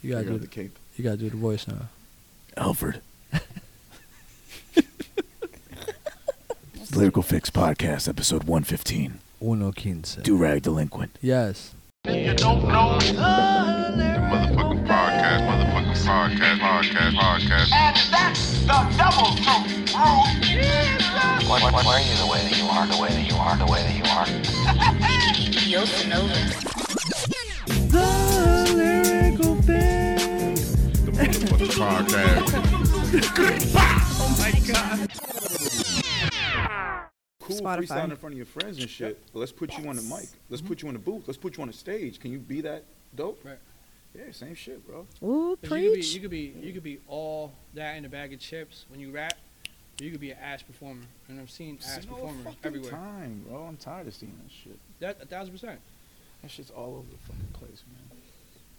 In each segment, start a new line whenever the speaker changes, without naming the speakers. You gotta
Figure
do
out
the,
the cape.
you gotta do the voice now.
Alfred. Lyrical Fix Podcast, episode 115.
Uno quince.
Durag Delinquent.
Yes.
You don't know motherfucking podcast, motherfucking podcast, podcast, podcast. And that's the double truth, Ruth.
Why, why, why are you the way that you are, the way that you are, the way that you are?
Motherfucking podcast.
Cool
Spotify.
freestyle in front of your friends and shit. But let's put you on the mic. Let's put you on the booth. Let's put you on the stage. Can you be that dope?
Right.
Yeah, same shit, bro.
Ooh,
'Cause You could, be,
preach.
you could be you could be all that in a bag of chips when you rap. or You could be an ass performer, and I've seen ass
It's no
performers
fucking
everywhere.
time, bro. I'm tired of seeing that shit.
That a thousand percent.
That shit's all over the fucking place, man.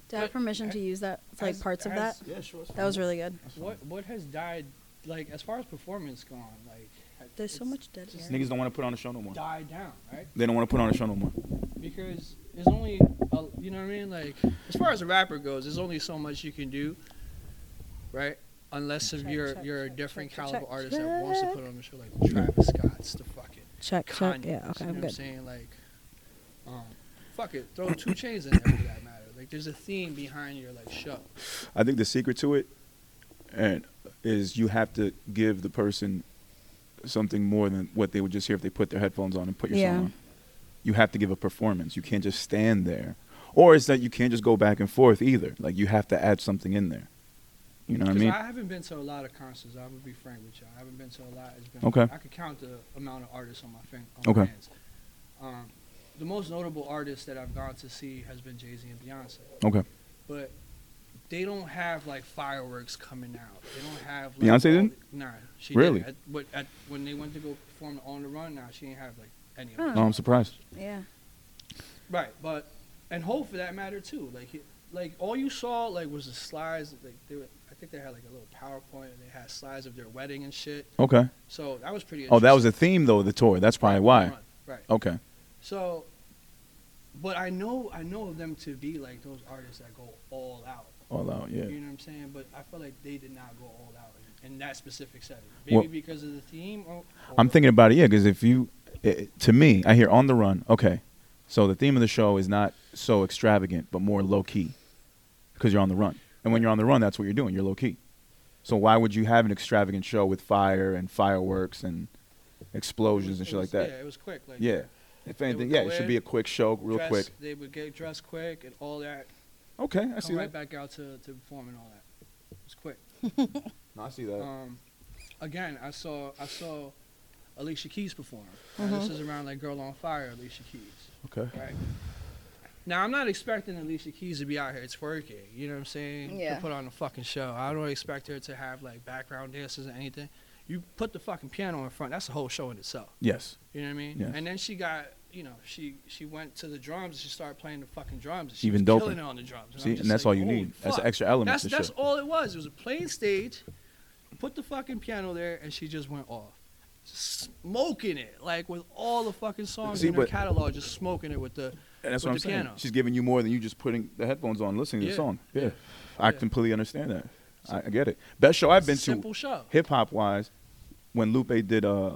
Do I have permission to use that? It's like
As-
parts of that.
as-
Yeah, sure. it's
That was
fine.
really good.
That's fine.
What what has died? Like as far as performance gone, like
There's so
it's
much dead air.
Niggas don't want to put on a show no more.
died down, right?
They don't want to put on a show no more.
Because there's only a, you know what I mean. Like as far as a rapper goes, there's only so much you can do, right? Unless if
Check,
you're
check,
you're a
check,
different
check,
caliber
check,
artist that wants to
check.
put on a show like Travis Scott's the fucking.
Check, check.
Kanye,
Yeah,
you
okay,
know
I'm
What I'm
good.
saying like, um, fuck it, throw two chains in there for that matter. Like, there's a theme behind your like show.
I think the secret to it, and is you have to give the person something more than what they would just hear if they put their headphones on and put your
Yeah.
song on. You have to give a performance. You can't just stand there, or it's that you can't just go back and forth either. Like you have to add something in there. You know what I
'Cause
mean?
I haven't been to a lot of concerts. I'm gonna be frank with y'all. I haven't been to a lot. It's been
Okay.
I could count the amount of artists on my fin- on
Okay.
my hands. Um, the most notable artist that I've gone to see has been Jay Z and Beyonce.
okay.
but they don't have like fireworks coming out. They don't have. Like,
Beyonce
all
didn't?
the- nah, she
Really?
Didn't. At, but at, when they went to go perform on the run, now she didn't have like any of
Huh.
them.
No, I'm surprised.
Yeah.
Right, but and Hope for that matter too. Like, it- like all you saw like was the slides. Like they were, I think they had like a little PowerPoint and they had slides of their wedding and shit.
Okay.
So that was pretty.
Oh, that was
interesting.
the theme though. of The tour. That's probably why.
Run, Right.
Okay.
So, but I know I know of them to be like those artists that go all out.
All out. Yeah.
You know what I'm saying? But I feel like they did not go all out in, in that specific setting. Maybe
Well-
because of the theme. Or, or
I'm thinking about it, yeah, because if you, i to me, I hear on the run. Okay, so the theme of the show is not so extravagant, but more low key, because you're on the run, and when you're on the run, that's what you're doing. You're low key. So why would you have an extravagant show with fire and fireworks and
it
explosions
was-
and
it
shit
was-
like that?
Yeah, it was quick. Like
Yeah. If anything, yeah, it should be a quick show, real
dress-
quick.
They would get dressed quick and all that.
Okay, I
come
see
right
that.
back out to, to perform and all that. It was quick.
No, I see that.
Um, again, I saw I saw Alicia Keys perform. Now, This
Mm-hmm.
is around like Girl on Fire, Alicia Keys.
Okay.
Right. Now I'm not expecting Alicia Keys to be out here twerking. You know what I'm saying?
Yeah.
To put on a fucking show. I don't expect her to have like background dancers or anything. You put the fucking piano in front. That's the whole show in itself.
Yes.
You know what I mean?
Yes.
And then she got, you know, she she went to the drums and she started playing the fucking drums. And she
Even
was
doper.
killing it on the drums.
See,
I'm just
and that's
like,
all you
"Holy
need. That's
fuck."
an extra element
That's
to
that's
shit.
all it was. It was a plain stage. Put the fucking piano there, and she just went off, smoking it like with all the fucking songs
See,
in her
but-
catalog, just smoking it with the
And that's
with
what I'm
the
saying.
piano.
She's giving you more than you just putting the headphones on, listening to the
Yeah.
song. Yeah. I
Yeah.
completely understand that. I, I get it. Best show I've been
simple
to,
show.
hip hop wise, when Lupe did, uh,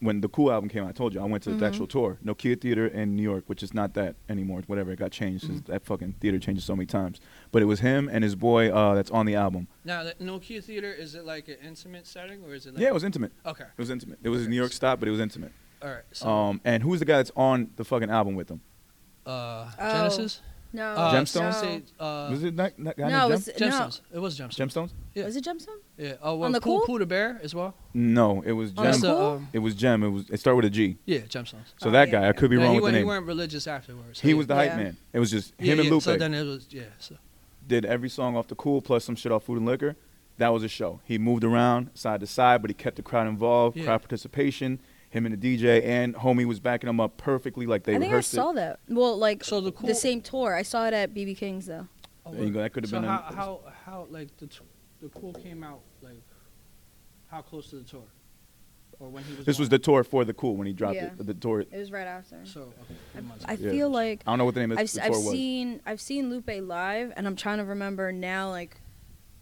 when the Cool album came out, I told you I went
Mm-hmm.
to the actual tour, Nokia Theater in New York, which is not that anymore. It's Whatever, it got changed since
Mm-hmm.
that fucking theater changes so many times. But it was him and his boy uh, that's on the album.
Now, the Nokia Theater, is it like an intimate setting or is it like.
yeah, it was intimate.
Okay.
It was intimate. It was a New York stop, but it was intimate.
All right. So,
Um, and who's the guy that's on the fucking album with them?
uh,
Oh,
Genesis?
No.
Uh,
Gemstones?
Say, uh,
was it that, that guy?
No,
named
was
Gem-
it, no.
Gemstones. It was Gemstones.
Gemstones?
Yeah.
Was it gemstone?
Yeah. Oh, well,
On the
cool,
cool?
Pooh the Bear as well. um,
No, it was
Oh,
On the
Gem.
Cool?
It was Gem. It was. It started with a G.
Yeah, Gemstones.
So
Oh,
that
yeah,
guy, I
okay.
could be
Yeah,
wrong with
he,
the
went, he
name.
weren't religious afterwards. so
he
yeah.
was the hype
Yeah.
man. It was just
Yeah,
him and
yeah,
Lupe
So then it was, yeah. So.
did every song off the cool plus some shit off Food and Liquor. That was a show. He moved around side to side, but he kept the crowd involved,
Yeah.
crowd participation. Him and the DJ and homie was backing him up perfectly, like they
I think I
rehearsed
saw
it.
that. Well, like
So the
the,
cool-
same tour. I saw it at BB King's though.
Oh,
There you go, that could've
so
been
How,
a-
how, how, like, the, t- the cool came out, like, how close to the tour? or when he was.
This was the
born.
tour for the cool when he dropped
Yeah.
it. The tour.
It was right after.
So okay, three months
I
ago.
Yeah.
feel like
I don't know what the name of
I've,
the
s- I've
tour was.
seen I've seen Lupe live, and I'm trying to remember now. Like,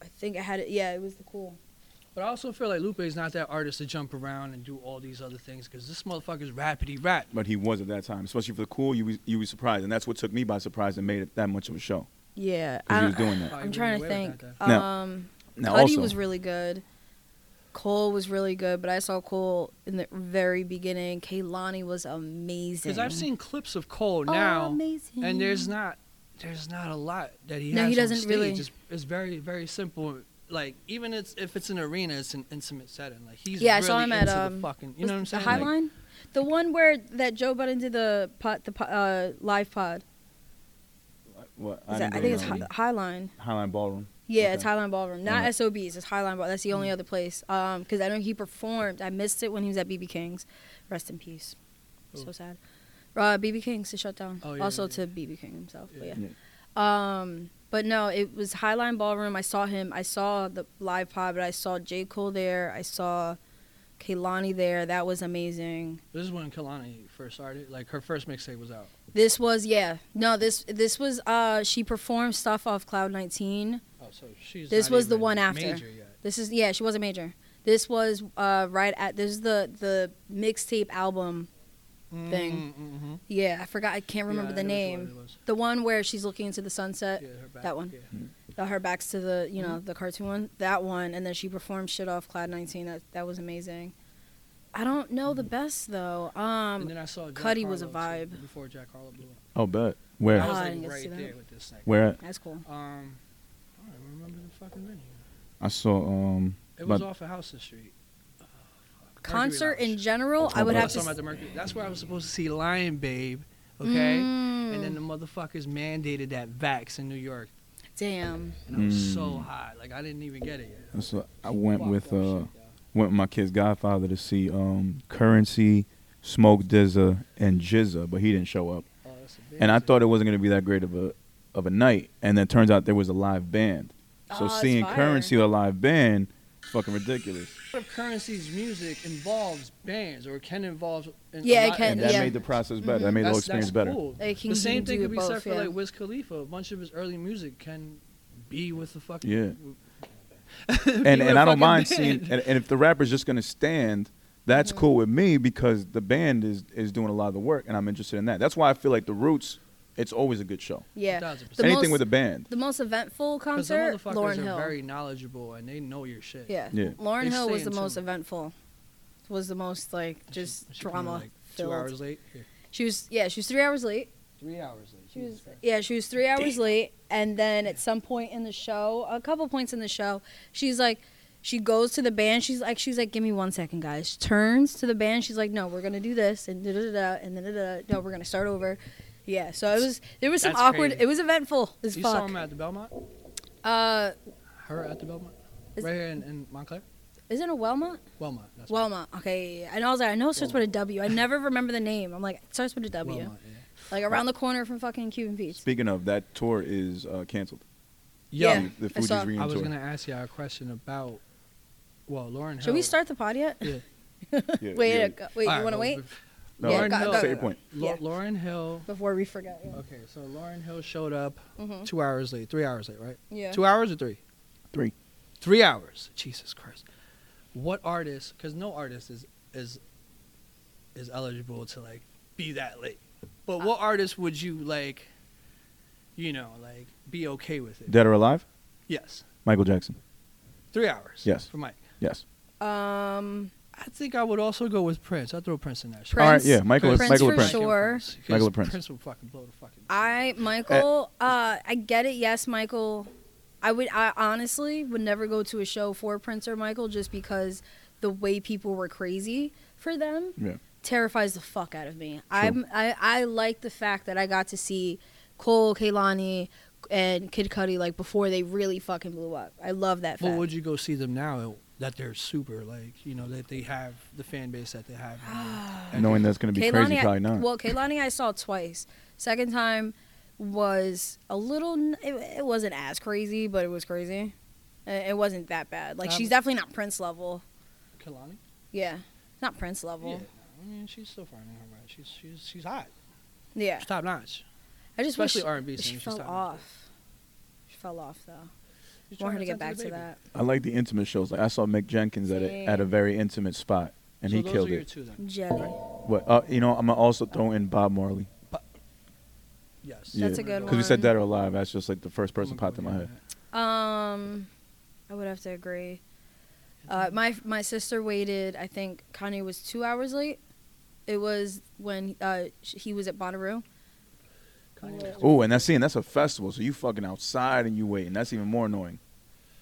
I think I had it. Yeah, it was the cool.
But I also feel like Lupe is not that artist to jump around and do all these other things because this motherfucker's rapidy rap.
but he was at that time, especially for the cool. You was- you were surprised, and that's what took me by surprise and made it that much of a show
Yeah,
because he was
don't-
doing that.
Probably
I'm
wouldn't
trying to
get away with
think.
that,
Now-
Um,
Now
Cuddy
also,
was really good. Cole was really good, but I saw Cole in the very beginning. Kaylani was amazing.
Because I've seen clips of Cole
Oh,
now,
amazing.
and there's not there's not a lot that he
No,
has
he doesn't
on stage.
really-
It's, it's very very simple. Like even it's if it's an arena, it's an intimate setting. Like he's
Yeah, I
really
saw him at,
into the
um,
fucking. You
Was
know what I'm saying?
The
Like,
Highline, the one where that Joe Budden did the pot, the po- uh, live pod.
what,
Is that, I
didn't
think it's
really
Hi-
know.
Highline.
Highline Ballroom.
Yeah,
Okay.
it's Highline Ballroom, not
Alright.
SOBs. It's Highline Ball. That's the
Mm.
only other place. Um, because I know he performed. I missed it when he was at BB King's. Rest in peace. So
Who?
sad. Uh, BB King's to shut down.
Oh, yeah,
also
yeah,
to BB King himself.
Yeah.
But yeah. Um, but no, it was Highline Ballroom. I saw him. I saw the live pod, but I saw J Cole there. I saw Kaylani there. That was amazing.
This is when Kalani first started. Like her first mixtape was out.
This was yeah. No, this this was uh she performed stuff off Cloud 19.
Oh, so she's.
This
not
was the
even
one after.
Major yet.
This is yeah, she was a major. This was uh right at this is the the mixtape album. Thing.
Mm-hmm.
Yeah, I forgot. I can't remember the name. The one where she's looking into the sunset,
Yeah, her back,
That one.
Yeah.
the- her back's to the you
Mm-hmm.
know the cartoon one, that one, and then she performed shit off Cloud 19. That that was amazing. I don't know the best though.
and
Um,
then I saw Jack
Cudi was a
Harlow, too,
vibe.
before Jack Harlow blew up.
Oh, bet.
I
Where?
Uh,
was
I didn't
like
get to see
right
that.
there with this thing.
Where at?
that's cool.
Um, I don't remember the fucking venue.
I saw. Um.
It was
But-
off of House Street. Oh, fuck.
Concert
Mercury
in
Lounge.
general, I
Oh,
would
but
have
I
to.
saw him at the Mercury. That's where I was supposed to see Lion Babe, okay?
Mm,
And then the motherfuckers mandated that vax in New York,
s- Damn.
and I was so
Mm.
high, like I didn't even get it yet.
I saw- I went
Fuck
with
that
uh
shit, dawg.
went with my kid's godfather to see um currency, smoke Dizza, and Jizza, but he didn't show up.
Oh, that's a big
and I
thing.
thought it wasn't going to be that great of a of a night, and then turns out there was a live band.
Oh,
So
it's
seeing
fire.
currency with a live band, fucking ridiculous.
What if currency's music involves bands or can involve. in-
Yeah,
a
it
lot-
can,
And that
yeah. Mm-hmm.
made the process better. That made the whole
That's-
experience
that's
better.
cool.
Like, he can
the same
do
thing could
it
be
both,
said for
yeah.
like Wiz Khalifa. A bunch of his early music can be with the fucking
Yeah.
be
and
with a
and I don't
fucking
mind
band.
seeing. And, and if the rapper's just gonna stand, that's
Mm-hmm.
cool with me because the band is is doing a lot of the work, and I'm interested in that. That's why I feel like the Roots. It's always a good show.
Yeah.
1000%.
The
Anything
most-
with a band.
The most eventful
'Cause the
concert,
motherfuckers
Lauren
are
Hill.
very knowledgeable and they know your shit.
Yeah.
Yeah.
Lauren
They
Hill
stay
was the
in tune.
most eventful. Was the most like just
She came in,
drama
like, two
filled.
hours late. Here.
She was yeah, she was three hours late.
Three hours late.
She
Jesus
was
Christ.
yeah, she was three hours late. And then at some point in the show, a couple points in the show, she's like she goes to the band, she's like she's like, Give me one second, guys. She turns to the band, she's like, No, we're gonna do this and da da da and da da da no, we're gonna start over. Yeah, so it was there was some
That's
awkward
crazy.
it was eventful as
You
fuck.
saw him at the Belmont?
uh
Her at the Belmont?
Is-
right here in, in Montclair?
isn't it Welmont?
Belmont. That's right.
Welmont. Okay. yeah, yeah. And I was like, I know it starts with a W. I never remember the name. I'm like, it starts with a W.
Belmont, yeah.
Like around the corner from fucking Cuban Pete's.
Speaking of, that tour is uh, canceled.
Yo,
Yeah.
the
I saw-
Fuji's reunion
I was
tour.
going to ask y'all a question about, well, Lauren Hill.
Should we start the pod yet?
Yeah.
Yeah,
Wait,
yeah.
go- wait,
All
you
right,
want to
well,
wait
bef-
No,
Yeah,
go-
go-
say
go-
your point.
Lau-
Yeah.
Lauren Hill.
before we forget? Yeah.
Okay, so Lauren Hill showed up
Mhm.
two hours late, three hours late, right?
Yeah.
Two hours or three?
Three.
Three hours. Jesus Christ. What artist? Because no artist is is is eligible to like be that late. But what artist would you like? You know, like be okay with it.
Dead or alive?
yes,
Michael Jackson.
three hours.
Yes.
for Mike.
Yes.
Um,
I think I would also go with Prince. I'd throw Prince in that. shit.
Prince.
All right. Yeah. Michael.
Prince
Michael
for
Prince.
sure.
Because
Michael Prince.
Prince would fucking blow the fucking.
I Michael. Uh, I get it. Yes, Michael. I would. I honestly would never go to a show for Prince or Michael just because the way people were crazy for them
Yeah.
terrifies the fuck out of me. I'm. I. I like the fact that I got to see Cole, Kaylani, and Kid Cudi like before they really fucking blew up. I love that.
Well,
fact.
would you go see them now that they're super like you know that they have the fan base that they have?
Ah.
now? And
Knowing that's going to be crazy,
I-
probably not.
Well, Kaylani I saw twice. Second time was a little. n- It, it wasn't as crazy, but it was crazy. It, it wasn't that bad. Like
Um,
she's definitely not Prince level.
Kalani.
Yeah. Not Prince level.
I mean, she's still finding her right. She's she's she's hot.
Yeah.
She's top notch.
I just wish
especially
she,
R&B
she
singers, she's
fell
top notch.
off. She fell off though.
She's
Want her
trying
to get back
tend
to,
the baby.
that.
I like the intimate shows. Like I saw Mick Jenkins at a, at a
Same.
very intimate spot, and
So
he
those
killed
are your
it.
two then.
Jelly.
What? Uh, you know, I'm gonna also throw in Bob Marley.
Yes.
That's a good
Because we said
one.
dead or alive. That's just like the first person
I'm
popped in
gonna
my
go
head.
with that.
Um, I would have to agree. Uh, my my sister waited. I think Kanye was two hours late. It was when uh, sh- he was at Bonnaroo.
Kanye West.
Oh, and that's seeing that's a festival, so you fucking outside and you waiting. That's even more annoying.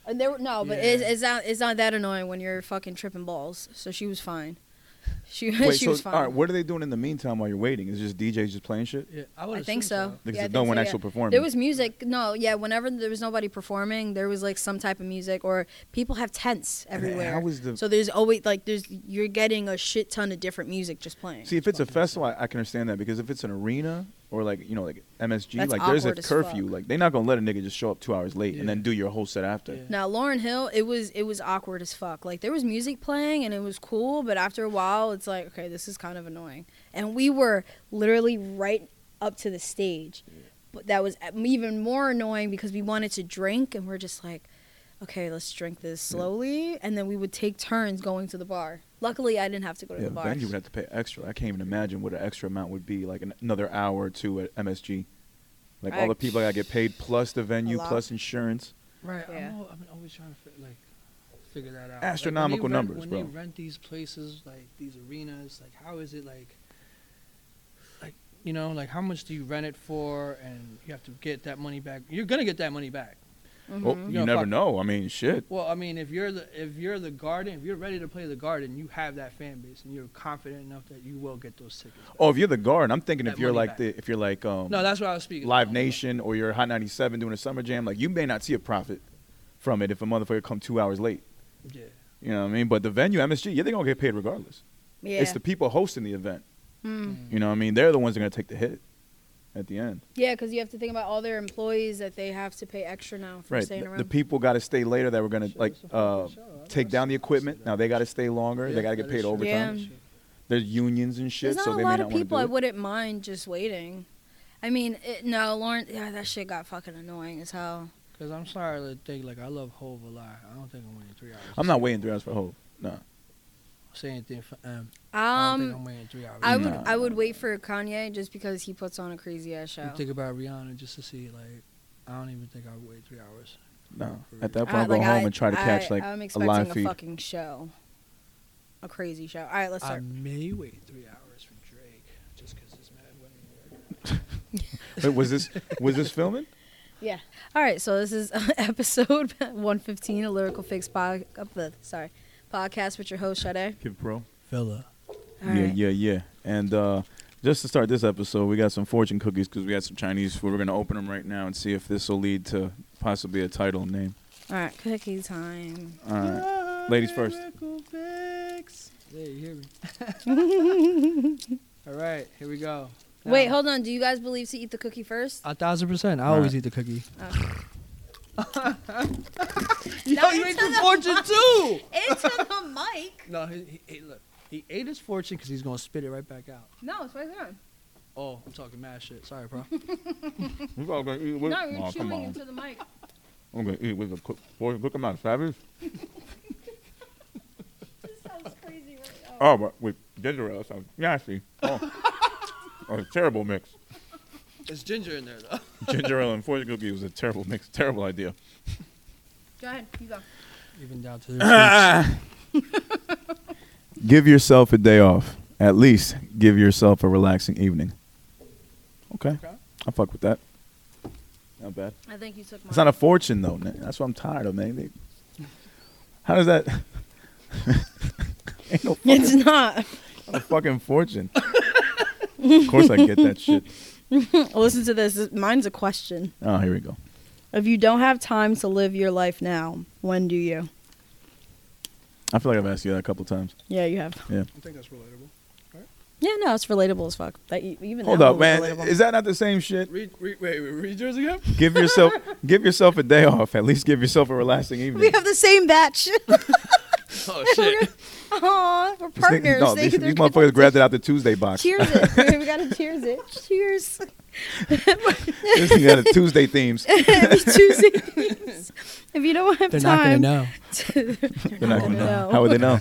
And there were no, but
Yeah.
it's, it's not it's not that annoying when you're fucking tripping balls. So she was fine. She
Wait,
she
so
was fine.
all right, what are they doing in the meantime while you're waiting? Is just DJs just playing shit?
Yeah, I, would
I think
assume
so.
Because
Yeah, I
there's no
think
one
so, yeah.
actually performing.
There was music. No, yeah. Whenever there was nobody performing, there was like some type of music, or people have tents
And
everywhere.
How was the
so there's always like there's you're getting a shit ton of different music just playing.
See, if it's a festival, I, I can understand that because if it's an arena or like you know like MSG,
That's
like there's a
awkward as
curfew.
fuck.
Like they're not gonna let a nigga just show up two hours late
Yeah.
and then do your whole set after.
Yeah.
Now Lauren Hill, it was it was awkward as fuck. Like there was music playing and it was cool, but after a while, it's like okay, this is kind of annoying. And we were literally right up to the stage, but that was e-, even more annoying because we wanted to drink and we're just like, okay, let's drink this slowly, and then we would take turns going to the bar. Luckily, I didn't have to go to
Yeah,
the bar.
then you would have to pay extra. I can't even imagine what an extra amount would be, like an, another hour or two at MSG. Like all the
Right.
people that get paid, plus the venue,
lot.
plus insurance.
Right.
Yeah.
I'm, al- I'm always trying to fi- like figure that out.
Astronomical
like, when they
numbers,
rent, when
bro.
they rent these places, like these arenas, like how is it like, like you know, like how much do you rent it for, and you have to get that money back. You're gonna get that money back.
Mm-hmm.
Well, Oh, you
Yeah,
never
fuck.
know. I mean, shit.
Well, I mean, if you're the if you're the garden, if you're ready to play the garden, you have that fan base, and you're confident enough that you will get those tickets. back.
Oh, if you're the guard, I'm thinking if
That
you're
money
like
back.
the if you're like um
No, that's what I was speaking.
Live
about.
Nation or you're Hot 97 doing a summer jam, like you may not see a profit from it if a motherfucker come two hours late.
Yeah.
You know what I mean? But the venue, MSG, yeah, they're gonna get paid regardless.
yeah.
It's the people hosting the event.
Mm.
You know what I mean? They're the ones that are gonna take the hit at the end.
Yeah, because you have to think about all their employees that they have to pay extra now for
Right.
staying
The,
around.
the people got to stay later that were gonna
Shit,
like
it's a fucking
uh,
show. I
take
guess.
down the equipment. Now they got to stay longer.
Yeah,
they got to
that
get
is
paid
true.
overtime.
Yeah.
There's unions and shit,
There's not
so
a
they may
lot
not
of
want
people
to
I
do it.
wouldn't mind just waiting. I mean, it, no, Lauren, yeah, that shit got fucking annoying as hell.
Cause I'm sorry to think like I love Hove a lot. I don't think I'm waiting three hours.
I'm not waiting three hours for hope. No.
Say anything for um. I don't think I'm
Um,
waiting three hours.
I would
Nah.
I would wait for Kanye just because he puts on a crazy ass show.
You think about Rihanna just to see like. I don't even think I would wait three hours.
No.
For
At that
I-
point, I'll go
like,
home
I-
and try to catch
I-
like
I'm
a
expecting
live
a
feed.
fucking show, a crazy show. All right, let's
I
start.
may wait three hours for Drake just because it's mad wedding.
Wait, was this was this filming?
All right, so this is episode 115 of Lyrical Fix pod, uh, the- sorry, podcast with your host Sade.
Kid Pro.
Villa.
All
yeah,
right.
yeah, yeah. And uh, just to start this episode, we got some fortune cookies because we got some Chinese food. We're gonna open them right now and see if this will lead to possibly a title name.
All right, cookie time.
All right, ladies first.
Yeah, you hear me? All right, here we go.
Wait,
Now-
hold on. Do you guys believe to eat the cookie first?
A thousand percent. I
All
always
right.
eat the cookie.
Oh.
Yo,
Now
you
he
ate
took
the
a
fortune too.
Into the mic.
No, he, he ate, look, he ate his fortune because he's gonna spit it right back out.
No, it's right there.
Oh, I'm talking mad shit. Sorry, bro.
We all gonna eat with-
No, you're
Aw, come
chewing
on.
into the mic.
I'm gonna eat with a cook- fortune cookie. I'm not savage.
This sounds crazy right now.
Oh, but with ginger ale, sounds nasty. Oh, oh it's a terrible mix.
There's ginger in there though.
Ginger ale and fortune cookie was a terrible mix. Terrible idea.
Go ahead, you go.
Even down to the
Give yourself a day off. At least give yourself a relaxing evening. Okay.
Okay.
I fuck with that. Not bad.
I think you took mine.
It's not a fortune though. Man. That's what I'm tired of, man. They- how does that? ain't no fucking,
it's not.
a fucking fortune. of course I get that shit.
Listen to this. This- Mine's a question.
Oh, here we go.
If you don't have time to live your life now, when do you?
I feel like I've asked you that a couple times.
Yeah, you have.
I think that's relatable.
Yeah, no, it's relatable as fuck. That e- even
Hold
that
up,
was
man.
relatable.
Is that not the same shit?
Read, read, wait, wait, read yours again.
Give yourself, give yourself a day off. At least give yourself a relaxing
we
evening.
have the same batch.
Oh
We're
shit!
gonna- Aw, we're
These niggas-
partners.
no,
They-
these,
they're
these motherfuckers grabbed it out the Tuesday box.
Cheers it. we gotta cheers it. Cheers.
this nigga had a Tuesday themes.
Tuesday themes. If you don't have
They're not gonna
time,
know.
They're not
I
gonna
don't
know.
know.
How would they know?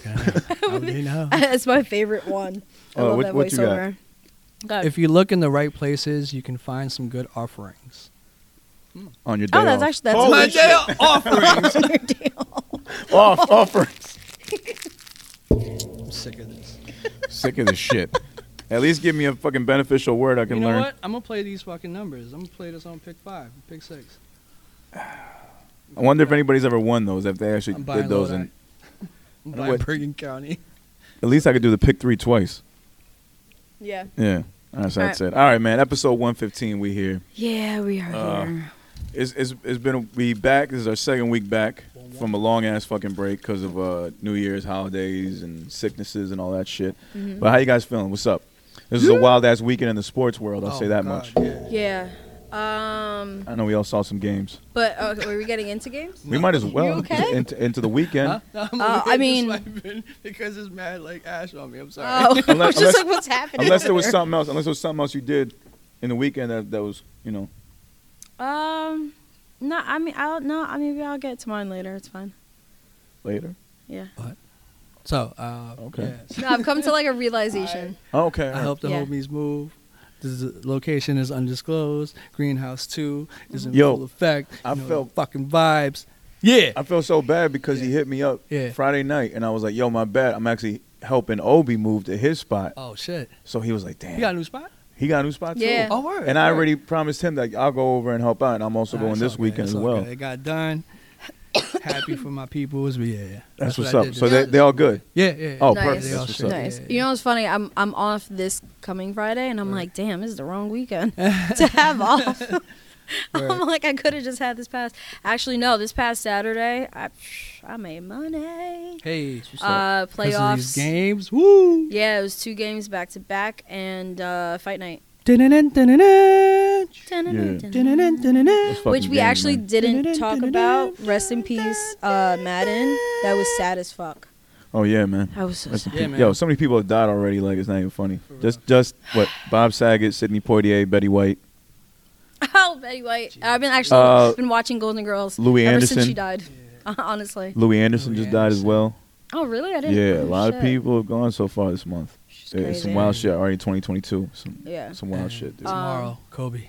How would they know?
That's my favorite one. I
Oh,
love
what-
that
what you got?
voiceover. God.
If you look in the right places, you can find some good offerings.
On your day
oh, that's
off.
actually that's
Holy
my
shit.
Oh, offerings.
other deal.
off offerings.
I'm sick of this.
Sick of this shit. At least give me a fucking beneficial word I can
You know
learn.
what? I'm gonna play these fucking numbers. I'm gonna play this on pick five, pick six.
I wonder if anybody's ever won those. If they actually
I'm
did
buying
those,
Lodi.
and
I'm
know
by
what?
Bergen County.
at least I could do the pick three twice.
Yeah.
Yeah. All right, so
All
that's
right.
it. All right, man. Episode one fifteen. We here.
Yeah, we are
Uh,
here.
It's, it's, it's been a, we back. This is our second week back from a long ass fucking break because of uh, New Year's holidays and sicknesses and all that shit.
Mm-hmm.
But how you guys feeling? What's up? This is a wild ass weekend in the sports world. I'll
Oh,
say that
God,
much.
yeah.
Yeah. Um,
I know we all saw some games.
but uh, are we getting into games?
We might as well
okay?
into, into the weekend.
Huh? No, I'm
Uh,
over
I
here just
mean-
swiping because it's mad like ash on me. I'm sorry.
Oh, I'm
Unless-
just
unless-
like, what's happening?
Unless there was
over
something else. Unless there was something else you did in the weekend that, that was you know.
there? Um, no, I mean, I'll no, I maybe I'll get to mine later. It's fine.
Later.
Yeah.
So, uh,
Okay.
yes.
No, I've come to like a realization.
Okay.
I helped the
Yeah.
homies move. The location is undisclosed. Greenhouse two is in
Yo,
full effect. You
I
know the
felt-
fucking vibes. Yeah.
I feel so bad because he hit me up
Yeah.
Friday night, and I was like, "Yo, my bad. I'm actually helping Obi move to his spot."
oh shit.
So he was like, "Damn,
You got a new spot?
he got a new spot too."
Yeah.
Oh word.
And I
word.
already promised him that I'll go over and help out, and I'm also
Nah,
going
it's
this
all good,
weekend
it's
as
all
well.
good. It got done. Happy for my peoples, but yeah, yeah.
That's, what's
what I
up.
did
So
this
they
weekend.
they all good.
yeah, yeah. yeah.
Oh,
nice.
perfect.
They all
That's what's
straight,
up.
Nice.
yeah, yeah,
You know what's funny? I'm I'm off this coming Friday, and I'm like, damn, this is the wrong weekend to have off. I'm
Word.
like, I could have just had this past. Actually, no, this past Saturday, I I made money.
Hey, what's
Uh,
Because of these
playoffs.
games. Woo!
Yeah, it was two games back to back and uh, fight night.
Dun-dun-dun, dun-dun-dun. Dun-dun-dun, dun-dun-dun.
That's fucking
Which we
game,
actually
man.
didn't talk about. Rest in peace, uh, Madden. That was sad as fuck.
Oh yeah, man.
I was so
Rest in
sad.
Yeah,
peace.
man.
Yo, so many people have died already. Like it's not even funny. Just just what Bob Saget, Sidney Poitier, Betty White,
Oh, Betty White. I've been actually
Uh,
been watching Golden Girls
Louis
ever
Anderson.
since she died. Honestly.
Louis Anderson
Louis
just died as
Anderson.
well.
Oh, really? I didn't.
Yeah, a
oh,
lot of
shit.
people have gone so far this month.
She's
Yeah, it's
crazy.
some wild shit already. 2022. Some
Yeah.
some wild shit. Dude.
Uh,
Tomorrow, Kobe.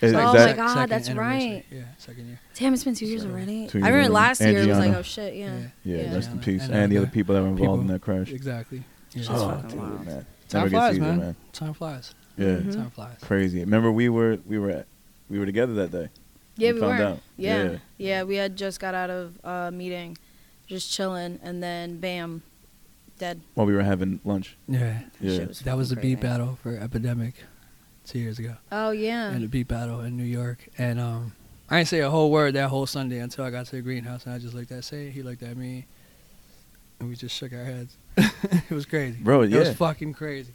Is-
oh
is
my
that-
God,
second
that's
anniversary.
right.
Yeah, second year.
Damn, it's been two years already.
Two
I
years
remember
already.
last year it was like,
Angiana.
oh shit, yeah.
Yeah.
Yeah,
Yeah.
rest in
Yeah.
peace,
And,
and,
uh,
the other people that were involved in
people-
that crash.
Exactly. Yeah.
Oh, dude, man. Never
Time
gets
flies,
easier,
man.
man.
Time flies.
Yeah, Mm-hmm.
Mhm.
Time flies.
crazy. Remember, we were we were at, we were together that day.
Yeah,
We
we,
found
were.
out.
Yeah.
Yeah.
yeah. we had just got out of a meeting, just chilling, and then bam, dead.
While we were having lunch.
Yeah.
That
Yeah.
shit was
That was the
fucking
beat
crazy.
battle for Epidemic two years ago.
Oh, yeah.
And the beat battle in New York. And um, I didn't say a whole word that whole Sunday until I got to the greenhouse and I just looked at Say. He looked at me. And we just shook our heads. it was crazy.
Bro,
It was
yeah.
fucking crazy.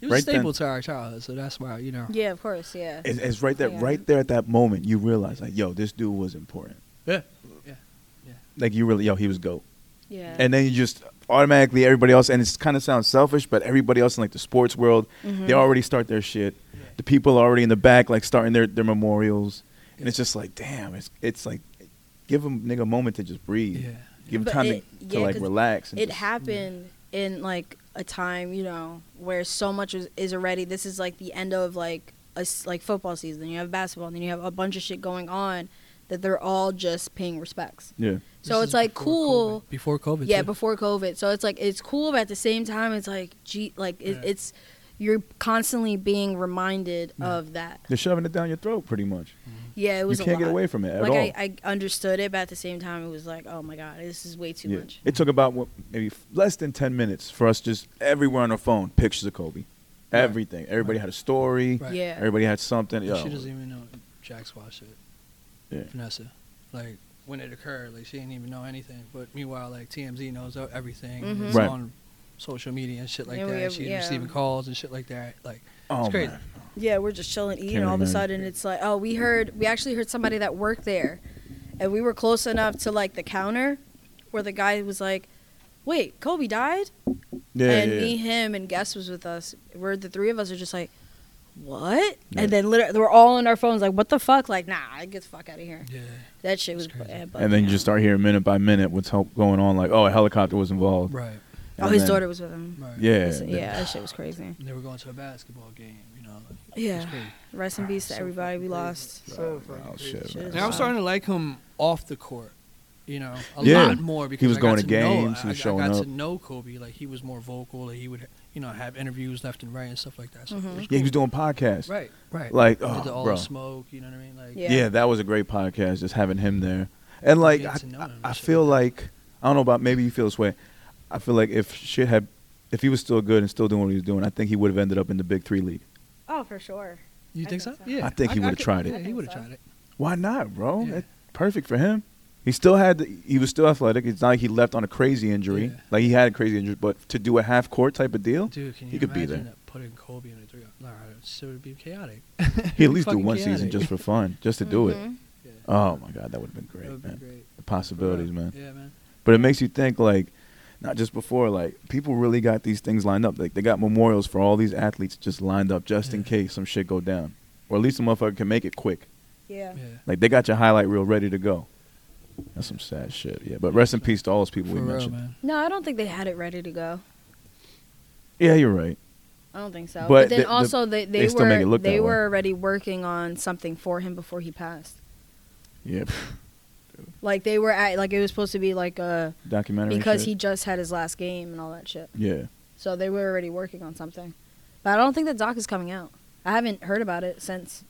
It was
Right
a staple to our childhood, so that's why, you know.
yeah, of course, yeah.
It's, it's right there,
Yeah.
right there at that moment. You realize, like, yo, this dude was important.
Yeah. Yeah. Yeah.
Like you really, yo, he was goat.
yeah.
And then you just automatically everybody else, and it's kind of sounds selfish, but everybody else in like the sports world,
Mm-hmm.
they already start their shit. The people are already in the back, like starting their their memorials, and it's just like, damn, it's it's like, give a nigga a moment to just breathe.
Yeah.
Give him
But
time
it-
to, to
yeah,
like
'cause
relax. And
it
just-
happened in like a time you know where so much is, is already this is like the end of like a s like football season you have basketball and then you have a bunch of shit going on that they're all just paying respects
Yeah.
so
This
it's
is
like
before
cool
COVID. Before COVID.
yeah
too.
before covid so it's like it's cool but at the same time it's like gee like it,
Yeah.
it's you're constantly being reminded
Yeah.
of that
They're shoving it down your throat pretty much.
yeah it
You
was a
can't get
lot.
away from it at
like
all.
I, I understood it but at the same time it was like oh my god this is way too
Yeah.
much
It took about what, maybe f- less than 10 minutes for us just everywhere on our phone, pictures of Kobe. Everything. Everybody had a story.
Right.
yeah
Everybody had something.
And
Yo,
She doesn't even know Jack's watched it.
Yeah.
Vanessa. Like when it occurred, like she didn't even know anything. But meanwhile, like TMZ knows o- everything. and
Mhm.
It's
Right.
on social media and shit like
Yeah, we
that.
have-
She's
yeah.
receiving calls and shit like that. Like
oh,
it's crazy.
man.
Yeah, we're just chilling, eating.
Can't
all of a
imagine.
sudden, it's like, oh, we heard, we actually heard somebody that worked there, and we were close enough to like the counter, where the guy was like, wait, Kobe died?
Yeah,
and
yeah,
me,
yeah.
him, and Guess was with us. Where the three of us are just like, what?
Yeah.
And then literally, we're all on our phones like, what the fuck? Like, nah, I get the fuck out of here.
Yeah.
That shit was.
It's crazy.
bad, but-
And then you just start hearing minute by minute what's ho- going on. Like, oh, a helicopter was involved.
Right.
Oh,
And
his
then-
daughter was with him.
Right.
Yeah.
Yeah, yeah that shit was crazy.
And they were going to a basketball game. You know. Like, It's
Yeah.
crazy.
Rest in peace to
So
everybody we
fucking crazy.
lost.
So fucking
Oh
crazy.
shit.
Shit.
man.
It's
Now I'm
wild.
starting to like him off the court. You know, a
Yeah.
lot more because
was
I
going
got
to
know-
games, he
I,
was
I
showing
got
up.
to know Kobe. Like he was more vocal. Like he would, you know, have interviews left and right and stuff like that. So it
Mhm.
was
Yeah, he was
cool.
doing podcasts.
right, right.
Like,
Did
oh,
the all
bro.
smoke. You know what I mean? Like,
Yeah.
Yeah. that was a great podcast. Just having him there, and like
Get
I,
to know
I,
him and
I
shit.
feel like I don't know about maybe you feel this way. I feel like if shit had, if he was still good and still doing what he was doing, I think he would have ended up in the Big Three league.
Oh, for sure.
you
I
think so?
think so.
Yeah.
I think he would've
could-
tried it.
Yeah,
I
he
think
would have
so.
tried it.
Why not, bro?
Yeah.
That's perfect for him. He still had, he was still athletic. It's not like he left on a crazy injury.
Yeah.
Like he had a crazy injury, but to do a half court type of deal,
Dude, can you
he could be
imagine
there.
that putting Kobe in a three? Nah, it would be chaotic.
He at least do
Fucking
one season
chaotic.
just for fun, just to do it.
Mhm.
Yeah.
Oh my god, that would have been great,
that would
man.
be great.
The possibilities, man.
Yeah, man.
But it makes you think, like, not just before, like people really got these things lined up. Like they got memorials for all these athletes just lined up, just in
Yeah.
case some shit go down, or at least a motherfucker can make it quick.
Yeah.
Yeah.
Like they got your highlight reel ready to go. That's some sad shit. Yeah, but rest in peace to all those people
For
we
real,
mentioned.
man.
No, I don't think they had it ready to go.
Yeah, you're right.
I don't think so.
But
But, then
the- the-
also, they, they,
they
were
still make it look
they
that way.
were already working on something for him before he passed.
Yeah,
Like they were at like it was supposed to be like a
documentary.
because he
shit.
just had his last game and all that shit.
Yeah,
So they were already working on something. But I don't think the doc is coming out. I haven't heard about it since.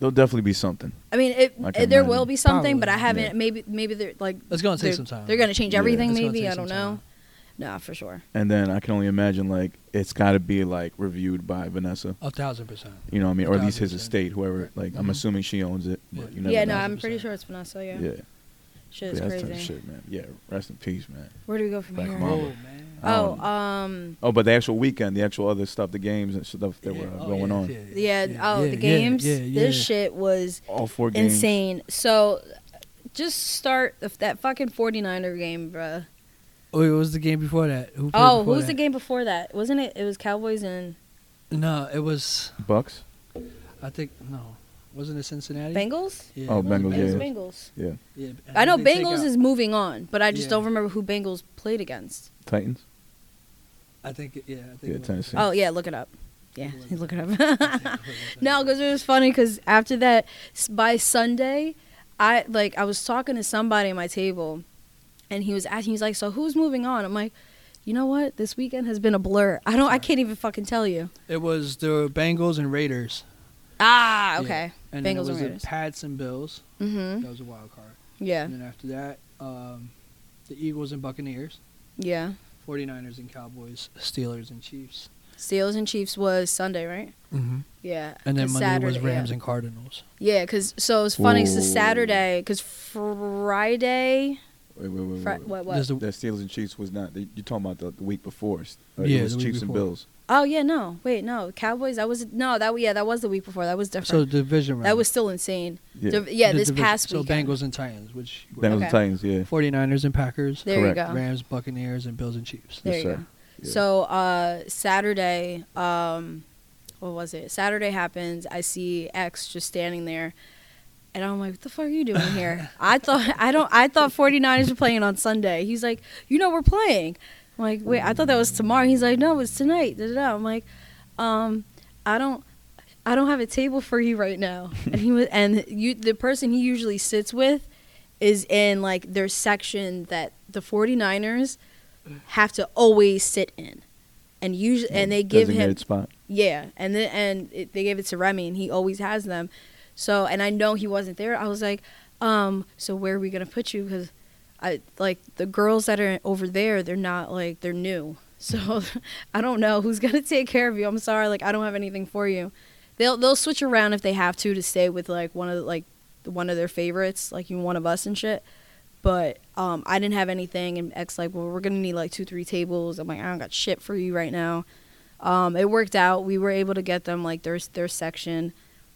there'll definitely be something.
I mean, it,
I can
it- there
imagine.
will be something, but I
Probably,
haven't.
yeah.
Maybe maybe they're like
It's gonna take
they're-
some time.
They're gonna change
Yeah.
everything.
It's gonna
Maybe
take
I
some
don't know. Nah, for sure.
And then I can only imagine like it's got to be like reviewed by Vanessa.
A thousand percent.
You know what I mean? Or at least his
1000%.
estate, whoever. Like I'm
Mhm.
assuming she owns it. But
Yeah.
you never
Yeah,
know.
no, I'm pretty
1000%.
sure it's Vanessa. Yeah,
yeah.
shit is
Yeah, that's tough
crazy.
shit, man. Yeah, rest in peace, man.
Where do we go from
Black
here?
Mamba.
Whoa, man.
I
Oh,
don't-
um,
oh, but the actual weekend, the actual other stuff, the games and stuff that
Yeah.
were uh,
Oh,
going
yeah,
on.
yeah,
yeah. oh,
yeah,
the
yeah,
games.
yeah, yeah.
This shit was
All four games.
insane. So, just start with that fucking 49er game, bruh.
Wait, what Oh, was the game before that? Who played
Oh,
before
who was
that?
the game before that? Wasn't it? It was Cowboys and
No, it was.
Bucks.
I think no, wasn't it Cincinnati?
Bengals.
Yeah.
Oh,
It was
Bengals,
It was
yeah.
Bengals.
Yeah,
Yeah, and
I know
they take
Bengals
out-
is moving on, but I just
Yeah.
don't remember who Bengals played against.
Titans.
I think it- yeah. I think
Yeah,
it was.
Tennessee.
Oh yeah, look it up. Yeah,
Yeah.
look it up. no, because it was funny. Because after that, s- by Sunday, I like I was talking to somebody at my table, and he was asking. He's like, "So who's moving on?" I'm like, "You know what? This weekend has been a blur. I don't. I can't even fucking tell you."
It was the Bengals and Raiders.
Ah,
Yeah.
okay.
And then it
Bengals and
was the
Raiders.
Pats and Bills.
Mm-hmm.
That was a wild card.
Yeah.
And then after that, um, the Eagles and Buccaneers,
Yeah.
49ers and Cowboys, Steelers and Chiefs.
Steelers and Chiefs was Sunday, right?
Mm-hmm.
Yeah.
And then
'cause
Monday was
Saturday-
Rams
yeah.
and Cardinals.
Yeah, because so it's funny. It's
Ooh.
the Saturday, because Friday,
Wait, wait, wait,
Fri-
wait.
what,
There's
what?
the-
The Steelers and Chiefs was not. You're talking about the, the week before. Uh,
Yeah,
it was
the week
Chiefs and
before.
Bills.
Oh yeah, no, wait, no, Cowboys. That was no, that yeah, that was the week before. That was
so
different.
division round.
that was still insane.
Yeah,
Div- yeah,
The
this
division-
past
So
weekend.
Bengals and Titans, which were
Bengals
Okay.
and Titans. Yeah.
49ers and Packers,
There you
correct.
go.
Rams, Buccaneers, and Bills and Chiefs.
There
Yes,
you
sir.
go.
Yeah.
So uh, Saturday, um, what was it? Saturday happens. I see X just standing there, and I'm like, "What the fuck are you doing here?" I thought I don't. I thought 49ers were playing on Sunday. He's like, "You know we're playing." I'm like, "Wait, I thought that was tomorrow." He's like, "No, it's tonight." Da, da, da. I'm like, um, "I don't." I don't have a table for you right now. And he was, and you, the person he usually sits with, is in like their section that the 49ers have to always sit in. And usually, and they give him,
Designated spot.
yeah, and then and it, they gave it to Remy, and he always has them. So, and I know he wasn't there. I was like, um, so where are we gonna put you? Because I like the girls that are over there. They're not like they're new, so I don't know who's gonna take care of you. I'm sorry, like I don't have anything for you. They'll they'll switch around if they have to to stay with like one of the, like one of their favorites, like you one of us and shit. But um, I didn't have anything, and X like, well, we're gonna need like two, three tables. I'm like, I don't got shit for you right now. Um, it worked out. We were able to get them like their their section.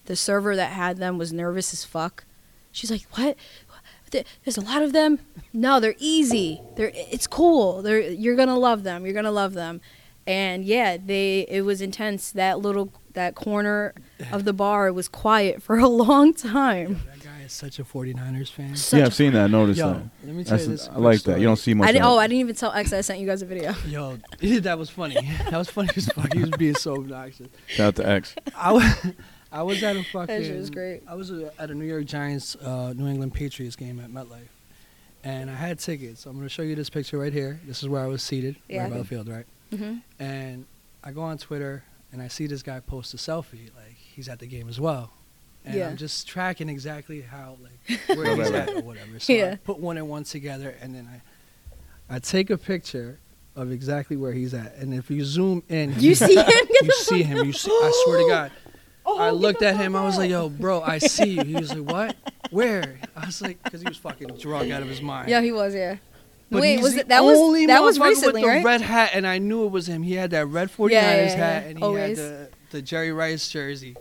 The server that had them was nervous as fuck. She's like, "What? What th- there's a lot of them. No, they're easy. They're it's cool. They're you're gonna love them. You're gonna love them. And yeah, they it was intense. That little that corner of the bar was quiet for a long time.
That guy is such a 49ers fan.
Such
yeah,
a-
I've seen that. I noticed
Yo,
that.
let me tell
That's
you this.
I
quick
like that.
story.
You don't see much.
I
of
didn't,
that.
oh, I didn't even tell X I sent you guys a video.
Yo, that was funny. That was funny as fuck. He was being so obnoxious.
Shout out to X.
I was, I was at a fucking.
shit was great.
I was a- at a New York Giants, uh, New England Patriots game at MetLife, and I had tickets. I'm gonna show you this picture right here. This is where I was seated,
Yeah.
right by the field, right.
Mm-hmm.
And I go on Twitter and I see this guy post a selfie, like he's at the game as well. And
Yeah.
I'm just tracking exactly how, like, where
Right,
he's
right,
at
right.
or whatever. So I
Yeah.
put one and one together, and then I, I take a picture of exactly where he's at. And if you zoom in,
You see him? Get
you
the
see
fuck
him. You
out.
see. I swear to God,
Oh,
I
get
looked
the
at him.
fuck
I was like,
out.
"Yo, bro, I see you." He was like, "What? Where?" I was like, "Cause he was fucking drunk out of his mind."
Yeah, he was. Yeah.
But
Wait,
he's
was
the
it that was
only
that was
motherfucker
recently,
with the
right?
Red hat, and I knew it was him. He had that red 49ers
yeah,
hat,
yeah.
and he
Always.
had the, the Jerry Rice jersey.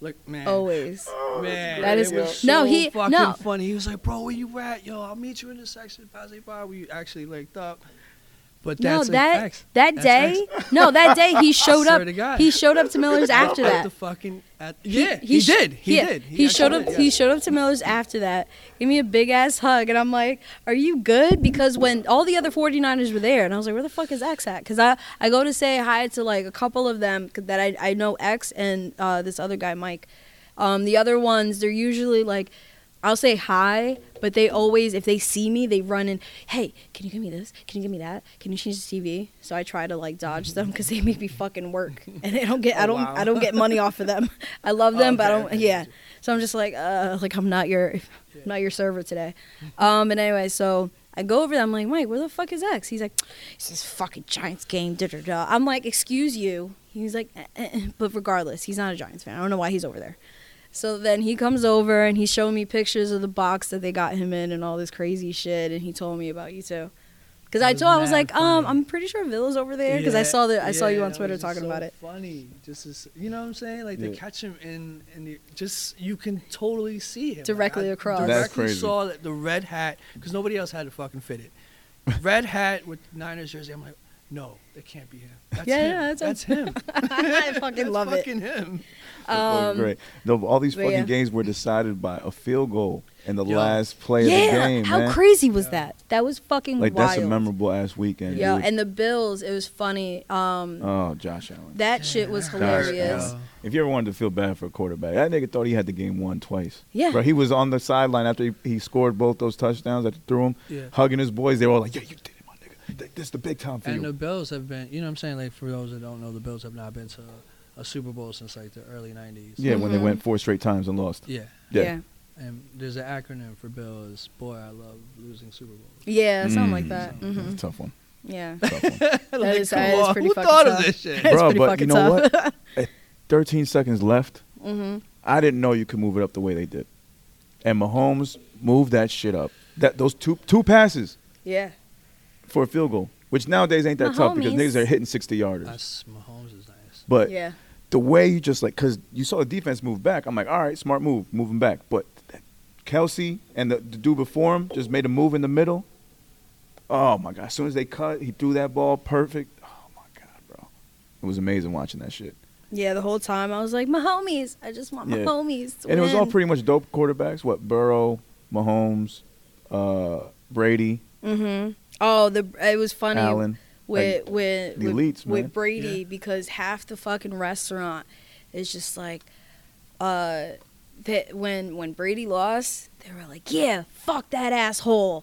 Look, man,
Always.
man,
That is-
it was
no,
so
he-
fucking
no.
funny. He was like, "Bro, where you at? Yo, I'll meet you in the section, pass it by. We actually linked up." But that's a
no, that
fact.
that
That's
day, no, that day he showed
Swear
up.
to God.
He showed up to Miller's after
At the
that.
fucking at, yeah, he,
sh-
did. He
yeah,
did.
He,
actually
showed up.
did,
He
yeah.
showed up to Miller's after that. Gave me a big ass hug, and I'm like, "Are you good?" Because when all the other 49ers were there, and I was like, "Where the fuck is X at?" Because I I go to say hi to like a couple of them 'cause that I I know X and uh, this other guy Mike. Um, the other ones they're usually like. I'll say hi, but they always, if they see me, they run and, hey, can you give me this? Can you give me that? Can you change the TV? So I try to like dodge them because they make me fucking work, and I don't get, I
Oh,
don't,
wow.
I don't get money off of them. I love them, but I
Okay,
don't,
okay,
yeah. So I'm just like, uh, like I'm not your, I'm not your server today. Um, and anyway, so I go over there. I'm like, Mike, where the fuck is X? He's like, it's this fucking Giants game. Da da da. I'm like, excuse you. He's like, eh, eh, eh. but regardless, he's not a Giants fan. I don't know why he's over there. So then he comes over and he's showing me pictures of the box that they got him in and all this crazy shit. And he told me about you too. Because I
That was
told, I was
mad
like, um,
funny.
I'm pretty sure Villa's over there because I
Yeah,
saw that I saw
yeah,
you on
that
Twitter
was just
talking
so
about it.
Funny, just as, you know what I'm saying? Like they
Yeah.
catch him in, and you- just you can totally see him
Directly
Like, I
across.
Directly
That's crazy.
saw that the red hat because nobody else had to fucking fit it. Red hat with Niners jersey. I'm like, no, that can't be him. That's
Yeah,
him.
yeah, that's him.
that's him.
I fucking
That's
love it.
fucking him.
That was great. The, all these
Um, but
fucking
yeah.
games were decided by a field goal and the
Yo.
last play of the
Yeah,
game.
how
man.
crazy was that? That was fucking
Like
wild.
that's a memorable ass weekend.
Yeah,
dude.
and the Bills, it was funny. Um,
oh, Josh Allen.
that shit was
Josh Allen.
hilarious.
If you ever wanted to feel bad for a quarterback, that nigga thought he had the game won twice.
Yeah.
Bro, he was on the sideline after he, he scored both those touchdowns that threw him,
Yeah.
hugging his boys. They were all like, "Yeah, you did it, my nigga. Th- This is the big time for
And the
you."
Bills have been, you know what I'm saying? Like, for those that don't know, the Bills have not been to a Super Bowl since like the early 90s.
yeah, when they
Mhm.
went four straight times and lost.
Yeah.
Yeah.
And there's an acronym for Bill is, boy, I love losing Super Bowls.
Yeah, something
Mm.
like that.
That's
hmm
a tough one.
Yeah.
Tough one.
That is- that
come
is
on,
pretty
Who
fucking
thought of
tough.
this shit?
That's
Bro,
pretty
but you
fucking
know
tough.
what? At 13 seconds left,
hmm
I didn't know you could move it up the way they did. And Mahomes moved that shit up. That those two two passes
Yeah.
for a field goal, which nowadays ain't that tough because
Mahomes.
niggas are hitting 60 yarders.
That's, Mahomes is nice.
But
Yeah.
the way you just like because you saw the defense move back. I'm like, all right, smart move, moving back. But Kelsey and the, the dude before him just made a move in the middle. Oh my god! As soon as they cut, he threw that ball perfect. Oh my god, bro! It was amazing watching that shit.
Yeah, the whole time I was like, my homies. I just want my
Yeah.
homies. To
and it was all
win."
pretty much dope quarterbacks. What Burrow, Mahomes, uh, Brady,
Mm-hmm. Oh, the it was funny
Allen.
with
like,
with
the
with,
elites, man.
with Brady
Yeah.
because half the fucking restaurant is just like, uh, that when when Brady lost, they were like, yeah, fuck that asshole.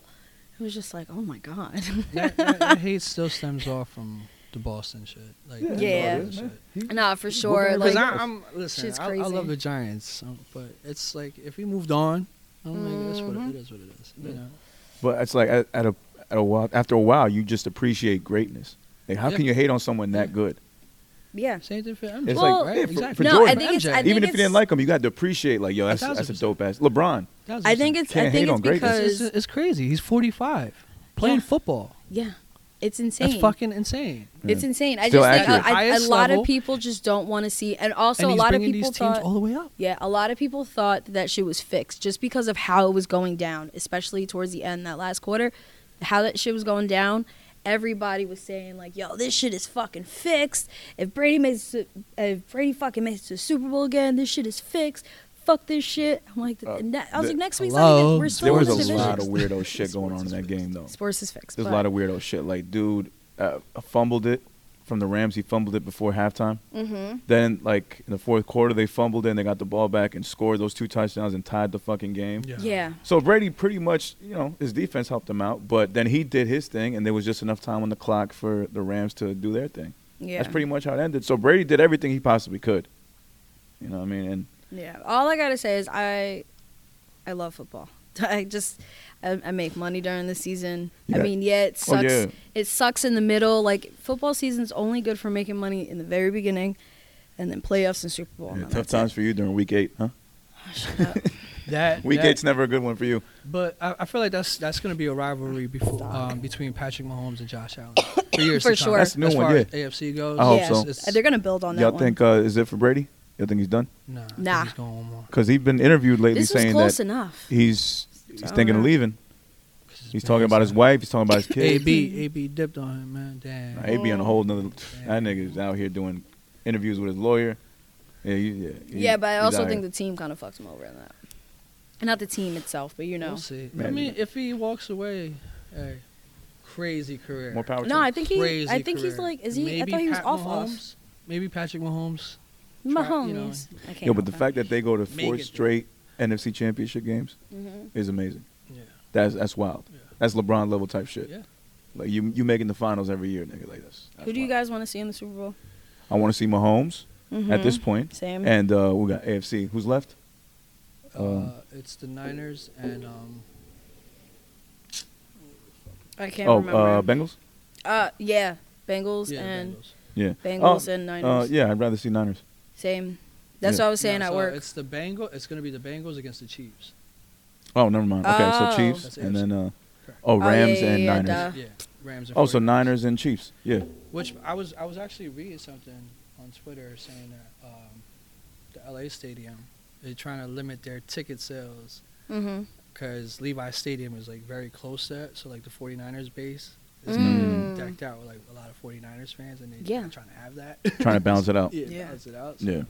It was just like, oh my god.
that, that, that hate still stems off from the Boston shit. Like,
Yeah,
the
Yeah.
Boston shit.
nah, for sure.
Because
Like,
I, I'm listen.
shit's
I, I love
crazy.
the Giants, um, but it's like if we moved on, I'm like, that's what
Mm-hmm.
it, it is. What it is. You know?
But it's like at, at a at a while, after a while, you just appreciate greatness. Like, how
Yeah.
can you hate on someone that good?
yeah.
Same thing for MJ.
It's
Well,
like
right?
yeah, for,
exactly.
for
No,
Jordan.
I think it's-
MJ.
I think
Even if you didn't like him, you got to appreciate like, yo, that's
thousand
that's a dope ass. LeBron,
That was
I think
interesting.
it's
Can't
I
hate
think it's
on greatness.
because
it's, it's crazy. He's 45, playing
Yeah.
football.
yeah, it's insane.
That's fucking insane.
It's insane. I
Still
just
accurate.
think a- I- a
Highest
lot
level.
of people just don't want to see, and also
and
a
he's
lot of
bringing
people
these teams
thought,
all the way up.
yeah, a lot of people thought that, that shit was fixed just because of how it was going down, especially towards the end that last quarter, how that shit was going down. Everybody was saying like, "Yo, this shit is fucking fixed. If Brady makes, it- if Brady fucking makes it to the Super Bowl again, this shit is fixed. Fuck this shit." I'm like, the,
Uh,
ne- I was
the-
like, next week's
Hello?
not even, we're still
There was
in the
a
division.
lot of weirdo shit going on in that game, though.
Sports is fixed.
There's a
but-
lot of weirdo shit. Like, dude, uh, fumbled it from the Rams. He fumbled it before halftime. Mm-hmm. Then, like in the fourth quarter, they fumbled and they got the ball back and scored those two touchdowns and tied the fucking game.
yeah.
So Brady pretty much, you know, his defense helped him out, but then he did his thing, and there was just enough time on the clock for the Rams to do their thing.
Yeah.
That's pretty much how it ended. So Brady did everything he possibly could. You know what I mean? And
Yeah. All I gotta say is I, I love football. I just, I, I make money during the season.
Yeah.
I mean, yeah, it
Oh,
sucks.
yeah.
It sucks in the middle. Like football season's only good for making money in the very beginning, and then playoffs and Super Bowl. "Ah,
yeah,
and
tough
that's
times for you during week eight, huh?
That
Week
that-
eight's never a good one for you.
But I, I feel like that's that's gonna be a rivalry before um, between Patrick Mahomes and Josh Allen for years
For
to come.
sure. That's
a new
as
one,
far
yeah.
as AFC goes.
I
it.
hope
Oh. yeah. Uh,
so.
It's-
They're gonna build on that
Y'all
one.
think uh, is it for Brady? Y'all think he's done?
Nah, I think
Nah.
he's going one more.
Because he's been interviewed lately
this was
saying
close
that
enough.
he's he's
Don't
thinking of
know.
leaving.
'Cause it's
He's
been
talking about his
inside.
wife. He's talking about his kids.
AB AB dipped on him, man. Damn.
Nah, AB
Oh.
on a whole nother.
Yeah.
That nigga's out here doing interviews with his lawyer. Yeah, you, yeah. he-
yeah, but I
he's
also
out
think
here.
the team kind of fucks them over in that. Not the team itself, but you know.
We'll see. I
Man.
mean, if he walks away, hey, crazy career.
more power. to
No,
him.
I think he.
Crazy
I think he's
career.
like. Is he?
Maybe
I thought he was
Pat
off.
Mahomes, Maybe Patrick Mahomes.
off.
Try- you know,
Mahomes. I can't
Yo, but the
help
fact that they go to
Make
four
it.
straight NFC Championship games
it.
Mm-hmm.
Mhm.
is amazing.
Yeah.
That's that's wild.
Yeah.
That's LeBron level type shit.
Yeah.
Like you you making the finals every year, nigga. Like this.
Who do you guys want to see in the Super Bowl?
I want to see Mahomes
Mm-hmm.
at this
Mhm.
point,
Same.
and uh, we got AFC. Who's left? Um,
Uh, it's the Niners and um,
I can't
oh,
remember.
uh, Bengals.
Uh, yeah, Bengals
yeah, the
and
Bengals.
Yeah.
Bengals
Oh,
and
Uh,
Niners.
yeah, I'd rather see Niners.
Same. That's
Yeah.
what I was saying
No,
at
so
work.
It's the Bengal. It's gonna be the Bengals against the Chiefs.
Oh, never mind. Okay,
Oh.
so Chiefs
That's
and
AFC.
then uh,
Correct.
oh
yeah,
Rams
yeah,
and
yeah,
Niners.
duh.
Yeah, Rams. And
Oh, so
49ers.
Niners and Chiefs. Yeah.
Which I was I was actually reading something on Twitter saying that um, the LA Stadium they're trying to limit their ticket sales
Mm-hmm.
because Levi Stadium is like very close to that. So like the 49ers base is
Mm.
gonna be decked out with like a lot of 49ers fans, and they
Yeah.
are trying to have that.
Trying to balance it out.
yeah,
Yeah.
balance it out. So
Yeah.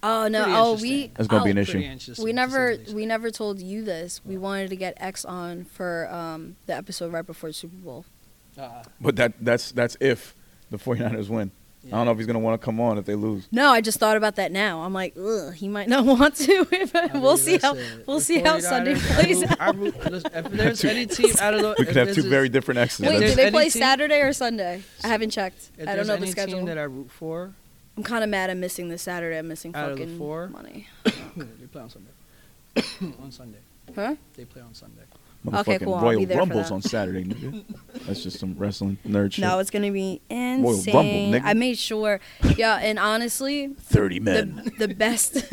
Oh no!
Pretty
Oh,
interesting.
we.
That's gonna be
oh,
an
pretty
issue.
anxious
We
to
never
say the
we
least.
never told you this. We wanted to get X on for um, the episode right before Super Bowl.
Uh,
But that that's that's if the 49ers win. I
Yeah.
don't know if he's gonna want to come on if they lose.
No, I just thought about that now. I'm like, Ugh, he might not want to. if-
I mean,
we'll see how
listen,
we'll
the
see how Sunday
49ers,
plays
I root-
out.
I root- listen, if there's any team out of the
We could have two very different X's.
Wait,
there's
do they
any
play
team-
Saturday or Sunday? I haven't checked.
If
I don't
there's
know
any
the schedule.
team that I root for,
I'm kind of mad. I'm missing this Saturday. I'm missing
Out of the
fucking
four?
money.
they play on Sunday. on Sunday,
Huh?
they play on Sunday.
Okay,
Motherfucking
cool, I'll
Royal
be there for
Rumbles
that.
on Saturday, nigga. That's just some wrestling nerd shit.
No, it's gonna be insane.
Royal Rumble, nigga.
I made sure. Yeah, and honestly,
30
the, the best.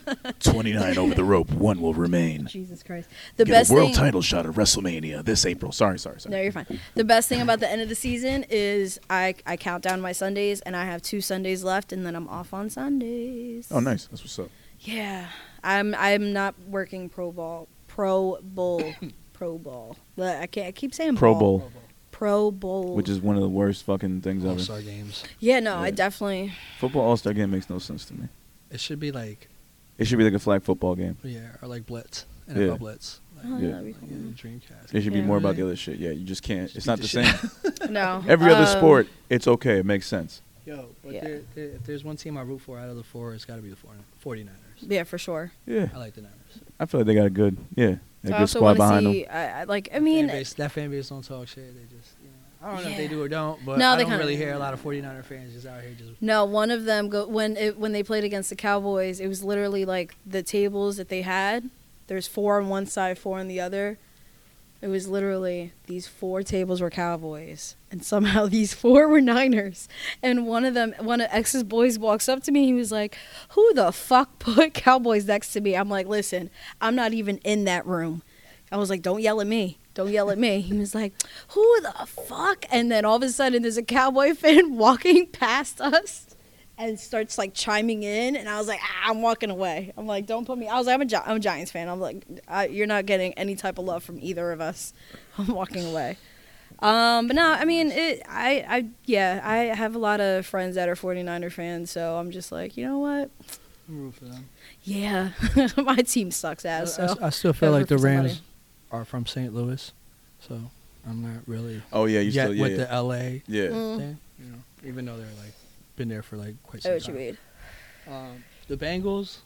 29 over the rope, one will remain.
Jesus Christ, the best thing.
shot at WrestleMania this April. Sorry, sorry, sorry.
No, you're fine. The best thing about the end of the season is I I count down my Sundays, and I have two Sundays left, and then I'm off on Sundays.
Oh, nice. That's what's up.
Yeah, I'm I'm not working pro ball, pro bowl, pro ball. But I can't. I keep saying
Pro
ball.
Bowl,
Pro bowl.
which is one of the worst fucking things
All
ever.
Star games.
yeah. No,
Yeah.
I definitely.
Football All Star game makes no sense to me.
It should be like
It should be like a flag football game.
yeah, or like Blitz,
Yeah.
NFL Blitz, like,
Oh,
Yeah.
that'd be
like, yeah,
cool.
Dreamcast.
It should be
Yeah. Mm-hmm.
more about the other shit. Yeah, you just can't. It's
Just
not
beat
the
the
same.
shit
No.
Every other
um,
sport, it's okay. It makes sense.
Yo, but
Yeah.
there, there, if there's one team I root for out of the four, it's got to be the 49ers.
Yeah, for sure.
Yeah,
I like the Niners.
I feel like they got a good, yeah, a
I
good
also want
squad behind
to
them.
see. I, I like. I
fan
mean,
base, that fan base don't talk shit. They just, you know, I don't know if they
Yeah.
do or don't, but
No,
I
they
don't
kinda
really
do.
hear a lot of 49er fans just out here just.
no. One of them go when it, when they played against the Cowboys. It was literally like the tables that they had. There's four on one side, four on the other. It was literally these four tables were Cowboys, and somehow these four were Niners. And one of them, one of X's boys walks up to me. He was like, "Who the fuck put Cowboys next to me?" I'm like, "Listen, I'm not even in that room." I was like, "Don't yell at me! Don't yell at me!" He was like, "Who the fuck?" And then all of a sudden, there's a cowboy fan walking past us. And starts like chiming in, and I was like, ah, I'm walking away. I'm like, don't put me. I was like, I'm a, Gi- I'm a Giants fan. I'm like, I, you're not getting any type of love from either of us. I'm walking away. Um, but no, I mean, it, I, I, yeah, I have a lot of friends that are 49er fans, so I'm just like, you know what?
I'm rooting for them.
Yeah, my team sucks ass.
I- I,
So
I still feel
gotta
like
root
the
for somebody.
Rams are from St. Louis, so I'm not really
Oh yeah, you
yet
still yeah
with
yeah.
the LA
yeah.
Mm.
thing, you know, even though they're like been there for like quite
I
some
know what you
time.
mean.
Um, the Bengals,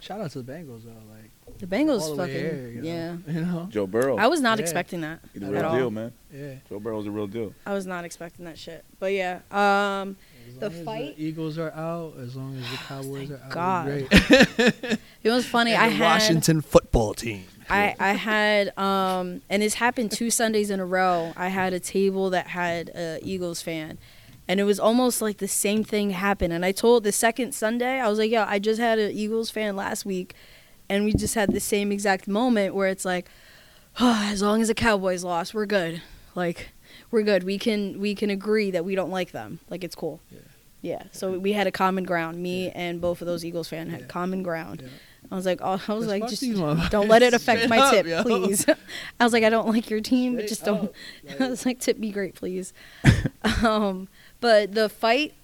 shout out to the Bengals though, like
The
all
Bengals
the
fucking,
way here, you know,
yeah.
you know,
Joe Burrow.
I was not
Yeah.
expecting that.
He's the
at
real
all.
deal, man.
yeah.
Joe Burrow's the real deal.
I was not expecting that shit. But yeah, um,
As
The
long as
fight-
the Eagles are out. As long as the Cowboys
thank
are out,
God.
we're great.
it was funny. I had
football team.
I, I had um and this happened two Sundays in a row. I had a table that had a Eagles fan. And it was almost like the same thing happened. And I told the second Sunday, I was like, yo, I just had an Eagles fan last week and we just had the same exact moment where it's like, as long as the Cowboys lost, we're good. Like, we're good. We can we can agree that we don't like them. Like it's cool.
Yeah.
Yeah. So we had a common ground. Me
Yeah.
and both of those Eagles fan had
Yeah.
common ground.
Yeah.
I was like, oh, I was
Just
like,
fuck
just
these motherfuckers.
don't let it affect
Straight
my
up,
tip,
yo.
please. I was like, I don't like your team, but
Straight
just don't.
up,
I was like, tip me great, please. um, but the fight,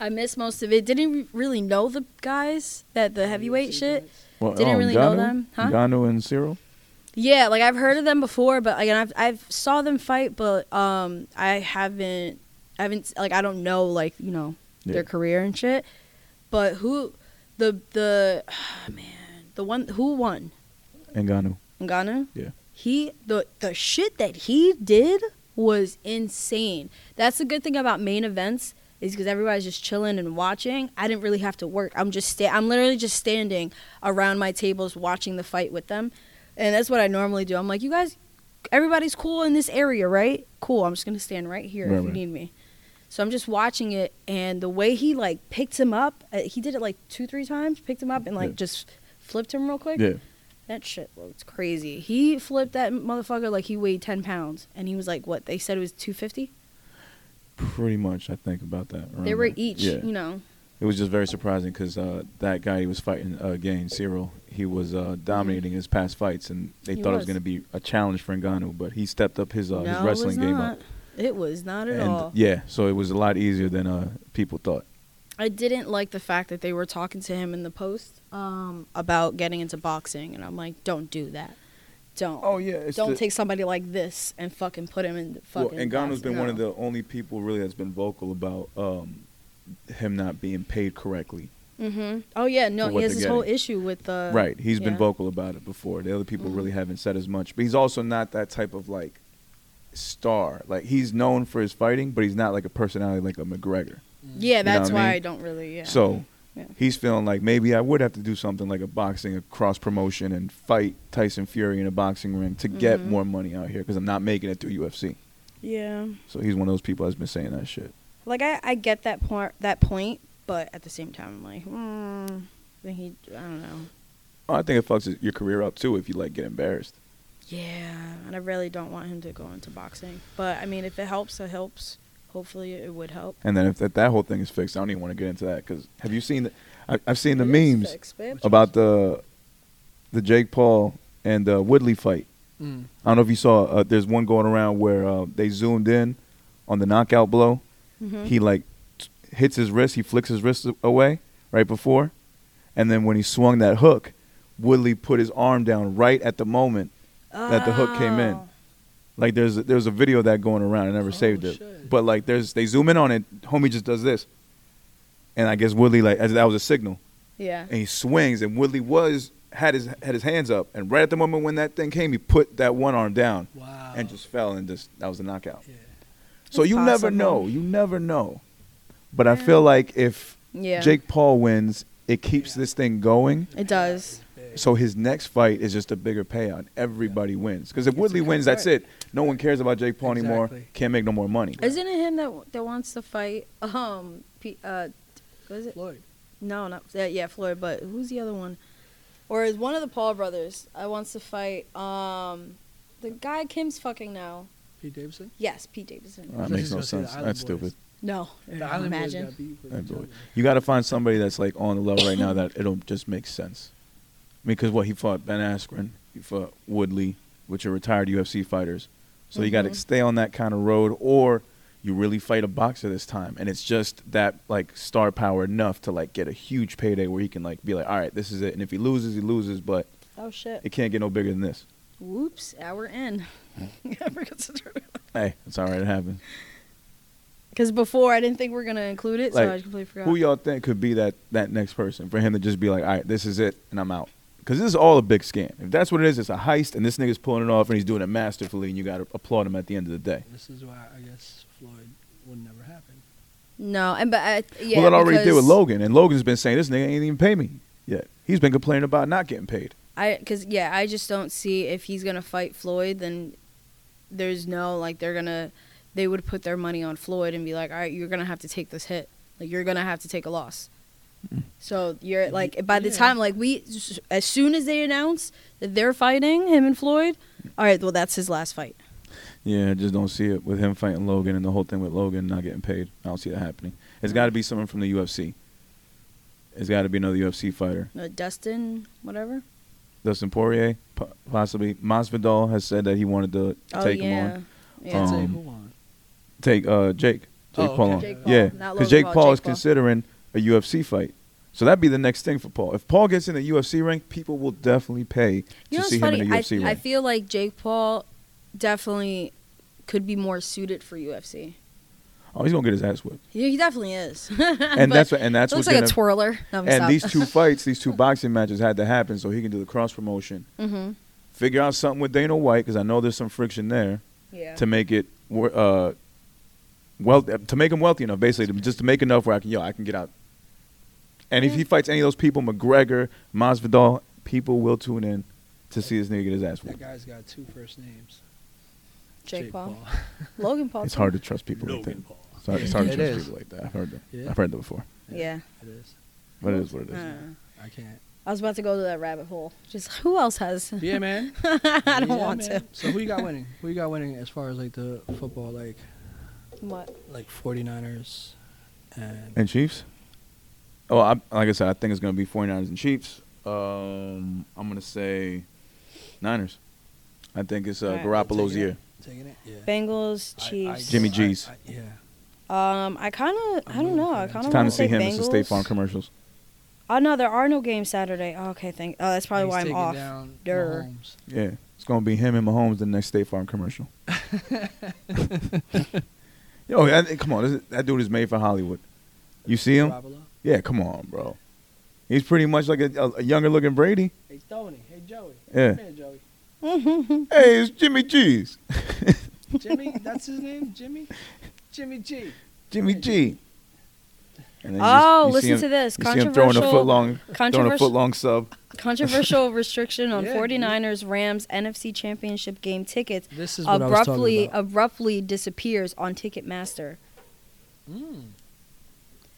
I missed most of it. Didn't really know the guys that the heavyweight shit.
Well,
Didn't
oh,
really know
Ngannou?
them, huh?
Ngannou and Cyril.
Yeah, like I've heard of them before, but like, and I've I've saw them fight, but um, I haven't I haven't like I don't know like you know
Yeah.
their career and shit. But who the the man the one who won
Ngannou.
Ngannou?
Yeah.
He the the shit that he did was insane. That's the good thing about main events is because everybody's just chilling and watching. I didn't really have to work. I'm just sta- I'm literally just standing around my tables watching the fight with them. And that's what I normally do. I'm like, "You guys everybody's cool in this area, right? Cool. I'm just going to stand right here
Right,
if you
right.
need me." So I'm just watching it and the way he like picked him up, uh, he did it like 2-3 times, picked him up and like
Yeah.
just flipped him real quick.
Yeah.
That shit looked crazy. He flipped that motherfucker like he weighed 10 pounds. And he was like, what? They said it was 250?
Pretty much, I think about that. around
They were
there.
each,
Mm, Yeah.
you know.
It was just very surprising because uh, that guy he was fighting uh, against Cyril, he was uh, dominating his past fights, and they
He
thought it
was.
was going to be a challenge for Ngannou, but he stepped up his
no,
uh, his
it was
wrestling game
not.
up.
It was not at
and
all.
yeah, so it was a lot easier than uh, people thought.
I didn't like the fact that they were talking to him in the post um, about getting into boxing. And I'm like, don't do that. Don't.
Oh yeah, it's
don't
the,
take somebody like this and fucking put him in the
Well,
fucking.
Ngannou's been
boxing.
one of
No.
the only people really that's been vocal about um, him not being paid correctly.
Mhm. Oh yeah, no,
for
he
what
has
they're
this whole
getting.
issue with the.
Right. he's been
yeah. Mm-hmm.
vocal about it before. The other people really haven't said as much. But he's also not that type of like star. Like he's known for his fighting, but he's not like a personality like a McGregor.
Yeah,
know what
that's
I
why
mean?
I don't really. Yeah.
So
Yeah.
he's feeling like maybe I would have to do something like a boxing, a cross promotion, and fight Tyson Fury in a boxing ring to get
Mhm.
more money out here because I'm not making it through UFC.
Yeah.
So he's one of those people that's been saying that shit.
Like I, I get that point, that point, but at the same time, I'm like, mm, I think he, I don't know.
Oh, I think it fucks your career up too if you like get embarrassed.
Yeah, and I really don't want him to go into boxing. But I mean, if it helps, it helps. Hopefully, it would help.
And then if that, that whole thing is fixed, I don't even want to get into that because have you seen the? I, I've seen the
It is
memes.
fixed, babe.
about the the Jake Paul and uh, Woodley fight.
Mm.
I don't know if you saw. Uh, there's one going around where uh, they zoomed in on the knockout blow.
Mm-hmm.
Mhm.
He like t- hits his wrist. He flicks his wrist away right before, and then when he swung that hook, Woodley put his arm down right at the moment that the hook came in.
Oh.
Like there's there's a video of that going around. I never saved it,
Oh, shit.
but like there's they zoom in on it. Homie just does this, and I guess Woodley like as that was a signal
Yeah.
and he swings and Woodley was had his had his hands up and right at the moment when that thing came he put that one arm down
Wow.
and just fell and just that was a knockout.
Yeah.
So
It's
you never
possible.
know, you never know. But I feel like if
Yeah.
Jake Paul wins, it keeps this thing going.
It does.
So his next fight is just a bigger payout. Everybody wins because if Woodley wins, that's it. No one cares about Jake Paul anymore.
Exactly.
Can't make no more money.
Isn't it him that that wants to fight? Um, P, uh, what is it?
Floyd.
No, not yeah, yeah, Floyd. But who's the other one? or is one of the Paul brothers uh, wants to fight um the guy Kim's fucking now.
Pete Davidson.
Yes, Pete Davidson.
That
So
makes
he's
no
gonna say the
sense.
Island
That's
Boys.
stupid.
No,
The Island Boys
imagine.
got beef with
That
each
boy.
other.
You got to find somebody that's like on the level right now that it'll just make sense. Because what he fought Ben Askren, he fought Woodley, which are retired UFC fighters. So you got to
Mhm.
stay on that kind of road, or you really fight a boxer this time, and it's just that like star power enough to like get a huge payday where he can like be like, all right, this is it. And if he loses, he loses, but
Oh shit!
it can't get no bigger than this.
Whoops, hour in.
Hmm?
I forgot to turn it
Hey, it's all right. It happens.
Because before I didn't think we are gonna include it,
Like,
so I completely forgot.
Who y'all think could be that that next person for him to just be like, all right, this is it, and I'm out? Because this is all a big scam. If that's what it is, it's a heist, and this nigga's pulling it off, and he's doing it masterfully, and you got to applaud him at the end of the day.
This is why I guess Floyd would never happen.
no, and but I, yeah,
well, that already did with
because
Logan, and Logan's been saying this nigga ain't even pay me yet. He's been complaining about not getting paid.
I because yeah, I just don't see if he's gonna fight Floyd. Then there's no like they're gonna they would put their money on Floyd and be like, all right, you're gonna have to take this hit. Like you're gonna have to take a loss.
Hmm.
So you're like by the
Yeah.
time like we as soon as they announce that they're fighting him and Floyd, all right, well that's his last fight.
Yeah, I just don't see it with him fighting Logan and the whole thing with Logan not getting paid. I don't see that happening.
Mm-hmm.
It's got to be someone from the UFC. It's got to be another UFC fighter.
Uh, Dustin, whatever.
Dustin Poirier, po- possibly. Masvidal has said that he wanted to
Oh
take
yeah,
him on.
yeah.
Um,
Say who won?
take uh, Jake.
Oh,
Jake Paul.
okay.
on.
Jake Paul,
yeah,
not Logan
because Jake
Paul,
Paul
Jake
is
Paul.
considering a UFC fight. So that'd be the next thing for Paul. If Paul gets in the UFC ring, people will definitely
You
pay
know
to
what's
see
funny?
him in the
I,
UFC ring.
I feel like Jake Paul definitely could be more suited for UFC.
oh, he's gonna get his ass whipped.
He, he definitely is.
And that's what. And that's
looks
what's
like
gonna.
a twirler. No, I'm
and
stop.
these two fights, these two boxing matches had to happen so he can do the cross promotion.
Mhm.
Figure out something with Dana White because I know there's some friction there
yeah.
to make it. wor- Uh, well, to make him wealthy enough, basically, to, just to make enough where I can, yo, I can get out. And if he fights any of those people, McGregor, Masvidal, people will tune in to see this nigga get his ass
That
whooped.
guy's got two first names.
Jake, Paul. Logan Paul.
It's
too.
hard to trust people like that.
Logan Paul.
It's hard, it's hard to
It
trust
is.
people like that. I've heard that.
Yeah.
I've heard that before.
Yeah.
It is.
But it is what it is.
Uh,
I can't.
I was about to go to that rabbit hole. Just who else has?
Yeah, man.
I don't
Yeah,
want
man. So who you got winning? Who you got winning as far as like the football, like
to. What?
like 49ers and
And Chiefs? Oh, I, like I said, I think it's going to be 49ers and Chiefs. Um, I'm going to say Niners. I think it's uh,
All right, we'll
Garoppolo's year.
taking it. Yeah.
Bengals,
I- I-
Chiefs.
Jimmy G's.
I- I- yeah.
Um, I kind of, I don't know. I kind
It's
of want
time to
to
see
say
him
Bengals.
as the State Farm commercials.
Oh no, there are no games Saturday. Oh, okay, thank. Oh, that's probably
He's
why I'm
taking
off.
down
Durr.
Mahomes.
Yeah, it's gonna be him and Mahomes the next State Farm commercial. Yo, I, think- come on, this, that dude is made for Hollywood. You see him?
Garoppolo.
Yeah, come on, bro. He's pretty much like a, a younger looking Brady.
Hey Tony. Hey Joey.
Yeah.
Come here, Joey.
Hey, it's Jimmy G's.
Jimmy, that's his name. Jimmy. Jimmy G.
Jimmy G. And then you
Oh,
you see
listen to this.
You see him throwing a
Controversial-
foot long, throwing a
controversial-
foot long sub.
Controversial restriction on
Yeah, dude.
49ers Rams NFC Championship game tickets
This is what I was talking
abruptly
about.
abruptly disappears on Ticketmaster.
Hmm.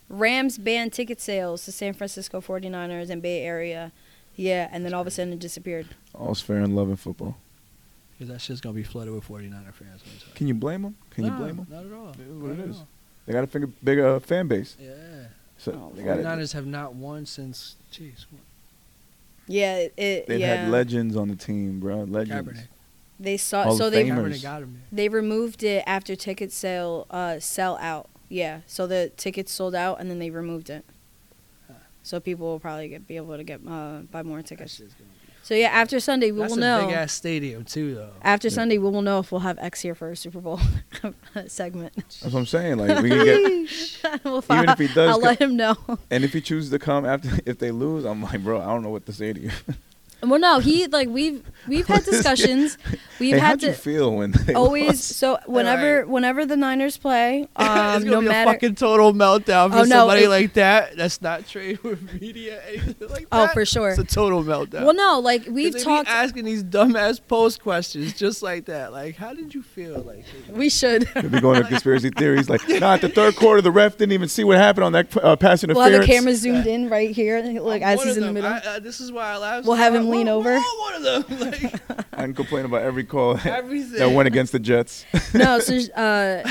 Rams ban ticket sales to San Francisco 49ers and Bay Area. Yeah, and then all of a sudden it disappeared.
All's fair in love and football.
Because that shit's gonna be flooded with 49er fans. let me tell you.
Can you blame him? Can
No,
you blame him?
Not at all.
It is what
Not
it
at
is.
all.
They got a finger, big uh, fan base.
Yeah.
So they got
49ers
it.
have not won since, jeez, what-
Yeah, it, it
They've
yeah.
had legends on the team, bro. Legends.
Kaepernick.
they saw
Hall
so
of
they
Famers.
Kaepernick got him there.
they removed it after ticket sale uh sell out. Yeah, so the tickets sold out and then they removed it. So people will probably get, be able to get uh, buy more
That
tickets.
shit's gonna be-
So yeah, after Sunday we
That's
will
a
know.
big ass stadium too, though.
After Sunday, we will know if we'll have X here for a Super Bowl segment.
That's what I'm saying. Like we can get,
we'll
Even if he does
I'll
co-
let him know.
and if he chooses to come after, if they lose, I'm like, bro, I don't know what to say to you.
Well, no, he like we've we've had discussions. We've had
hey, how'd
to
you feel when they
always
lost?
so whenever whenever the Niners play, um,
it's gonna
no
be
matter.
a fucking total meltdown for
Oh, no,
somebody
it-
like that. That's not trade or media, anything like
Oh,
that.
for sure.
It's a total meltdown.
well, no, like
'Cause
we've
they be
talked.
asking these dumbass post questions just like that. Like, how did you feel? Like,
We should.
They'd be going to conspiracy theories like, nah, at the third quarter, the ref didn't even see what happened on that uh, pass
We'll have
interference.
the camera zoomed in right here, like
I'm
as
one
he's
of
in the
them.
middle.
I, uh, this is why I laughed.
We'll have him lean over.
one of them. Like,
I can complain about every call that
everything.
went against the Jets.
no, so uh,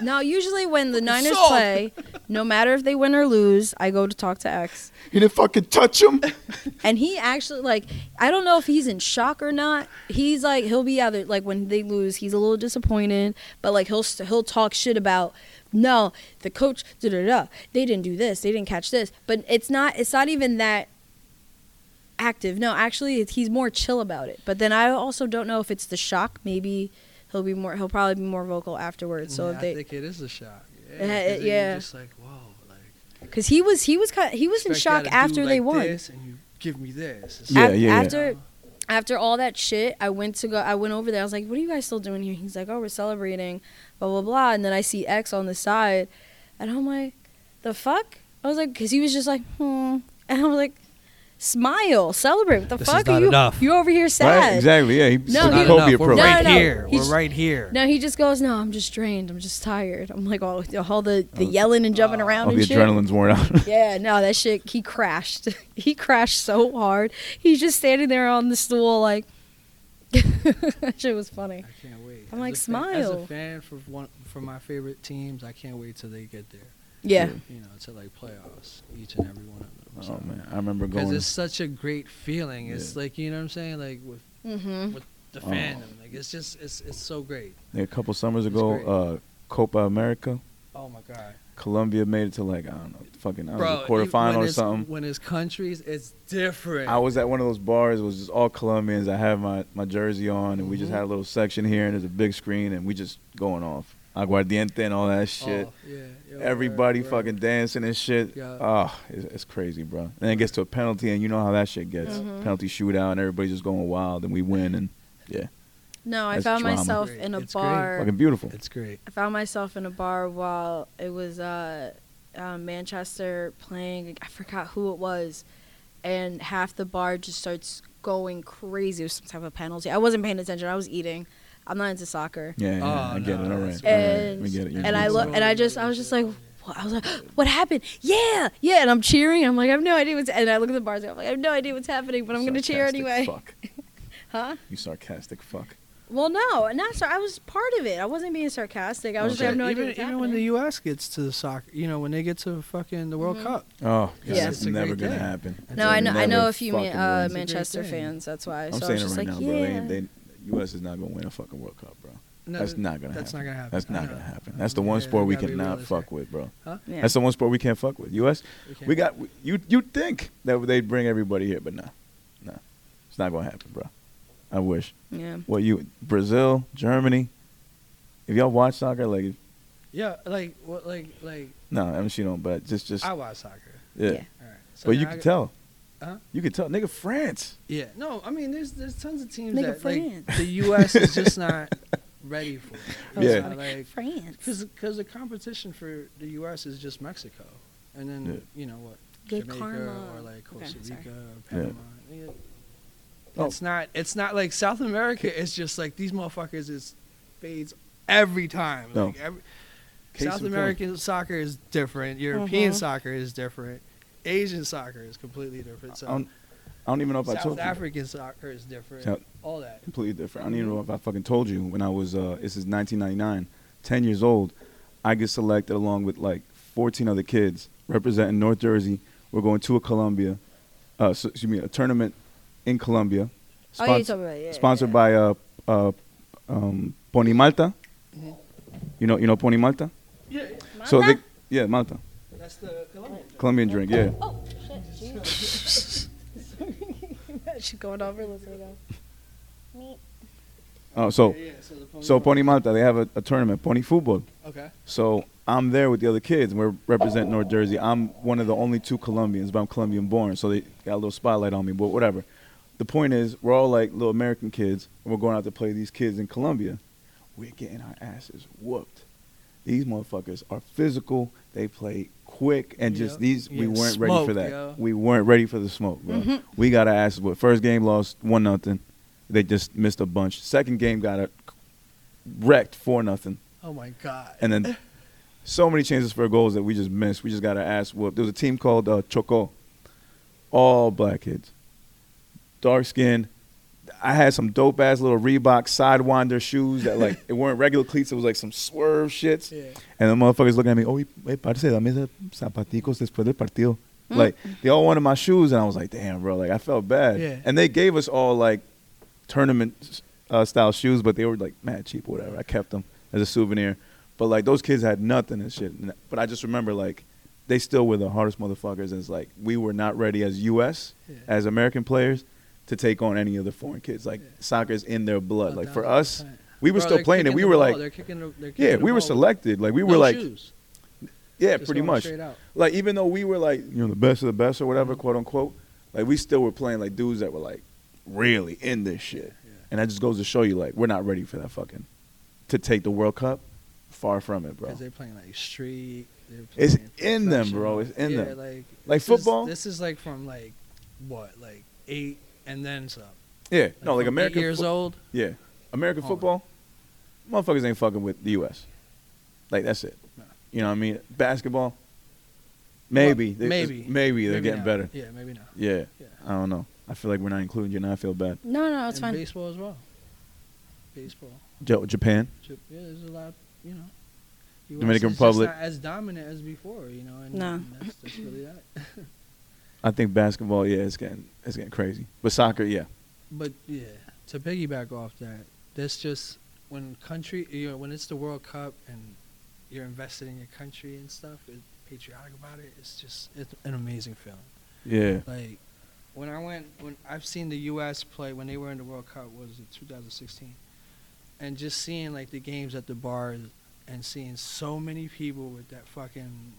no. Usually when the Niners
Soft.
play, no matter if they win or lose, I go to talk to X,
you didn't fucking touch him.
and he actually like I don't know if he's in shock or not. He's like he'll be either like when they lose, he's a little disappointed, but like he'll st- he'll talk shit about no the coach da da da they didn't do this they didn't catch this, but it's not it's not even that active. No, actually it's, he's more chill about it. But then I also don't know if it's the shock. Maybe he'll be more he'll probably be more vocal afterwards. So
Yeah,
if they
I think it is a shock. Yeah,
Uh,
'cause then you're
yeah.
just like, whoa. Like,
Because he was he was kind he was in
expect
shock
y'all to do
after they
like
won.
This and you give me this. It's
Yeah,
Af-
like,
yeah.
After after all that shit, I went to go. I went over there. I was like, "What are you guys still doing here?" He's like, "Oh, we're celebrating, blah blah blah." And then I see X on the side, and I'm like, "The fuck?" I was like, because he was just like, "Hmm," and I was like, "Smile, celebrate. What the
This is
fuck
not
are you?
enough.
you over here sad?"
Right? Exactly. Yeah. He
No, he-
took the
Not
Kobe approach.
No, right no, no. here. We're He's-
right here.
No, he just goes, "No, I'm just drained. I'm just tired." I'm like, all, all the the yelling and
Oh.
jumping around
Oh. All
and
the
shit.
adrenaline's worn out.
Yeah, no, that shit. He crashed. He crashed so hard. He's just standing there on the stool, like that shit was funny.
I can't wait.
I'm like,
a fan- as
smile.
a fan for one for my favorite teams, I can't wait till they get there.
Yeah,
You know, to like playoffs, each and every one of them.
oh man, I remember
because
going.
it's such a great feeling. It's like you know what I'm saying, like with
mm-hmm.
the
Oh.
fandom. Like it's just it's it's so great.
a couple summers
It's
ago,
great.
uh, Copa America,
Oh my god,
Colombia made it to like I don't know, fucking I was
bro!
a
even when
quarterfinal or
it's-
something.
When it's countries, it's different.
I was at one of those bars. It was just all Colombians. I had my, my jersey on, and we just
Mm-hmm.
Mhm.
had a little section here, and there's a big screen, and we just going off aguardiente and all that
Oh,
shit.
yeah, yo,
Everybody
word, word.
fucking dancing and shit.
Yeah.
Oh, it's, it's crazy, bro. And then it gets to a penalty, and you know how that shit gets.
Mm-hmm.
Penalty shootout, and everybody's just going wild, and we win, and yeah,
No, I
That's
found
drama.
myself in a
It's great.
bar.
fucking beautiful.
It's great.
I found myself in a bar while it was uh, uh, Manchester playing. I forgot who it was, and half the bar just starts going crazy with some type of penalty. I wasn't paying attention. I was eating. I'm not into soccer.
Yeah, yeah,
Oh,
I get
no,
it. All
that's
right, all right.
and
we get it. You're
and I
good.
look and I just I was just like what? I was like what happened yeah yeah and I'm cheering I'm like I have no idea what's and I look at the bars and I'm like I have no idea what's happening but I'm gonna cheer
Sarcastic
anyway
Fuck.
huh
You sarcastic fuck.
well no not so I was part of it I wasn't being sarcastic I was just like I have no
even,
idea what's
even
happening
when
Mm-hmm.
the U.S. gets to the soccer, you know, when they get to fucking the World Cup,
Oh,
Yeah.
yeah,
It's
it's
a
never
great
gonna
day.
happen.
no I know I
Never
know a few ma-
fucking
uh,
wins.
Manchester
thing.
fans that's why
I'm
so I
saying
was
it
just
right
like
now, bro.
yeah
They, they, U.S. is not gonna win a fucking World Cup, bro.
no,
that's not gonna.
that's
happen.
not gonna happen.
That's
I
not
know.
gonna happen.
I
That's the
mean,
one
yeah,
sport we
gotta be
cannot
realistic.
fuck with, bro.
yeah.
That's the one sport we can't fuck with. U.S.
We can't.
We got you. You think that they'd bring everybody here, but no, no, it's not gonna happen, bro. I wish.
yeah
What you Brazil, Germany? If y'all watch soccer, like
Yeah, like what, like like
no, I mean she don't. But just, just
I watch soccer.
yeah.
yeah.
All right. So
but you
now I
can
got-
tell.
Huh?
You can tell, nigga. France.
Yeah. No, I mean, there's there's tons of teams
Nigga,
that like
France.
the U.S. is just not ready for. It. It's
Yeah.
not like
France
because because the competition for the U.S. is just Mexico, and then
Yeah.
you know what,
Good
Jamaica
karma.
or like
Okay,
Costa
sorry.
Rica or
Yeah.
Panama. Yeah.
Oh.
It's not. It's not like South America. It's just like these motherfuckers is fades every time.
No.
Like every,
Case in
South
point.
American soccer is different. European
Mhm.
soccer is different. Asian soccer is completely different. So
I don't, I don't even know if I
South
told you.
African soccer is different.
South-
all that.
Completely different. I don't even know if I fucking told you when I was. Uh, this is 1999, 10 years old. I get selected along with like 14 other kids representing North Jersey. We're going to a Columbia, uh, so, excuse me, a tournament in Colombia.
Oh, yeah, you told me about it. Yeah,
sponsored
yeah.
by uh, uh, um, Pony Malta. You know, you know Pony Malta.
Yeah,
So they, yeah, Malta,
that's the Colombian.
Colombian drink. Yeah.
oh shit Jesus. Sorry. She's going over listening now.
Oh, so
Yeah, yeah, so the Pony
so Pony Malta, they have a, a tournament, Pony Football.
Okay.
So I'm there with the other kids. and We're representing North Jersey. I'm one of the only two Colombians, but I'm Colombian born, so they got a little spotlight on me. But whatever. the point is, we're all like little American kids, and we're going out to play these kids in Colombia. We're getting our asses whooped. These motherfuckers are physical. They play quick, and just
Yeah.
these we
Yeah.
weren't ready for
Smoke,
that.
yo.
We weren't ready for the smoke, bro. We got our asses whooped. First game lost one nothing. They just missed a bunch. Second game got a wrecked four nothing,
Oh my god.
and then so many chances for goals that we just missed. We just got our ass whooped. There was a team called uh, Choco, all black kids, dark skin. I had some dope ass little Reebok Sidewinder shoes that like it weren't regular cleats. It was like some swerve shits.
Yeah.
And the motherfuckers looking at me, oh, hey, parce, dame esos zapaticos después del partido. Like, they all wanted my shoes, and I was like, damn, bro, like, I felt bad.
Yeah.
And they gave us all, like, tournament uh, style shoes, but they were, like, mad cheap or whatever. I kept them as a souvenir. But, like, those kids had nothing and shit. And- But I just remember, like, they still were the hardest motherfuckers. And it's like, we were not ready as U.S.,
Yeah.
as American players, to take on any of the foreign kids. Like,
Yeah.
soccer's in their blood. Like, for
1,000%.
us, we were
Bro,
still
they're
playing it.
kicking
We
the
were
ball.
like,
They're kicking the- they're
yeah,
kicking
we
the
were
ball.
selected. Like we were
No
like,
shoes.
yeah,
Just
pretty
going
much.
straight out. Mm-hmm.
Like even though we were like, you know, the best of the best or whatever, quote unquote, like we still were playing like dudes that were like really in this shit. And that just goes to show you like we're not ready for that fucking to take the World Cup. Far from it, bro.
Because they're playing like street. they're
It's
playing
in them, bro. It's
professional.
in
yeah,
them.
Like,
Like
this is-
football?
this is like from like what, like eight and then some. Like
Yeah, no, like
from eight
American
years
fo-
old.
Yeah, American
Oh.
football, motherfuckers ain't fucking with the U.S. Like that's it.
No.
You know what I mean? Basketball, maybe,
Well,
they-
maybe,
maybe they're
Maybe
getting
not.
better.
Yeah, maybe not.
Yeah.
Yeah.
I don't know. I feel like we're not including you, and I feel bad.
No, no, it's
and
fine.
Baseball as well. Baseball.
Ja- Japan.
J- Yeah, there's a lot. You know. US
Dominican
is just
Republic.
not as dominant as before, you know, and
No.
and that's, that's really that.
I think basketball. Yeah, it's getting it's getting crazy. But soccer, yeah,
But yeah, to piggyback off that, that's just when country, you know, when it's the World Cup and you're invested in your country and stuff, it, patriotic about it, it's just it's an amazing feeling.
yeah.
Like when I went, when I've seen the U.S. play when they were in the World Cup was in 2016, and just seeing like the games at the bars and seeing so many people with that fucking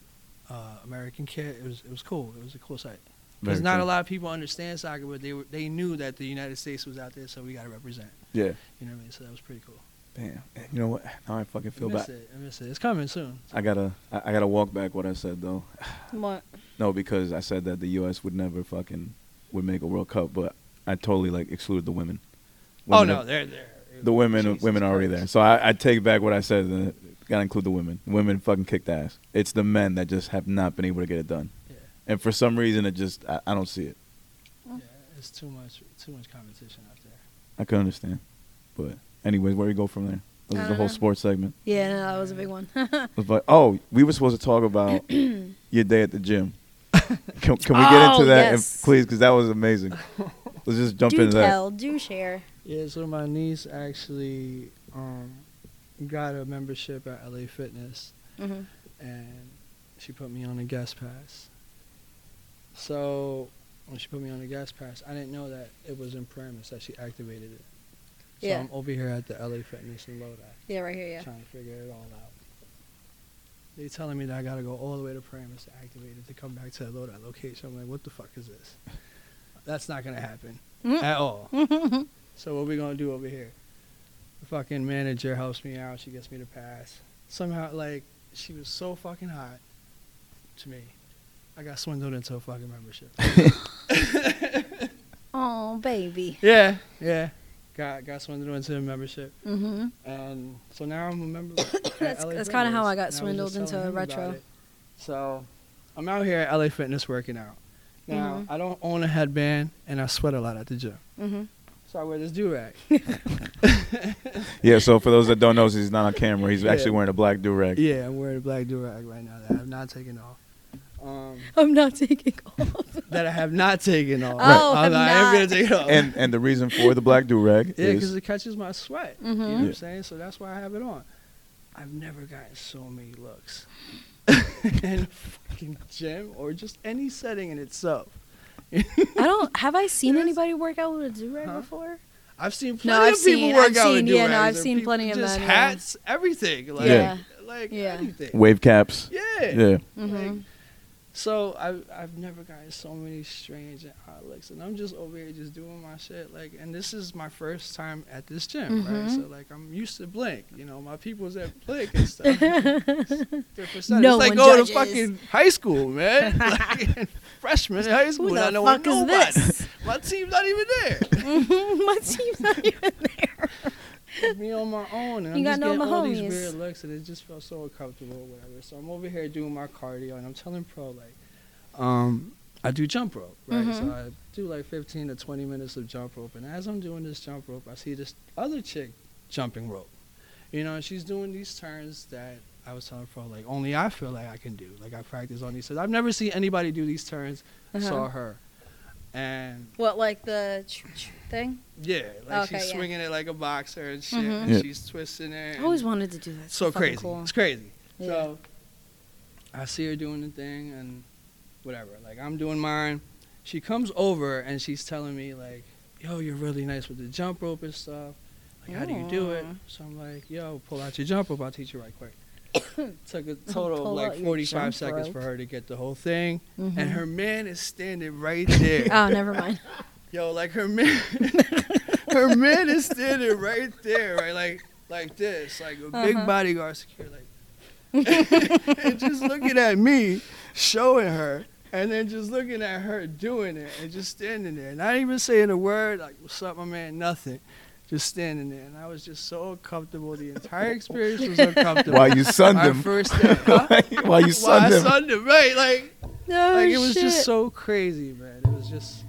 uh, American kit, it was it was cool. It was a cool sight. Because
Very
not
cool.
a lot of people understand soccer, but they were, they knew that the United States was out there, so we got to represent.
Yeah.
You know what I mean? So that was pretty cool.
Damn. You know what? Now I fucking feel
I miss
bad.
it. I miss it. It's coming soon.
I gotta I, I gotta walk back what I said though.
What?
No, because I said that the U.S. would never fucking would make a World Cup, but I totally like excluded the women.
oh
Women
no,
are-
they're there.
the women
Jesus
women are already there.
Christ.
So I, I take back what I said. uh, gotta include the women. Women fucking kicked ass. It's the men that just have not been able to get it done.
Yeah.
And for some reason, it just I, I don't see it.
Yeah, it's too much too much competition out there.
I can understand. But anyways, where we go from there? This
I
is
don't
the whole
Uh-huh.
know.
sports segment.
Yeah, no, that was a big one.
It's like, oh, we were supposed to talk about your day at the gym. Can, can we get
Oh,
into that,
yes.
if, please? Because that was amazing. Let's just jump
do
into that.
tell, do share.
Yeah, so my niece actually um, got a membership at LA Fitness,
Mhm.
and she put me on a guest pass. So when she put me on a guest pass, I didn't know that it was in Paramus that she activated it. So
Yeah.
I'm over here at the LA Fitness in Lodi,
Yeah, right here. Yeah.
trying to figure it all out. They telling me that I gotta go all the way to Paramus to activate it to come back to the Lodi location. I'm like, what the fuck is this? That's not gonna happen at all. so what we gonna do over here? The fucking manager helps me out. She gets me to pass. Somehow, like she was so fucking hot to me, I got swindled into a fucking membership.
Oh, baby.
yeah, yeah. Got got swindled into a membership,
hmm
and so now I'm a member.
That's- that's kinda how I got swindled into a retro.
So I'm out here at LA Fitness working out. Now
Mhm.
I don't own a headband, and I sweat a lot at the gym.
hmm
So I wear this do rag.
Yeah. So for those that don't know, he's not on camera. He's
Yeah.
actually wearing a black do rag.
Yeah, I'm wearing a black do rag right now that I have not taken off. Um,
I'm not taking off.
that I have not taken off.
Oh,
I'm
have
not- I am
not.
gonna take it off.
And and the reason for the black do rag
yeah, because
is
it catches my sweat. You know
Mhm.
what
Yeah.
I'm saying? So that's why I have it on. I've never gotten so many looks in a fucking gym or just any setting in itself.
I don't. Have I seen anybody work out with a do rag
Huh?
before?
I've seen plenty
No, I've
of people
seen-
work
I've
out
seen-
with
yeah, no,
do-rags
I've
and
seen
people
plenty of
just
men, yeah.
hats, everything. Like,
Yeah. Mm-hmm.
Like
Yeah.
anything.
wave caps.
Yeah.
Yeah.
Like, So I've I've never gotten so many strange outlooks, and I'm just over here just doing my shit. Like, and this is my first time at this gym, right? So
Mhm.
like, I'm used to Blink. You know, my people's at Blink and stuff. Their percentage.
No
it's like
one
going
judges.
to fucking high school, man. Like, freshman in high school,
Who
and I
the
know
fuck is
nobody.
this?
My team's not even there.
Mhm, My team's not even there.
me on my own, and
You
I'm
got
just
no
getting all these
Mahomes.
weird looks, and it just feels so uncomfortable or whatever. So I'm over here doing my cardio, and I'm telling Pro like, um, I do jump rope, right?
Mm-hmm.
So I do like 15 to 20 minutes of jump rope, and as I'm doing this jump rope, I see this other chick jumping rope. You know, and she's doing these turns that I was telling Pro like only I feel like I can do. Like I practice on these. turns. I've never seen anybody do these turns. Saw her, and
What, like the ch- ch- thing?
yeah, like
Okay,
she's
yeah.
swinging it like a boxer and shit,
Mhm.
and
Yeah.
she's twisting it.
I
and-
always wanted to do that. It's
so
fucking
crazy.
Cool.
It's crazy.
Yeah.
So I see her doing the thing and whatever. Like I'm doing mine. She comes over and she's telling me like, "Yo, you're really nice with the jump rope and stuff. Like, how do you do it?"
Aw.
So I'm like, "Yo, pull out your jump rope. I'll teach you right quick." Took a total
Pull
of
out
like
your
45
jump
seconds
rope.
for her to get the whole thing,
Mhm.
and her man is standing right there.
Oh, never mind.
Yo, like her man, her man is standing right there, right, like like this, like a big bodyguard secure, like, and just looking at me, showing her, and then just looking at her doing it, and just standing there, not even saying a word, like what's up, my man, nothing, just standing there, and I was just so uncomfortable. The entire experience was uncomfortable.
Why you sunned
My
him?
first day, huh?
Why you
Why I
sunned him?
sunned him, right? Like
No,
like it was just
Oh, shit.
so crazy, man. It was just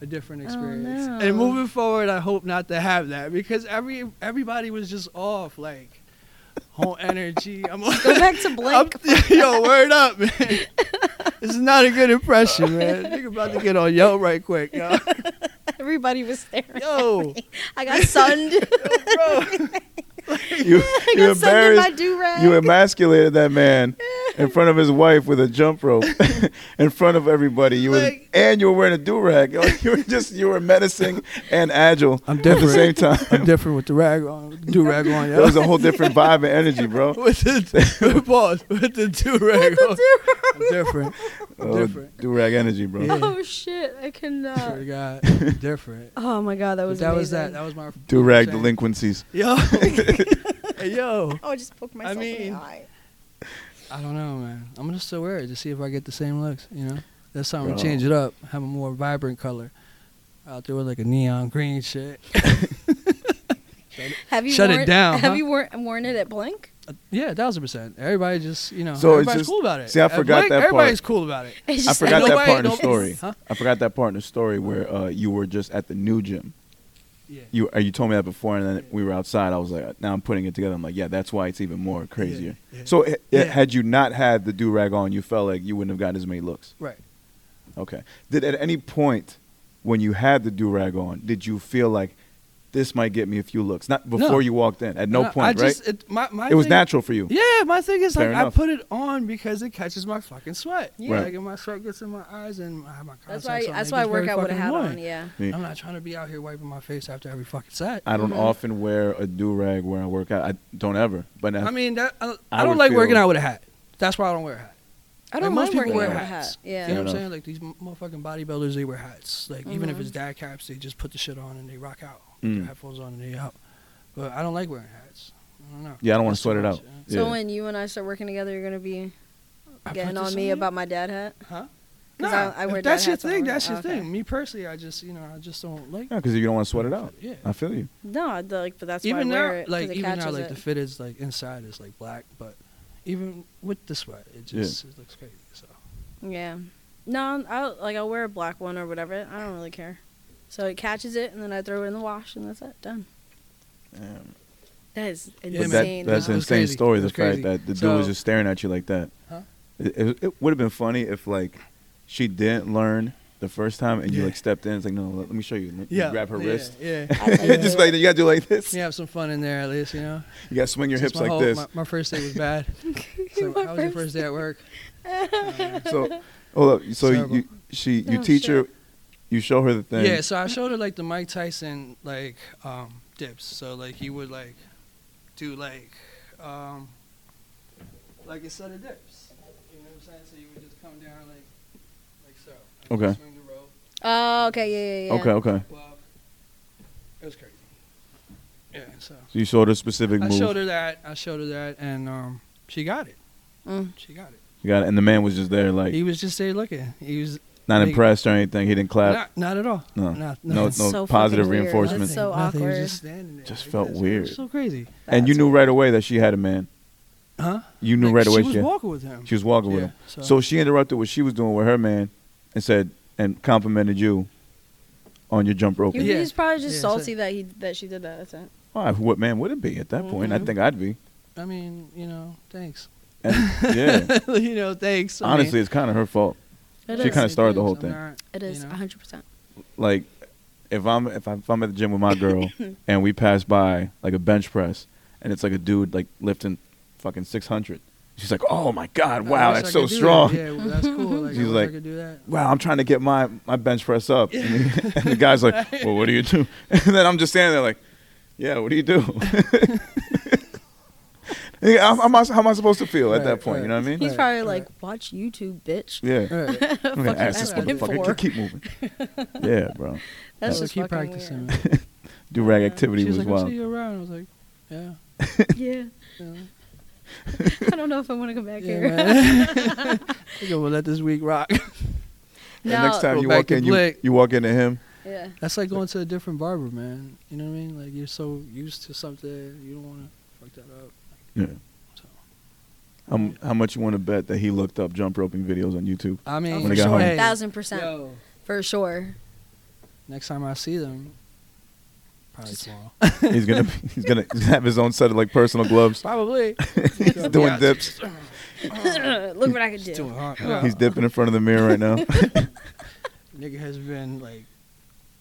a different
Oh,
experience.
no.
And moving forward, I hope not to have that because every everybody was just off, like whole energy. I'm
Go back to Blake.
I'm- yo, word up, man. This is not a good impression, man. Nigga about to get on yo right quick, yo.
Everybody was staring.
Yo,
I got sunned.
bro.
You,
I
you
got sunned in my
embarrassed.
do rag.
You emasculated that man in front of his wife with a jump rope, in front of everybody. You were,
Like-
and you were wearing a do rag. You were just you were menacing and agile
I'm
at the
different.
same time.
I'm different with the rag on, do rag on,
That
yo.
was a whole different vibe and energy, bro.
with the pause, with the do rag on. I'm different. I'm different.
Do rag Oh, energy, bro.
Yeah.
oh shit! I
Swear to
cannot.
God, different.
Oh my god, that was
But that was that.
amazing.
That was my
Do rag
Same.
delinquencies.
Yo, Hey, yo.
Oh, I just poked myself in
mean-
the eye.
I don't know, man. I'm gonna still wear it to see if I get the same looks. You know, that's time to
Bro.
change it up. Have a more vibrant color. Out there with like a neon green shit.
Have you
Shut it
worn,
down,
Have
huh?
you worn, worn it at Blink?
Uh, yeah, thousand percent. Everybody just, you know,
So it's
everybody's
just-
cool about it.
see, I
At
forgot
Blake,
that part.
Everybody's cool about it.
It's
I
just-
forgot that
nobody-
part in the
nobody-
story.
Huh?
I forgot that part in the story where uh, you were just at the new gym.
Yeah.
You uh, you told me that before, and then we were outside. I was like, now I'm putting it together. I'm like, yeah, that's why it's even more crazier.
yeah.
So it,
Yeah.
it, had you not had the do rag on, you felt like you wouldn't have gotten as many looks.
Right.
Okay. Did at any point when you had the do rag on, did you feel like this might get me a few looks? Not before you walked in. At no,
And I-
point,
I
right?
Just, it, my, my
it was
thing-
natural for you.
Yeah, my thing is
Fair
like I
enough.
put it on because it catches my fucking sweat. Yeah.
Right.
Like if my sweat gets in my eyes and I have my
That's
contacts
why.
on,
That's
it
why I
gets
work
very
out with a
fucking
hat on.
annoying.
Yeah.
Yeah.
I'm not trying to be out here wiping my face after every fucking set.
I don't often wear a do rag when I work out. I don't ever. But
I mean, that, I, I,
I
don't
would
like working
feel-
out with a hat. That's why I don't wear a hat.
I don't
most
mind working
people wear
out with a
hats.
hat. Yeah.
You know what I'm
Fair
saying? Like these m- motherfucking bodybuilders, they wear hats. Like even
Mm-hmm.
if it's dad caps, they just put the shit on and they rock out. Put Their
Mm.
headphones on and they out. But I don't like wearing hats. I don't know.
Yeah, I don't wanna
That's too
sweat it
much,
out.
yeah.
So
Yeah.
when you and I start working together, you're gonna be
I put
getting
this
on me
you?
about my dad hat.
Huh?
'Cause
Nah,
I- I
if
wear dad
that's your
hats, I don't
thing.
wear- Oh,
That's your
okay.
thing. Me personally, I just you know I just don't like.
Yeah, because you don't want to sweat it out.
Yeah.
I feel you.
No, I d- like, but that's
even
why I wear
now,
it. 'cause
like
it
even now,
catches
like
it.
the fit is like inside is like black, but even with the sweat, it
Yeah.
just it looks crazy. So
Yeah. No, I'll like I'll wear a black one or whatever. I don't really care. So it catches it, and then I throw it in the wash, and that's it. Done. That is
Yeah,
But
man.
insane.
that, that's
though.
an
It was
insane
crazy.
story.
It
The
was
fact
crazy.
that the dude
So-
was just staring at you like that.
Huh?
It, it, it would have been funny if like she didn't learn the first time and you
Yeah.
like stepped in. It's like no, let, let me show you. Let- you grab her wrist.
Yeah.
just like you gotta do like this.
You have some fun in there at least, you know.
You gotta swing your
Since
hips
my
like
whole-
this.
My, my first day was bad. so
My
how was your
first
first day at work?
so hold up. So
Terrible.
you she you
Oh,
teach
shit.
her, you show her the thing.
Yeah, so I showed her like the Mike Tyson like um, dips. So like he would like do like um, like a set of dips. You know what I'm saying? So you would just come down like, like so.
Okay.
just Swing the rope.
Oh, okay, yeah, yeah, yeah.
Okay, okay.
Well, it was crazy. Yeah, so
So you showed her a specific
I
move.
showed her that. I showed her that, and um, she got it.
Mm.
She got it.
You got it. And the man was just there, like
He was just there looking. He was
not
like-
impressed or anything. He didn't clap.
not, not at all.
Uh, No.
Not,
No,
nothing.
no
so
positive
fucking weird.
reinforcement.
That's so
Nothing. He was
awkward.
just standing there.
Just
like
felt
this. It
weird.
was so crazy,
and you
That's
knew right away that she had a man.
huh?
You knew
Like,
right away
She was
had-
walking with him.
she was walking with
Yeah,
him.
so-
So she interrupted what she was doing with her man and said and complimented you on your jump rope.
He-
Yeah.
He's probably just
Yeah, so-
salty that he that she did that. That's it.
Why, what man would it be at
Mm-hmm.
that point? I think I'd be.
I mean, you know, thanks.
And, yeah.
you know, thanks. I mean,
Honestly, it's kind of her fault.
It
She
is.
kinda started the
I'm
whole thing.
not,
It is
you know.
100. percent
Like if I'm if I'm, if I'm at the gym with my girl and we pass by like a bench press and it's like a dude like lifting fucking 600. She's like, "Oh my god,
I
wow,
wish I
that's so
could do that.
strong."
Yeah, well, that's cool. Like,
She's
I wish
like-
I could do that.
wow, I'm trying to get my, my bench press up. And, the, and the guy's like, well, what do you do? And then I'm just standing there like, yeah, what do you do? Yeah, I'm, I'm, not- how am I supposed to feel at that
Right,
point? You know what I mean?
He's
Right,
probably
right.
like, watch YouTube, bitch.
yeah.
Right.
I'm going to ask this
asking him
motherfucker.
for.
Keep, keep moving. yeah, bro.
That's
So
just
keep
fucking
practicing.
weird.
man.
Do rag activity
She was
was,
like, I'll
wild.
see you around. I was like, yeah.
yeah.
yeah.
I don't know if I want to come back
Yeah,
here.
man. I think I'm gonna let this week rock.
And
no.
next time
Go
you
back
walk
to
in, you,
Blake.
you walk into him.
Yeah.
That's like going to a different barber, man. You know what I mean? Like you're so used to something, you don't want to fuck that up.
Yeah. How, um, how much you want to bet that he looked up jump roping videos on YouTube?
I mean,
for When I got sure. home.
hey,
Thousand percent
yo,
for sure.
next time I see them, probably tomorrow.
He's gonna be, he's gonna have his own set of like personal gloves.
probably.
he's doing dips.
Look what I could
It's
do.
too hard.
He's dipping in front of the mirror right now.
Nigga has been like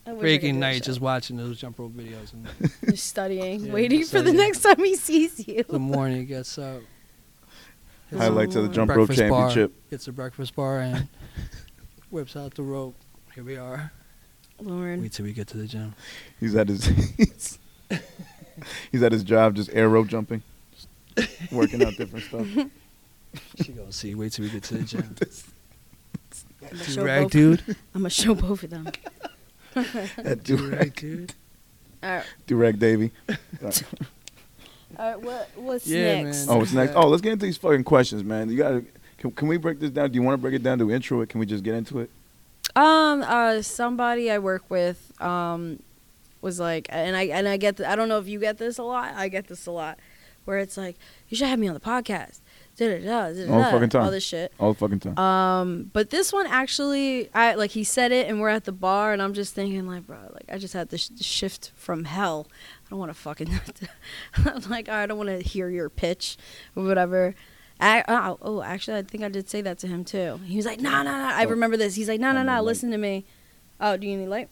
I wish I could do
breaking
it
night
so.
just watching those jump rope videos. And
Just studying,
Yeah,
waiting
just
for the
studying.
next time he sees you.
the morning he gets up. hits a
Highlights of the
Ooh.
jump rope
breakfast bar-
championship.
Gets a breakfast bar and whips out the rope. Here we are.
Lauren.
Wait till we get to the gym.
He's at his he's, he's at his job just air rope jumping. just Working out different stuff.
She gonna see. Wait till we get to the gym.
I'm gonna
Do
show
rag,
both-
dude.
I'm gonna show both of them.
That
Do
durag,
rag, dude.
All right.
durag Davy.
All right. What? What's
Yeah,
next?
man.
Oh, what's next? Oh, let's get into these fucking questions, man. You gotta can, can we break this down? Do you want to break it down to intro it? Can we just get into it?
Oh.
Um, uh, somebody I work with, um, was like, and I and I get, th- I don't know if you get this a lot. I get this a lot, where it's like, you should have me on the podcast. Da-da-da, da-da-da,
All fucking time.
All this shit.
All the fucking time.
Um, but this one actually, I like he said it, and we're at the bar, and I'm just thinking like, bro, like I just had this sh- shift from hell. I don't want to fucking. I'm like, I don't want to hear your pitch, or whatever. I, oh, oh, actually, I think I did say that to him too. He was like, no, no, no. I
Oh.
remember this. He's like, no,
I
no,
need
no.
light.
Listen to me. Oh, do you need light?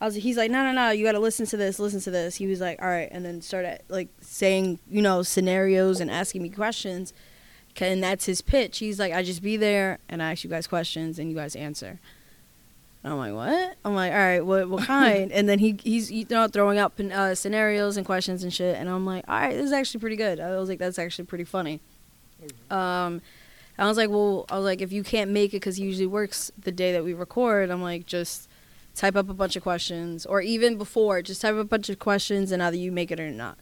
I was. He's like, no, no, no. You got to listen to this. Listen to this. He was like, all right, and then started like saying, you know, scenarios and asking me questions. Ca- And that's his pitch. He's like, I just be there and I ask you guys questions and you guys answer. And I'm like, what? I'm like, all right, what, what kind? and then he he's you know throwing up uh, scenarios and questions and shit. And I'm like, all right, this is actually pretty good. I was like, that's actually pretty funny. Um, I was like, well, I was like, if you can't make it because he usually works the day that we record, I'm like, just type up a bunch of questions, or even before, just type up a bunch of questions and either you make it or not.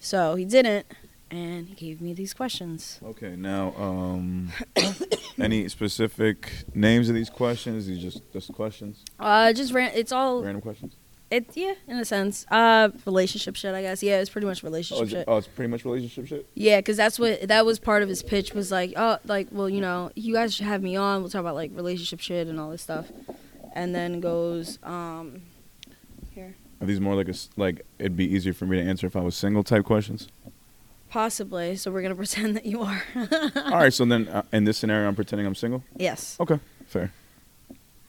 So he didn't, and he gave me these questions.
Okay, now um any specific names of these questions? These just just questions?
Uh, just ran. It's all
Random questions?
it. Yeah, in a sense. Uh, relationship shit. I guess. Yeah, it's pretty much relationship
Oh, is
shit.
it, oh, it's pretty much relationship shit?
Yeah, because that's what that was part of his pitch was like, oh, like, well, you know, you guys should have me on. We'll talk about like relationship shit and all this stuff, and then goes, um, here
Are these more like a s- like it'd be easier for me to answer if I was single type questions?
possibly. So we're gonna pretend that you are.
All right, so then uh, in this scenario, I'm pretending I'm single.
yes.
Okay, fair.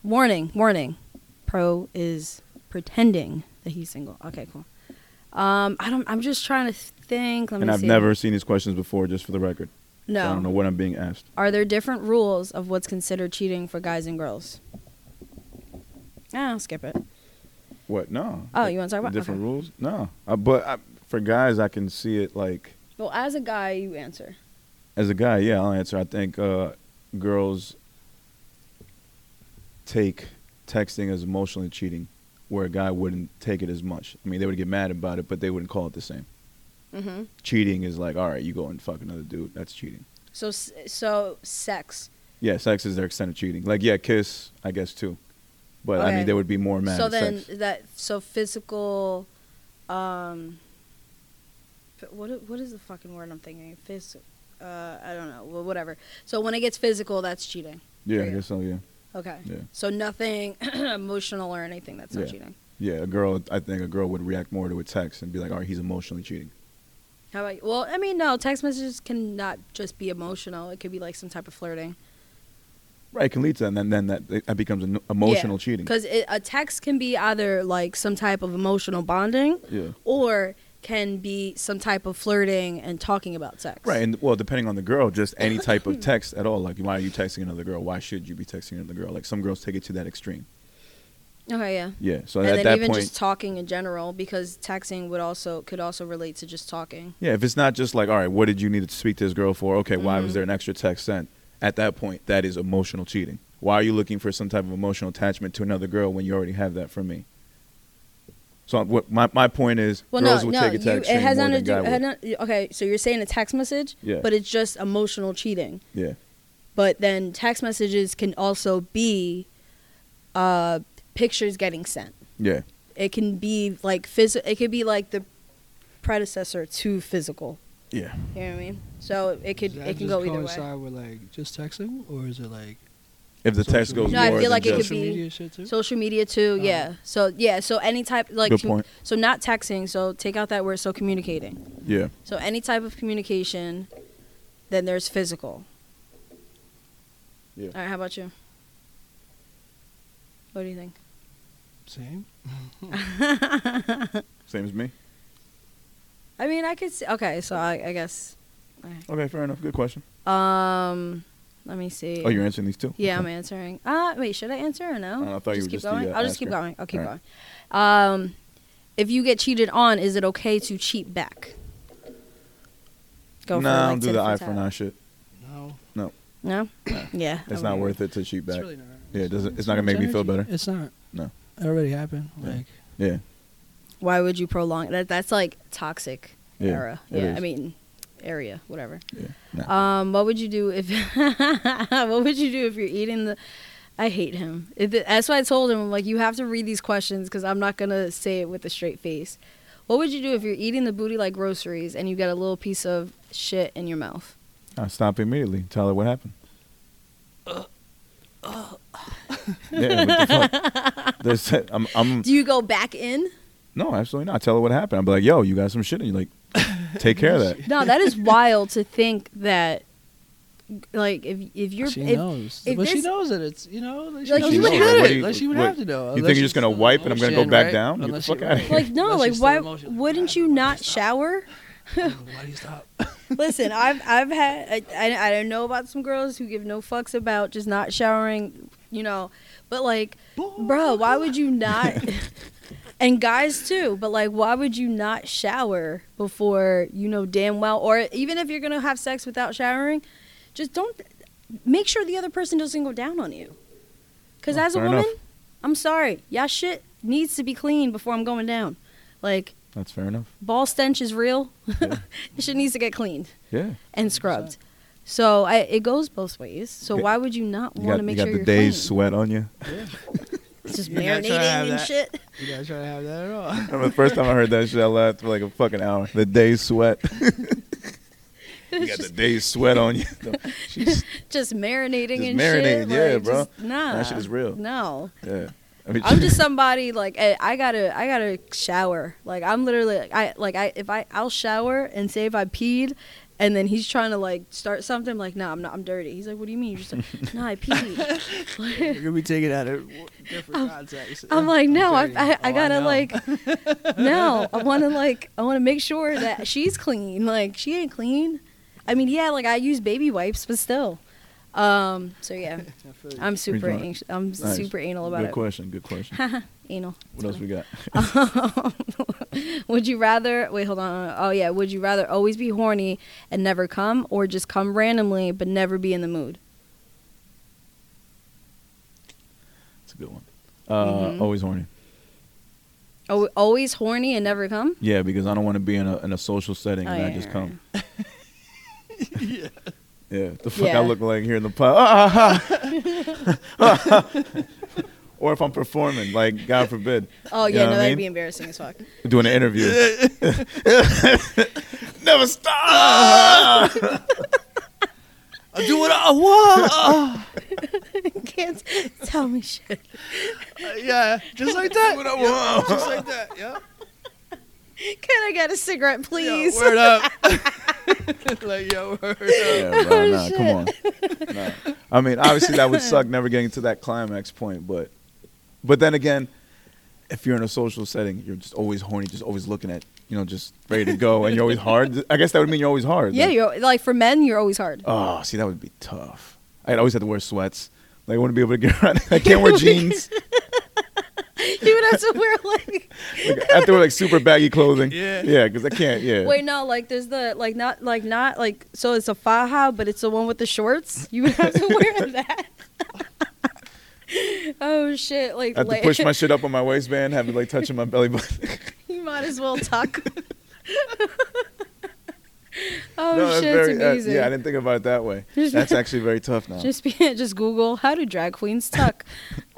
Warning, warning. Pro is pretending that he's single. Okay, cool. Um, I don't. I'm just trying to think. Let
and
me
I've
see.
never seen these questions before, just for the record.
No.
So I don't know what I'm being asked.
Are there different rules of what's considered cheating for guys and girls? Ah, skip it.
What? No.
Oh, you wanna talk about-
different
okay.
rules? uh, No, uh, but I, for guys, I can see it like
Well, as a guy, you answer.
as a guy, yeah, I'll answer. I think uh, girls take texting as emotionally cheating, where a guy wouldn't take it as much. I mean, they would get mad about it, but they wouldn't call it the same.
Mm-hmm.
Cheating is like, all right, you go and fuck another dude. That's cheating.
So s- so sex.
Yeah, sex is their extent of cheating. Like, yeah, kiss, I guess too. But I
Okay.
mean, they would be more mad.
so
at
then
sex.
that so physical, um. f- What i- what is the fucking word I'm thinking? Phys, uh, I don't know. Well, whatever. So when it gets physical, that's cheating.
yeah, I
yeah.
guess so. Yeah,
Okay.
Yeah.
So nothing emotional or anything. That's not
Yeah.
cheating.
yeah. A girl, I think a girl would react more to a text and be like, all right, he's emotionally cheating.
How about you? Well, I mean, no. Text messages cannot just be emotional. It could be like some type of flirting.
Right, it can lead to that, and then, then that, that becomes an emotional cheating.
Because a text can be either like some type of emotional bonding
Yeah.
or can be some type of flirting and talking about sex.
Right, and well, depending on the girl, just any type of text at all. Like, why are you texting another girl? Why should you be texting another girl? Like, some girls take it to that extreme.
Okay. Yeah.
Yeah. So
and
at
then
that
even
point,
just talking in general, because texting would also could also relate to just talking.
yeah, if it's not just like, all right, what did you need to speak to this girl for? Okay, why
Mm-hmm.
was there an extra text sent? At that point, that is emotional cheating. Why are you looking for some type of emotional attachment to another girl when you already have that from me? So what my my point is,
Well,
girls
no,
would
no,
take it to
you,
that
it
extreme
has
more
nothing to
than
do.
guy
it had
would.
not- okay, so you're saying a text message,
Yeah.
but it's just emotional cheating.
yeah.
But then text messages can also be uh, pictures getting sent.
Yeah.
It can be like phys- It could be like the predecessor to physical.
Yeah.
You know what I mean? So it could
Does that
it can
just
go either way.
coincide with like just texting, or is it like
If the text
social
goes
No, I
more
feel
than
like it could
just-
be-
social media shit too?
Social media too,
Oh.
yeah. So yeah, so any type like
Good
com-
point.
so not texting, so take out that word, so communicating.
yeah.
So any type of communication, then there's physical.
Yeah.
All right, how about you? What do you think?
Same.
Same as me.
I mean, I could see. Okay, so I, I guess.
Okay, fair enough. Good question.
Um, let me see.
Oh, you're answering these too.
Yeah,
Okay.
I'm answering. Uh, wait, should I answer or no?
I don't know, I thought you were
keep
just the,
going.
uh,
I'll just keep
asker.
going. I'll keep
Alright.
going. Um, if you get cheated on, is it okay to cheat back?
nah,
like,
don't do
tit
the
for
eye for
tat.
an eye shit.
No,
No. yeah.
It's not worth it to cheat
it's
back.
really not.
yeah, it doesn't. It's not gonna make me feel better.
It's not.
No.
It already happened.
Yeah.
Like
Yeah,
Why would you prolong that? That's like toxic
Yeah,
era.
it
Yeah.
is.
I mean, area, whatever.
yeah. Nah.
Um, what would you do if? what would you do if you're eating the? I hate him. If it- that's why I told him I'm like you have to read these questions because I'm not gonna say it with a straight face. What would you do if you're eating the booty like groceries and you get a little piece of shit in your mouth?
I stop immediately. Tell her what happened. yeah, what the fuck? There's, I'm, I'm,
Do you go back in?
no, absolutely not. I tell her what happened. I'm like, yo, you got some shit, and you're like, take care of that.
No, that is wild to think that. Like if if you're
she
if,
knows,
if
but she
this-
knows that it's you know like, she
Like,
knows
you
it.
would
She
have
knows
it.
it.
What
do you-
like she would
what-
have to know.
you think
unless
you're just
she's
gonna
still
wipe and I'm gonna go
emotion,
back
right?
down? Get the
Unless
fuck
you're
outta
right.
here.
like no
Unless
like
she's still
why
emotional.
wouldn't you not shower?
Why do you stop?
Listen, I've I've had I, I I don't know about some girls who give no fucks about just not showering, you know, but like, bro, why would you not? and guys too, but like, why would you not shower before you know damn well, or even if you're gonna have sex without showering, just don't make sure the other person doesn't go down on you. Cause
Well,
as a
fair
woman,
enough.
I'm sorry, y'all shit needs to be clean before I'm going down. Like
That's fair enough.
ball stench is real. shit needs to get cleaned
Yeah,
and scrubbed. So I, it goes both ways. So why would you not
you
want to
got, you
make
got
sure
the
you're
day's
clean?
sweat on you.
It's just
You're not trying to
marinating
have
and
that.
shit.
You guys trying to have that at all?
I remember the first time I heard that shit, I laughed for like a fucking hour. The day's sweat. you got the day's sweat on you. No, she's-
Just marinating
Just
and shit.
marinated, yeah,
like,
bro.
just- nah,
shit is real.
No,
yeah. I mean,
I'm just somebody like eh, I gotta I gotta shower. Like I'm literally like, I like I if I I'll shower and say if I peed. And then he's trying to like start something. Like, nah, I'm not. I'm dirty. He's like, what do you mean? You're just like, nah, I peed.
You're gonna be taking out of different context.
I'm like, no, I,
Oh,
I, I gotta
Oh, know.
like, no, I want to like, I want to make sure that she's clean. Like, she ain't clean. I mean, yeah, like I use baby wipes, but still, Um. So yeah,
I feel you.
I'm super
doing it.
anxious. I'm
Nice.
super anal about
good
it.
question. Good question.
Anal.
what else we got?
would you rather? Wait, hold on. Oh yeah. Would you rather always be horny and never come, or just come randomly but never be in the mood?
It's a good one. Uh,
Mhm.
Always horny.
Oh, always horny and never come.
Yeah, because I don't want to be in a in a social setting
Oh,
and I
yeah,
just
right,
come. yeah. The fuck
Yeah.
I look like here in the pub. Ah, ah, ah. or if I'm performing, like God forbid,
Oh
You
yeah,
know
no,
what I
that'd
mean?
be embarrassing as fuck.
doing an interview. Never stop.
I do what I want.
Can't tell me shit.
Uh, yeah, just like that. Yeah, just like that. Yeah.
Can I get a cigarette, please?
Yo, word up. like yo, word up.
yeah,
Oh,
bro, nah, come on. Nah. I mean, obviously that would suck never getting to that climax point, but but then again, if you're in a social setting, you're just always horny, just always looking at, you know, just ready to go, and you're always hard. I guess that would mean you're always hard.
yeah,
then.
you're like for men, you're always hard.
Oh, see, that would be tough. I'd always have to wear sweats. Like, I wouldn't be able to get around. I can't wear jeans.
you would have to wear like
Like, I have to wear like super baggy clothing.
Yeah.
yeah, because I can't. Yeah.
wait no like there's the like not like not like so it's a faja but it's the one with the shorts you would have to wear that oh shit like
I have to
la-
push my shit up on my waistband, have it like touching my belly button.
you might as well tuck oh
No, that's
shit it's
very- uh,
amazing
yeah, I didn't think about it that way.
Just-
That's actually very tough now.
just be just google how do drag queens tuck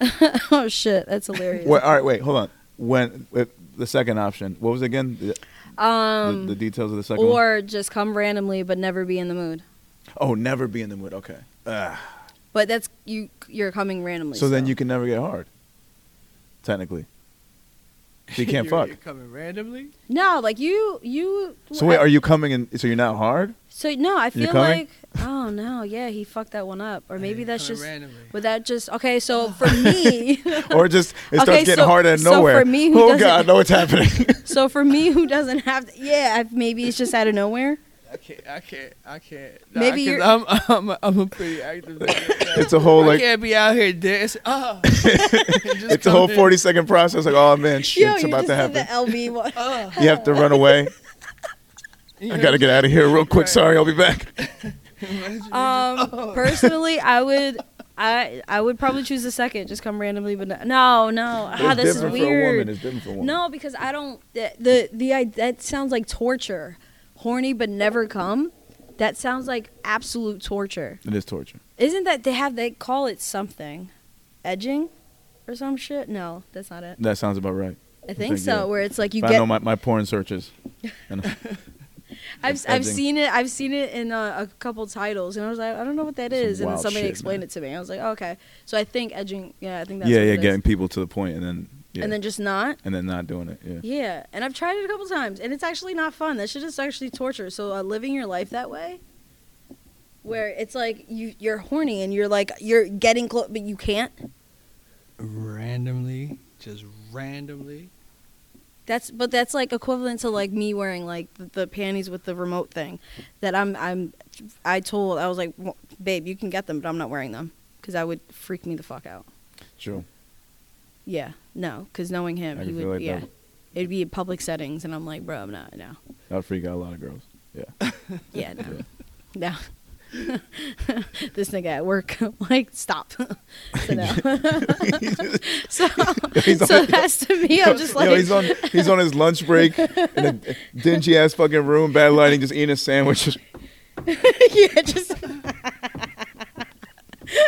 oh shit that's hilarious
Wait, all right, wait, hold on. When uh, the second option, what was it again? The, um, the, details of the second one.
or just come randomly but never be in the mood
Oh, never be in the mood. Okay. Ah.
but that's you you're coming randomly
So then you can never get hard. Technically. So you can't
You're-
fuck.
You're coming randomly.
no like you you
So wait, are you coming in? So you're not hard?
So no, I
You
feel
coming?
like oh no, yeah, he fucked that one up, or maybe
You're
that's
Oh, coming
just
randomly. Oh.
would that just okay? So for me,
Or just it starts
Okay,
getting
so-
harder out of
so
nowhere?
for me, who
oh
doesn't-
God, no, it's happening.
so for me who doesn't have to, yeah, I- maybe it's just out of nowhere.
I can't. I can't. I can't.
Maybe
I
you're-
I'm, I'm, a- I'm a pretty active. nigga.
it's a whole
I
like
can't be out here dancing. Ah.
it's a whole forty second process. Like oh man, shit's
Yo, you just
about to
did
happen.
the LB one.
Oh, Ah.
You have to run away. I gotta get out of here real quick. Sorry, I'll be back.
oh.
Um, personally, I would. I I would probably choose the second, just come randomly, but no, no, no. Ah,
it's
this is
different
weird.
for a woman. It's different for a woman.
No, because I don't. The, the the I that sounds like torture. Horny but never come. That sounds like absolute torture.
It is torture.
Isn't that they have they call it something, edging, or some shit? No, that's not it.
That sounds about right.
I think
think,
so.
yeah.
Where it's like you
if I
get.
know my, my porn searches. And
I've
it's
I've
edging.
seen it. I've seen it in uh, a, a couple titles, and I was like, I don't know what that
Some
is. And then
wild
somebody
shit,
explained
man.
it to me. I was like, oh, okay. So I think edging. Yeah, I think that's.
yeah,
what
yeah,
it is.
getting people to the point and then yeah.
And then just not.
and then not doing it. Yeah.
Yeah, and I've tried it a couple times, and it's actually not fun. That shit is actually torture. So uh, living your life that way, where it's like you you're horny and you're like you're getting close, but you can't.
randomly, just randomly.
That's but that's like equivalent to like me wearing like the, the panties with the remote thing, that I'm I'm I told I was like, "Well, babe, you can get them, but I'm not wearing them because that would freak me the fuck out.
True.
Yeah, no, because knowing him,
I
he
can feel
would
like
yeah,
that.
it'd be in public settings, and I'm like, bro, I'm not no,
That would freak out a lot of girls. Yeah.
yeah, no,
Yeah.
no. this nigga at work, I'm like, stop. so, no. so, so that's to me. I'm just like,
Yo, he's on he's on his lunch break in a dingy ass fucking room, bad lighting, just eating a sandwich. Just,
yeah, just. and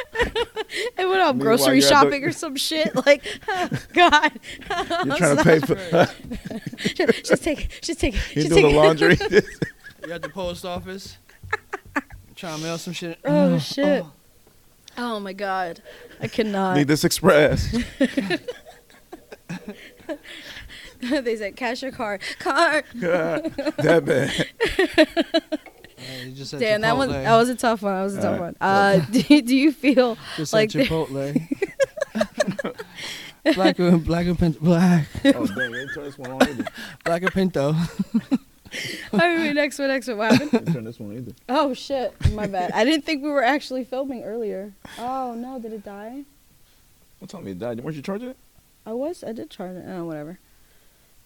when I'm
Meanwhile,
grocery
you're at the-
shopping or some shit, like, oh, God,
you're trying to pay for
just, just take, it, just take, it,
you
just
do
take.
the
it.
laundry.
You're at the post office. Trying to mail some shit.
Oh shit. Oh my God, I cannot.
Need this express.
they said cash your card, card.
that bad.
Hey, just at
Damn, that one,
Chipotle.
that was a tough one. That was a tough
Alright.
one. Uh, do, do you feel
Just
like
at
the-
Chipotle. black and black and pinto, black
Oh damn, they didn't turn this one on either.
black and pinto.
All right, next one, next one. What happened?
Didn't turn this one either.
Oh shit, my bad. I didn't think we were actually filming earlier. Oh no, did it die?
Don't tell me it died. Weren't you charging it?
I was, I did try it. Oh, whatever.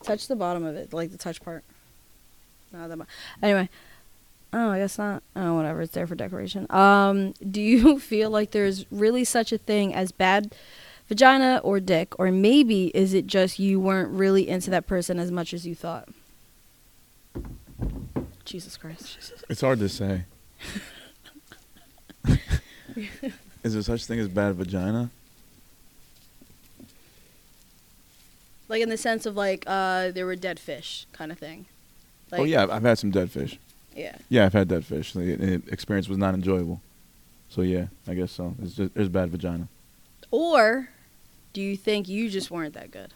Touch the bottom of it, like the touch part. Not that much. Anyway. Oh, I guess not. Oh, whatever. It's there for decoration. Um, do you feel like there's really such a thing as bad vagina or dick, or maybe is it just you weren't really into that person as much as you thought? Jesus Christ.
It's hard to say. Is there such thing as bad vagina?
like in the sense of like uh there were dead fish kind of thing like
oh yeah, I've- I've had some dead fish.
yeah
Yeah, I've had dead fish. The the experience was not enjoyable. So yeah, I guess so. It's just there's bad vagina.
or do you think you just weren't that good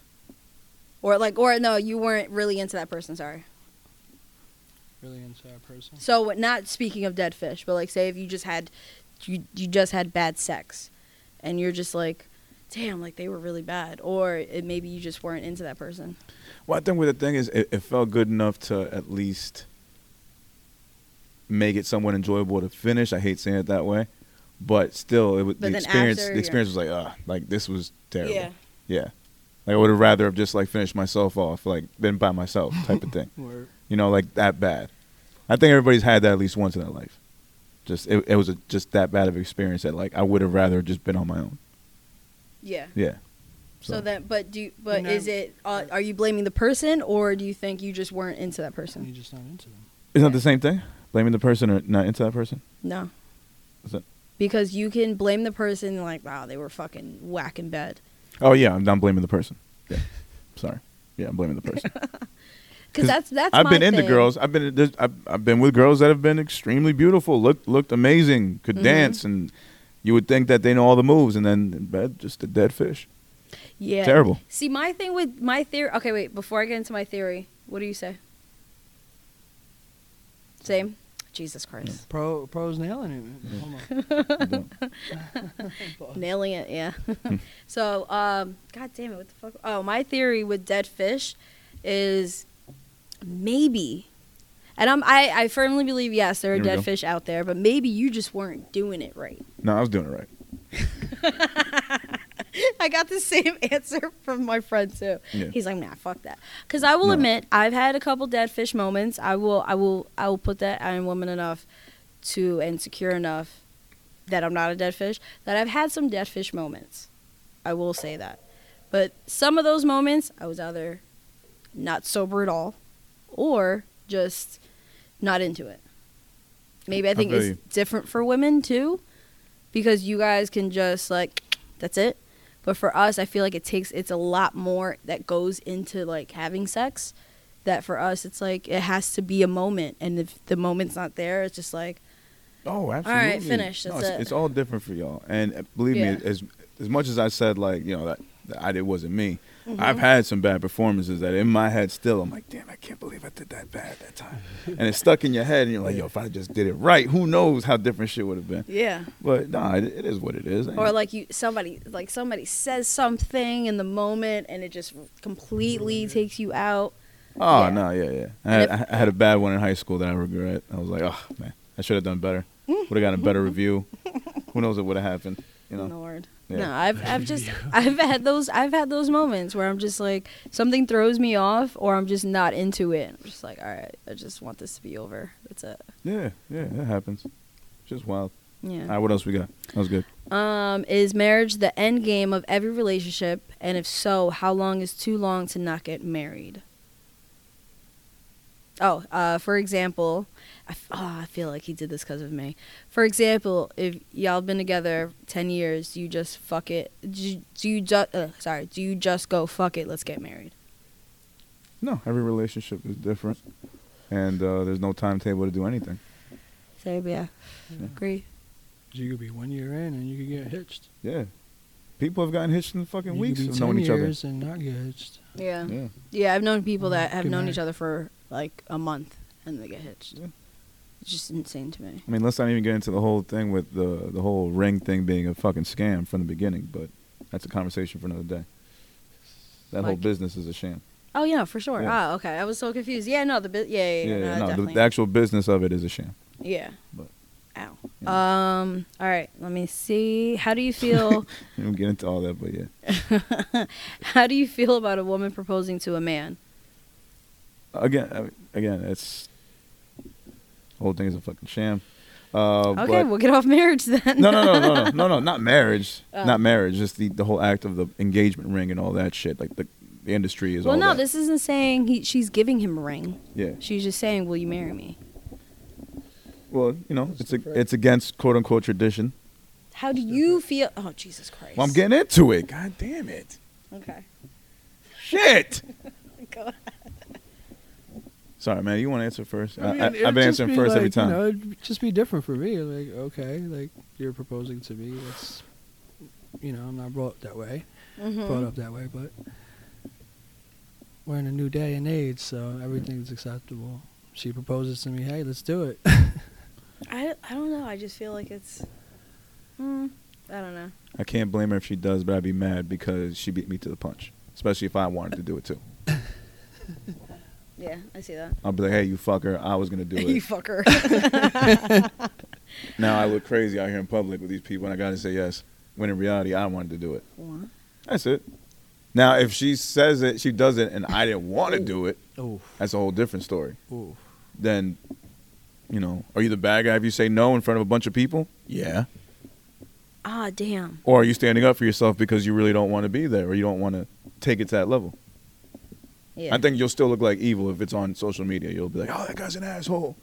or like or no you weren't really into that person sorry
Really into that person.
so what- not speaking of dead fish but like say if you just had you, you just had bad sex and you're just like damn like they were really bad or it, maybe you just weren't into that person
Well, I think with the thing is, it, it felt good enough to at least make it somewhat enjoyable to finish. I hate saying it that way, but still, it was
But
the
then
experience.
after
The
you're-
experience was like, ah, like this was terrible. Yeah. Like I would have rather have just like finished myself off, like been by myself type of thing.
Word.
You know, like that bad. I think everybody's had that at least once in their life. Just it, it was a, just that bad of experience that like I would have rather just been on my own.
yeah
Yeah.
so, then but do but
And
is
then-
it uh, are you blaming the person or do you think you just weren't into that person
You're just not into them.
Isn't that the same thing? Blaming the person or not into that person?
No.
Is it-
Because you can blame the person like, wow, they were fucking whack in bed.
Oh yeah, I'm, I'm blaming the person. Yeah. Sorry. Yeah, I'm blaming the person.
Because that's that's.
I've
my
been into
thing.
girls. I've been there's- I've, I've been with girls that have been extremely beautiful, looked looked amazing, could
Mhm.
dance, and you would think that they know all the moves, and then in bed just a dead fish.
Yeah.
Terrible.
See, my thing with my theory. Okay, wait. Before I get into my theory, what do you say? Same. Jesus Christ.
Pro, pro's nailing it. man. Hold on.
Dumb.
Nailing it. Yeah.
Hmm.
so, um, God damn it, what the fuck? Oh, my theory with dead fish is maybe. And I'm, I, I firmly believe yes, there are
Here we
dead
go.
fish out there, but maybe you just weren't doing it right.
no, I was doing it right.
I got the same answer from my friend too.
Yeah.
He's like, "Nah, fuck that." Because I will
No.
admit, I've had a couple dead fish moments. I will, I will, I will put that I am woman enough to and secure enough that I'm not a dead fish. That I've had some dead fish moments. I will say that. But some of those moments, I was either not sober at all, or just not into it. Maybe I think
feel
it's
you.
different for women too, because you guys can just like, that's it. But for us, I feel like it takes it's a lot more that goes into like having sex. That for us, it's like it has to be a moment, and if the moment's not there, it's just like
Oh, absolutely.
right, finish. That's
it's,
it.
it's all different for y'all. And uh, believe
Yeah.
me, as as much as I said, like you know that, that I it wasn't me.
Mm-hmm.
I've had some bad performances that in my head still I'm like, damn, I can't believe I did that bad that time. and it's stuck in your head, and you're like, yo, if I just did it right, who knows how different shit would have been.
yeah.
But nah, it, it is what it is. ain't
Or
it?
like you somebody like somebody says something in the moment, and it just completely takes you out.
oh
yeah.
no, yeah, yeah. I
And
had, I had a bad one in high school that I regret. I was like, oh man, I should have done better.
Mm.
Would have gotten a better review. who knows what would have happened? You know.
Lord.
Yeah.
No, I've I've just I've had those I've had those moments where I'm just like something throws me off or I'm just not into it. I'm just like, all right, I just want this to be over. That's it.
Yeah, yeah, that happens. Just wild. All
Yeah.
right, what else we got? That was good.
Um, is marriage the end game of every relationship? And if so, how long is too long to not get married? Oh, uh, for example, I, f- oh, I feel like he did this because of me. For example, if y'all been together ten years, do you just fuck it? Do you, do you just uh, sorry? Do you just go fuck it? Let's get married.
No, every relationship is different, and uh, there's no timetable to do anything.
Same, yeah. Agree.
You could be one year in and you could get hitched.
Yeah, people have gotten hitched in fucking
you
weeks
could be
of
10
knowing each other.
years and not get hitched.
Yeah. yeah,
Yeah,
I've known people that have
Get
known
married.
each other for like a month and they get hitched.
Yeah.
It's just insane to me.
I mean, let's not even get into the whole thing with the the whole ring thing being a fucking scam from the beginning, but that's a conversation for another day. That whole
Like-
business is a sham.
Oh yeah, for sure.
Yeah.
Ah, okay. I was so confused. Yeah, no, the bit. Yeah, yeah, yeah. no,
no, the,
definitely.
the actual business of it is a sham.
yeah.
But-
Ow.
Yeah.
Um. All right. Let me see. How do you feel?
We don't get into all that, but yeah,
how do you feel about a woman proposing to a man?
again, I mean, again, it's the whole thing is a fucking sham. Uh,
Okay,
but-
we'll get off marriage then.
no, no, no, no, no, no, no, not marriage,
Oh.
not marriage. Just the, the whole act of the engagement ring and all that shit. Like the, the industry is
well,
all
no,
that.
this isn't saying he, she's giving him a ring.
yeah.
She's just saying, "Will you marry me?"
Well, you know, it's
That's
a,
correct.
it's against quote unquote tradition.
How do you feel? Oh, Jesus Christ!
Well, I'm getting into it. God damn it!
Okay.
Shit!
Go ahead.
Sorry, man. You want to answer first?
mean,
I, I,
it'd
have been
just
answering
be
first
like,
every time.
You know, it'd just be different for me. Like, okay, like you're proposing to me. That's, you know, I'm not brought up that way.
Mm-hmm.
Mm-hmm.
Brought
uh,
up that way, but we're in a new day and age, so everything's acceptable. She proposes to me, hey, let's do it.
I I don't know. I just feel like it's. Mm, I don't know.
I can't blame her if she does, but I'd be mad because she beat me to the punch. Especially if I wanted to do it too.
Yeah, I see that.
I'll be like, hey, you fucker, I was gonna do
you
it.
fucker.
now I look crazy out here in public with these people, and I gotta say yes. When in reality, I wanted to do it.
What?
That's it. Now, if she says it, she does it, and I didn't want to do it.
oh,
That's a whole different story.
oh,
Then, you know, are you the bad guy if you say no in front of a bunch of people? Yeah.
Ah, damn.
Or are you standing up for yourself because you really don't want to be there, or you don't want to take it to that level?
Yeah.
I think you'll still look like evil if it's on social media. You'll be like, "Oh, that guy's an asshole."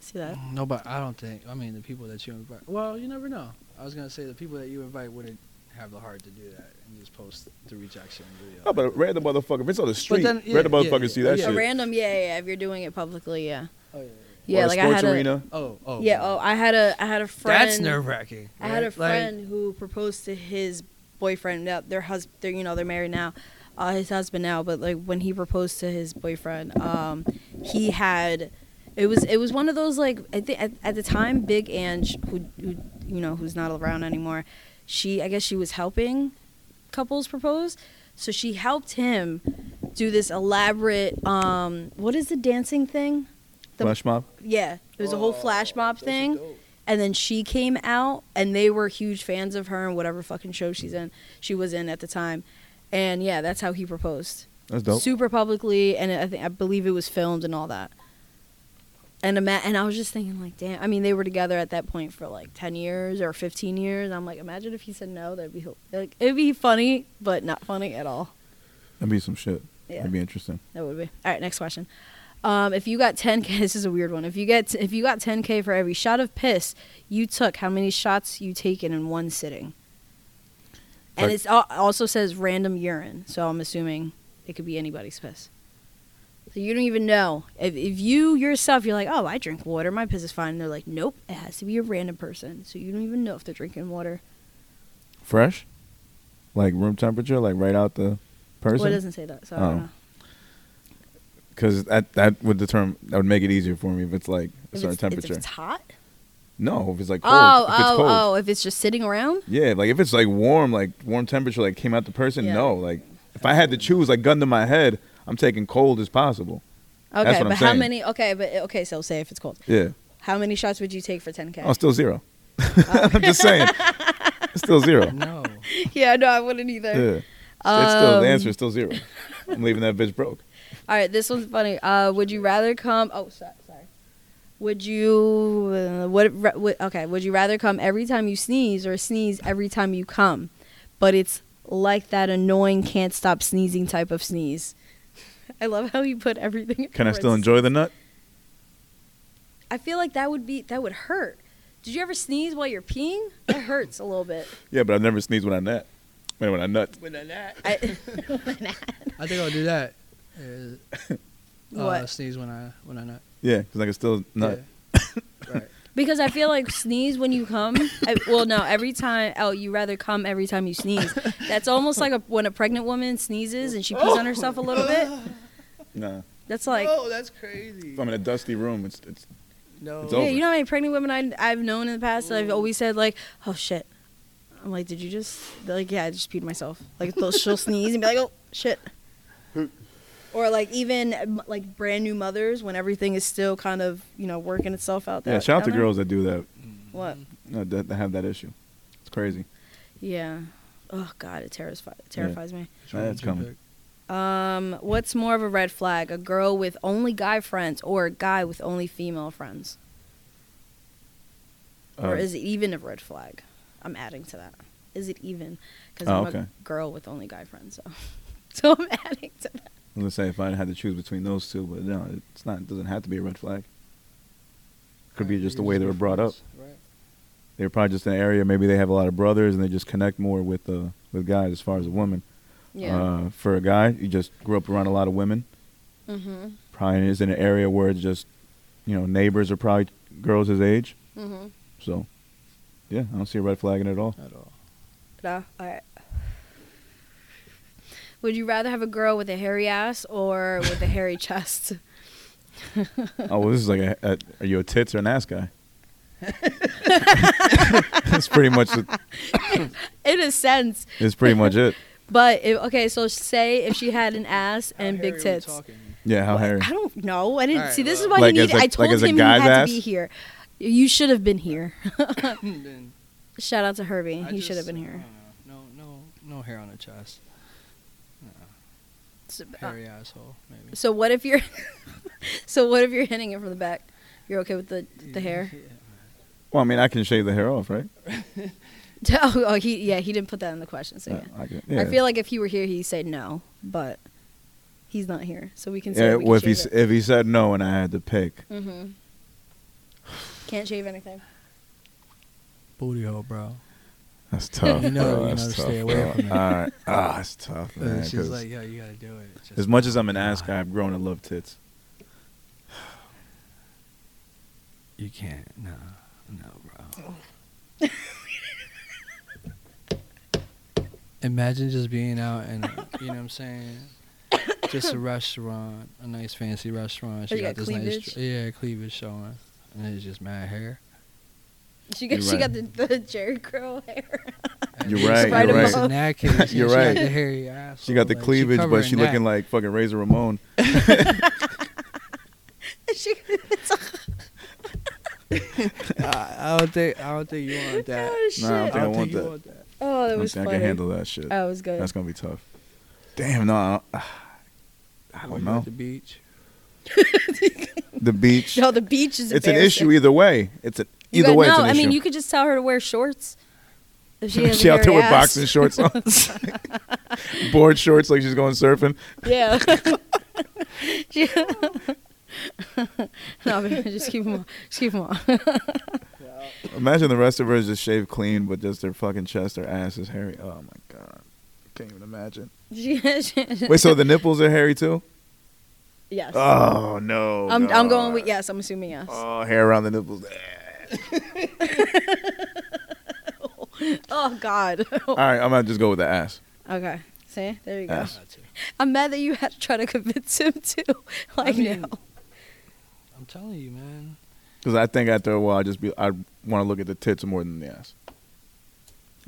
See that?
Oh,
no, Oh, but I don't think. I mean, the people that you invite. Well, you never know. I was gonna say the people that you invite wouldn't have the heart to do that and just post the rejection video.
Oh, but a random motherfucker. If it's on the street,
then- yeah,
random
yeah,
motherfuckers
yeah.
see that
Yeah.
A
shit.
random, yeah, yeah, yeah. If you're doing it publicly, yeah.
oh, yeah.
or
Yeah,
a
like I
sports
had a.
arena.
oh, oh,
Yeah. Oh, I had a. I had a friend.
That's nerve wracking.
I had a friend who proposed to his boyfriend. Now their husband, they're, you know, they're married now. Uh, his husband now, but like when he proposed to his boyfriend, um, he had it was it was one of those like I think at, at the time Big Ange, who, who you know who's not around anymore, she I guess she was helping couples propose, so she helped him do this elaborate um what is the dancing thing? The-
Flash mob.
Yeah, it was a whole flash mob thing and then she came out and they were huge fans of her and whatever fucking show she's in she was in at the time and yeah that's how he proposed
That's dope.
super publicly and i think i believe it was filmed and all that and ima- and i was just thinking like damn i mean they were together at that point for like 10 years or 15 years i'm like imagine if he said no that'd be h- like it'd be funny but not funny at all
That'd be some shit.
Yeah.
That'd be interesting.
that would be all right. Next question. Um, if you got 10k, this is a weird one. If you get if you got 10k for every shot of piss you took, how many shots you taken in one sitting? And
Like-
it's al- also says random urine, so I'm assuming it could be anybody's piss. So you don't even know if if you yourself you're like, oh, I drink water, my piss is fine. And they're like, nope, it has to be a random person. So you don't even know if they're drinking water.
Fresh, like room temperature, like right out the
Well, it
person.
doesn't say that, so I don't
Oh.
know.
Because that that would determine that would make it easier for me if it's like a
If
certain
it's,
temperature.
If it's hot.
no, if it's like cold.
Oh,
if it's
oh,
cold.
oh! If it's just sitting around.
Yeah, like if it's like warm, like warm temperature, like came out the person.
Yeah.
No, like if I had to choose, like gun to my head, I'm taking cold as possible.
Okay,
That's what
but
I'm
how
saying.
many? Okay, but okay, so say if it's cold,
Yeah,
how many shots would you take for 10k?
oh, still zero.
Oh.
I'm just saying, it's still zero.
No.
yeah, no, I wouldn't
Yeah,
either.
it's still the
Um,
answer is still zero. I'm leaving that bitch broke.
All right, this one's funny. Uh, would you rather come? Oh, so- sorry. Would you? Uh, what, ra- what? Okay, would you rather come every time you sneeze or sneeze every time you come? But it's like that annoying can't stop sneezing type of sneeze. I love how you put everything.
Can I
towards-
still enjoy the nut?
I feel like that would be that would hurt. Did you ever sneeze while you're peeing? It hurts a little bit.
Yeah, but I've never sneezed when I nut. Wait, when I nut.
I,
I think I'll do that. Uh, Uh,
What?
sneeze when I when I nut.
Yeah, because I can still nut.
Yeah. right.
Because I feel like sneeze when you come. I, well, no, every time. Oh, you rather come every time you sneeze. That's almost like a, when a pregnant woman sneezes and she pees on herself a little bit.
Nah,
That's like,
oh, that's crazy.
if I'm in a dusty room, it's it's
No.
It's
yeah,
over.
you know how many pregnant women I, I've known in the past that I've always said like, oh shit. I'm like, did you just They're like, yeah, I just peed myself. Like, they'll, she'll sneeze and be like, oh shit. or like even um, like brand new mothers when everything is still kind of you know working itself out.
Yeah,
that-
shout out to
down there.
girls that do that,
What?
uh, that, that have that issue. It's crazy.
Yeah. Oh God, it terrifies terrifies me.
That's coming.
Um, what's more of a red flag? A girl with only guy friends or a guy with only female friends? or
Uh,
is it even a red flag? I'm adding to that. Is it even? Because
Oh,
I'm
okay.
a girl with only guy friends, so so I'm adding to that.
I'm gonna say if I had to choose between those two, but no, it's not. It doesn't have to be a red flag. Could be just the way they were brought up.
Right.
They're probably just in an area. Maybe they have a lot of brothers, and they just connect more with uh, with guys as far as a woman.
Yeah.
Uh, for a guy, you just grew up around a lot of women.
mm-hmm.
Probably is in an area where it's just, you know, neighbors are probably girls his age.
Mm-hmm.
So, yeah, I don't see a red flag in it at all.
At all.
No, uh, all right. Would you rather have a girl with a hairy ass or with a hairy chest?
oh, well, this is like, a, a, are you a tits or an ass guy? that's pretty much the,
In a sense,
that's pretty much it.
but it, okay. So say if she had an ass and big tits.
Yeah, how hairy?
I don't know. I didn't
All right,
see. This is
well-
why
Like
you
as
need.
a-
I
like
told
as a
him you
guy's
had
ass?
to be here. You should have been here.
Hmm, then
Shout out to Herbie.
I
he should have
just-
been
I
here.
don't know. No, no, no hair on the chest.
So, uh,
Hairy asshole. Maybe.
so what if you're? so what if you're hitting it from the back? You're okay with the the hair?
Well, I mean, I can shave the hair off, right?
Oh, oh, he yeah. He didn't put that in the question. So yeah.
I, I, can-
I feel like if he were here, he'd say no, but he's not here, so we can say
Yeah,
we
well, if
can
he
shave
s- if he said no and I had to pick,
it. hmm Can't shave anything.
Booty hole, bro.
that's tough.
You know-
bro.
you
that's
know to
tough,
stay away
bro.
from that.
All right, ah, it's tough, man.
She's
'cause
like, "Ah." yo, you gotta do it. It's just-
as much as I'm an ass guy, I've grown to love tits.
you can't. No, no, bro. Imagine just being out and you know what I'm saying. Just a restaurant, a nice fancy restaurant. She
you
got,
got
this nice,
cleavage?
dr- yeah, cleavage showing, and it's just mad hair.
She got
You're
she
right.
got the, the Jerry Curl hair.
And
You're
it's
right,
like,
you're
it's
right.
In that case, yeah,
You're
she
right.
Got the hairy ass.
She got the cleavage, but she looking like fucking Razor Ramon.
she,
I, I don't think. I don't think you want that.
oh shit!
Nah, I don't think I want
you
that.
want that.
oh,
I
that
don't
was
think I
funny. Oh.
can handle that shit.
That was good.
That's gonna be tough. Damn, no, I don't, I
When
don't
you at
know.
The beach.
The beach,
no, the beach is.
it's an
embarrassing.
issue either way. It's an
You
either
got-
way.
No,
it's an
I mean
issue.
you could just tell her to wear shorts. If she has
she
a
out there
hairy
with
ass.
boxing shorts on, board shorts like she's going surfing.
Yeah. She- no, but just keep them on. Just keep them on.
Imagine the rest of her is just shaved clean, but just their fucking chest, their ass is hairy. Oh my god, can't even imagine.
She- she-
Wait, so the nipples are hairy too?
yes.
Oh no.
I'm, I'm going with
God.
yes. I'm assuming yes.
Oh, hair around the nipples.
oh God.
All right, I'm gonna just go with the ass.
okay. See, there you go.
Ass.
Not to.
I'm mad that you had to try to convince him to. Like
mean-
no.
I'm telling you, man.
Because I think after a while, I just be I want to look at the tits more than the ass.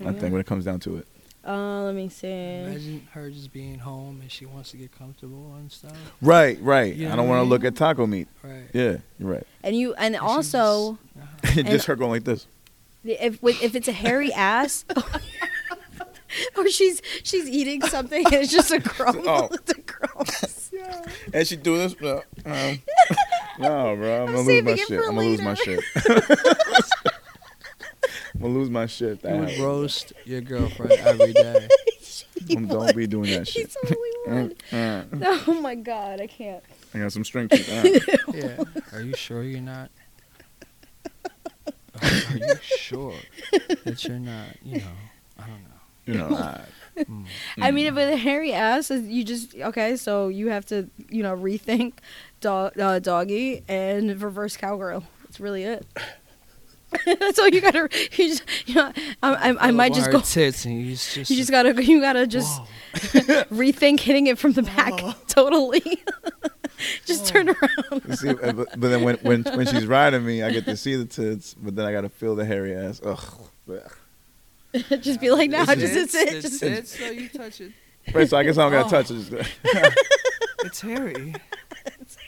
I think when it comes down to it.
Uh, let me see.
Imagine her just being home and she wants to get comfortable and stuff.
Right, right.
You know
I don't
what I
want to
mean?
look at taco meat.
Right.
Yeah, you're right.
And you, and
she
also.
just her going like this.
if with, if it's a hairy ass or she's she's eating something and it's just a crumb
Oh.
it's a crumb
And she do this. uh, um, no, bro. I'm, gonna lose
saving
my
it
shit.
for
I'm gonna lose my shit.
later.
I'm gonna lose my shit. That
You would
happened.
roast your girlfriend every day.
Um, don't be doing that shit.
she's only one
Uh,
oh my god i can't
I got some strength. in that.
yeah. Are you sure you're not? Are, are you sure that you're not? You know, I don't know.
you know, I,
i mean if with a hairy ass is- you just okay so you have to you know rethink dog uh, doggy and reverse cowgirl that's really it that's all you gotta you just you know i, I, I
Look
might
on
just
her
go
Tits and you just.
you just gotta you gotta just
Whoa.
rethink hitting it from the back totally. Just turn around.
you see, uh, but, but then when, when when she's riding me, I get to see the tits, but then I gotta feel the hairy ass. Ugh.
just be like, nah,
The
just it's it.
tits,
Just
the tits, so you touch it.
Oh.
Right, so I guess I don't gotta touch it.
It's hairy.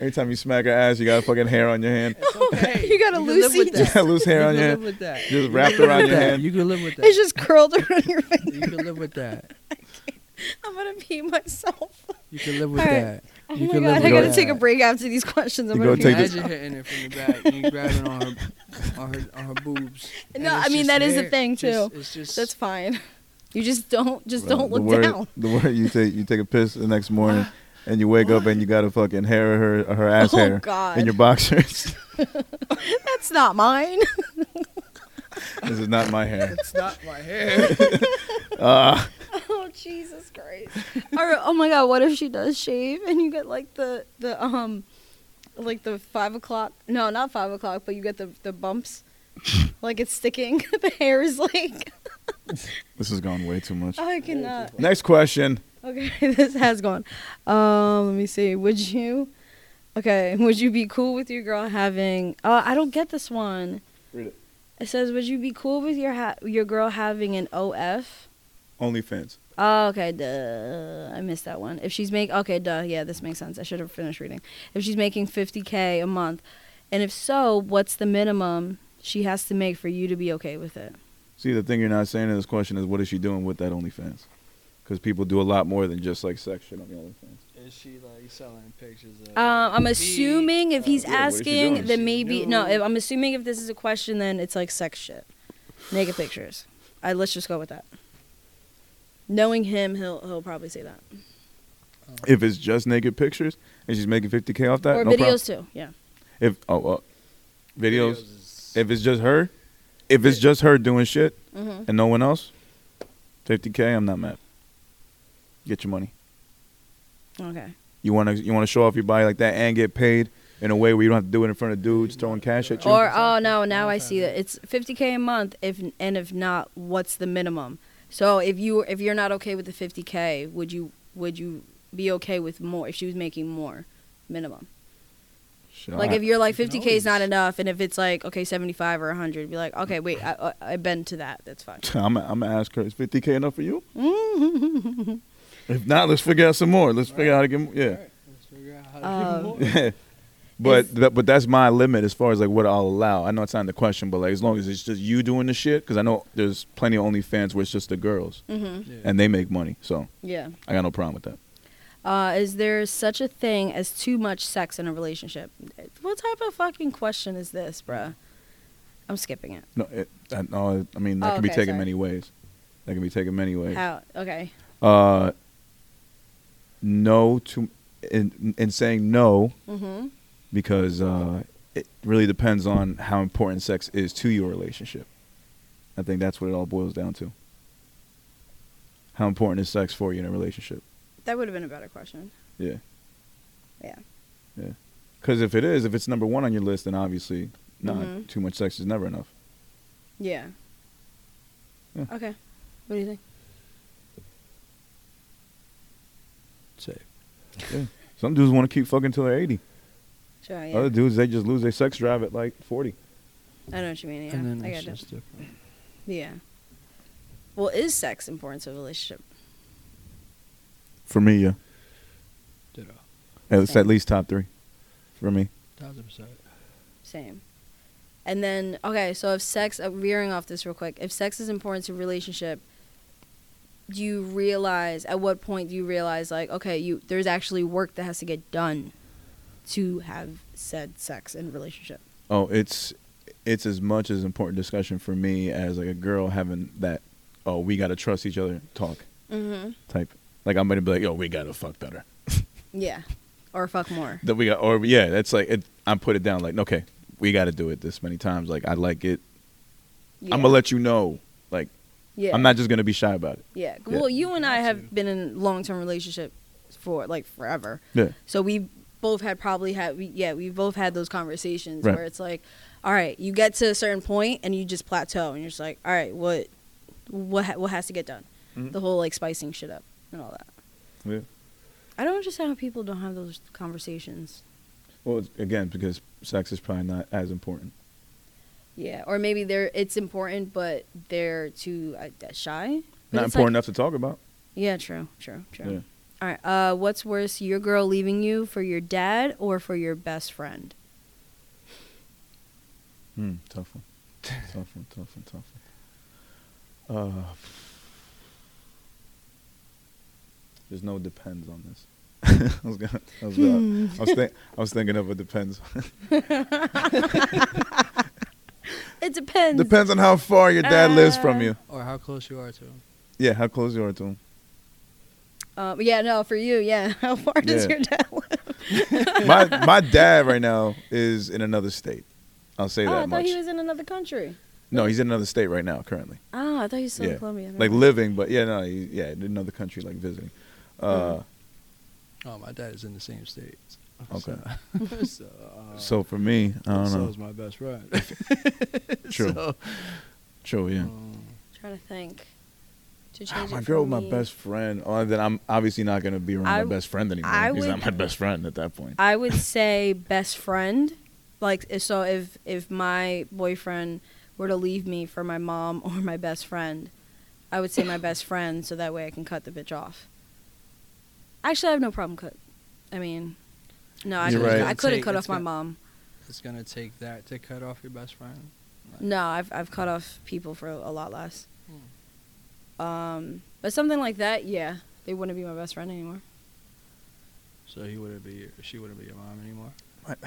Every time you smack her ass, you got fucking hair on your hand.
It's okay.
You got a
can live
Lucy
with that.
just-
Loose hair
you
on
can
your
live
hand.
with that.
Just wrapped around your hand.
You can live with that.
It's just curled around your finger.
you can live with that.
I'm gonna pee myself.
You can live with
All right.
that.
Oh
You
my
can live
god, I
with
gotta
that.
take a break after these questions. I'm
You
gonna
go
pee
take this-
myself.
Imagine hitting it from the back and you grabbing on her, on her, on her boobs. and
No,
it's
I mean,
just
that is a
hair.
thing,
Just-
too.
it's just
That's fine. You just don't just don't
the
look
word,
down.
The word you take, you take a piss the next morning, and you wake up and you got a fucking hair of her her ass
Oh,
hair
God.
in your boxers.
That's not mine.
this is not my hair.
It's not my hair.
Ah,
oh Jesus Christ! or oh my God, what if she does shave and you get like the the um, like the five o'clock? No, not five o'clock, but you get the the bumps. like it's sticking. the hair is like
this has gone way too much.
I cannot.
Next question.
Okay, this has gone. Um, let me see. Would you? Okay, would you be cool with your girl having? Uh, I don't get this one.
Read it.
It says, "Would you be cool with your ha- your girl having an OF?"
OnlyFans.
Oh, okay, duh. I missed that one. If she's make okay, duh. Yeah, this makes sense. I should have finished reading. If she's making fifty k a month, and if so, what's the minimum she has to make for you to be okay with it?
See, the thing you're not saying in this question is what is she doing with that OnlyFans? Because people do a lot more than just like sex shit on the OnlyFans.
Is she like selling pictures of?
Um, I'm assuming if he's
Yeah, what is she
asking,
doing?
then maybe no.
No.
If, I'm assuming if this is a question, then it's like sex shit, naked pictures. I let's just go with that. Knowing him, he'll he'll probably say that
If it's just naked pictures and she's making 50k off that,
Uh-huh. or
no problem.
videos too. Yeah.
If oh, well, videos.
is-
If it's just her, if it's just her doing shit
Mhm.
and no one else, 50k. I'm not mad. Get your money.
Okay.
You want to you want to show off your body like that and get paid in a way where you don't have to do it in front of dudes throwing cash at you.
Or oh no, now I see that it's 50k a month. If and if not, what's the minimum? So if you if you're not okay with the 50k, would you would you be okay with more if she was making more minimum?
Shit,
Like
I-
if you're like
You
50k
can
is not
always-
enough, and if it's like okay 75 or 100, be like okay wait I I, I bend to that. That's fine. Mm-hmm.
I'm I'm gonna ask her. Is 50k enough for you? if not, let's figure out some more. Let's figure out how to get more. Yeah.
Let's figure out how to do
Um,
more.
But th- but that's my limit as far as like what I'll allow. I know it's not in the question, but like as long as it's just you doing the shit, because I know there's plenty of OnlyFans where it's just the girls
hmm
Yeah.
and they make money, so
Yeah.
I got no problem with that.
Uh, is there such a thing as too much sex in a relationship? What type of fucking question is this, bruh? I'm skipping it.
No, it, I, no, I mean that
Oh,
can be
okay,
taken
sorry.
many ways. That can be taken many ways.
How? Okay.
Uh, no to in, in saying no
Mm-hmm.
because uh, it really depends on how important sex is to your relationship. I think that's what it all boils down to. How important is sex for you in a relationship?
That would have been a better question.
Yeah.
Yeah.
Yeah. Because if it is, if it's number one on your list, then obviously not
Mhm.
too much sex is never enough.
Yeah.
Yeah.
Okay. What do you think?
Safe.
Some dudes want to keep fucking till they're 80.
Sure, yeah.
Other dudes, they just lose their sex drive at like 40.
I know what you mean. Yeah.
And then
I
it's
got it.
just different.
Yeah. Well, is sex important to a relationship?
For me, yeah.
Ditto.
It's at
Same.
least top three for me.
Thousand percent.
Same. And then okay, so if sex uh, veering off this real quick, if sex is important to a relationship, do you realize at what point do you realize like okay, you there's actually work that has to get done to have said sex in relationship.
Oh, it's it's as much as important discussion for me as like a girl having that. Oh, we gotta trust each other. Talk
Mm-hmm.
type. Like I'm gonna be like, yo, we gotta fuck better.
Yeah. Or fuck more.
That we got, or yeah, that's like it, I put it down. Like, okay, we gotta do it this many times. Like I like it.
Yeah.
I'm gonna let you know. Like
Yeah.
I'm not just gonna be shy about it.
Yeah.
Yeah.
Well, you and I
Have
have
to.
been in long-term relationships for like forever.
Yeah.
So we both had probably had we, yeah we both had those conversations
Right.
where it's like, all right, you get to a certain point and you just plateau and you're just like, all right, what what ha- what has to get done?
Mhm.
The whole like spicing shit up and all that.
Yeah.
I don't understand how people don't have those conversations.
Well, it's, again, because sex is probably not as important.
Yeah, or maybe they're it's important, but they're too uh, shy. But
not
it's
important
like-
enough to talk about.
Yeah, true, true, true.
Yeah.
All right. Uh, what's worse, your girl leaving you for your dad or for your best friend?
Hmm, tough one. tough one, tough one, tough one. Uh, there's no depends on this. I was gonna, I was,
Hmm.
gonna, I was, thi- I was thinking of a depends.
It depends.
depends on how far your dad lives from you.
Or how close you are to him.
Yeah, how close you are to him.
Uh, yeah, no, for you, yeah. How far does
Yeah.
your dad live?
My my dad right now is in another state. I'll say
Oh, I
that
thought
much.
he was in another country.
no, he's in another state right now currently.
Oh, I thought he was still
yeah,
in Colombia.
like living, but yeah, no, he, yeah, in another country, like visiting. Uh,
Oh, my dad is in the same state.
Okay.
So, so, uh,
So for me, I don't
so
know.
is my best friend.
True.
So,
True, yeah.
um,
trying to think. To
Ah,
change
my
it
girl,
for
with my
me.
best friend. Oh, then I'm obviously not gonna be around
I
my
w-
best friend anymore.
I
He's not
would-
my best friend at that point.
I would say best friend. Like if- so if if my boyfriend were to leave me for my mom or my best friend, I would say my best friend so that way I can cut the bitch off. Actually, I have no problem cut. I mean, no, I,
You're
couldn't-
right.
I couldn't cut
It's
off my
gonna-
mom.
it's gonna take that to cut off your best friend.
No, I've I've cut off people for a lot less. Um, but something like that, yeah, they wouldn't be my best friend anymore.
So he wouldn't be. She wouldn't be your mom anymore.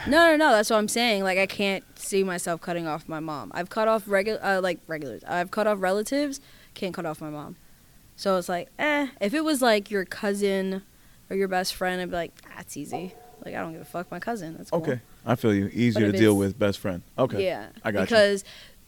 No, no, no. That's what I'm saying. Like, I can't see myself cutting off my mom. I've cut off regular, uh, like regulars. I've cut off relatives. Can't cut off my mom. So it's like, eh. If it was like your cousin or your best friend, I'd be like, that's easy. Like, I don't give a fuck. My cousin. That's cool.
Okay, I feel you. Easier
if
to deal
it's-
with, best friend. Okay,
Yeah.
I got you.
because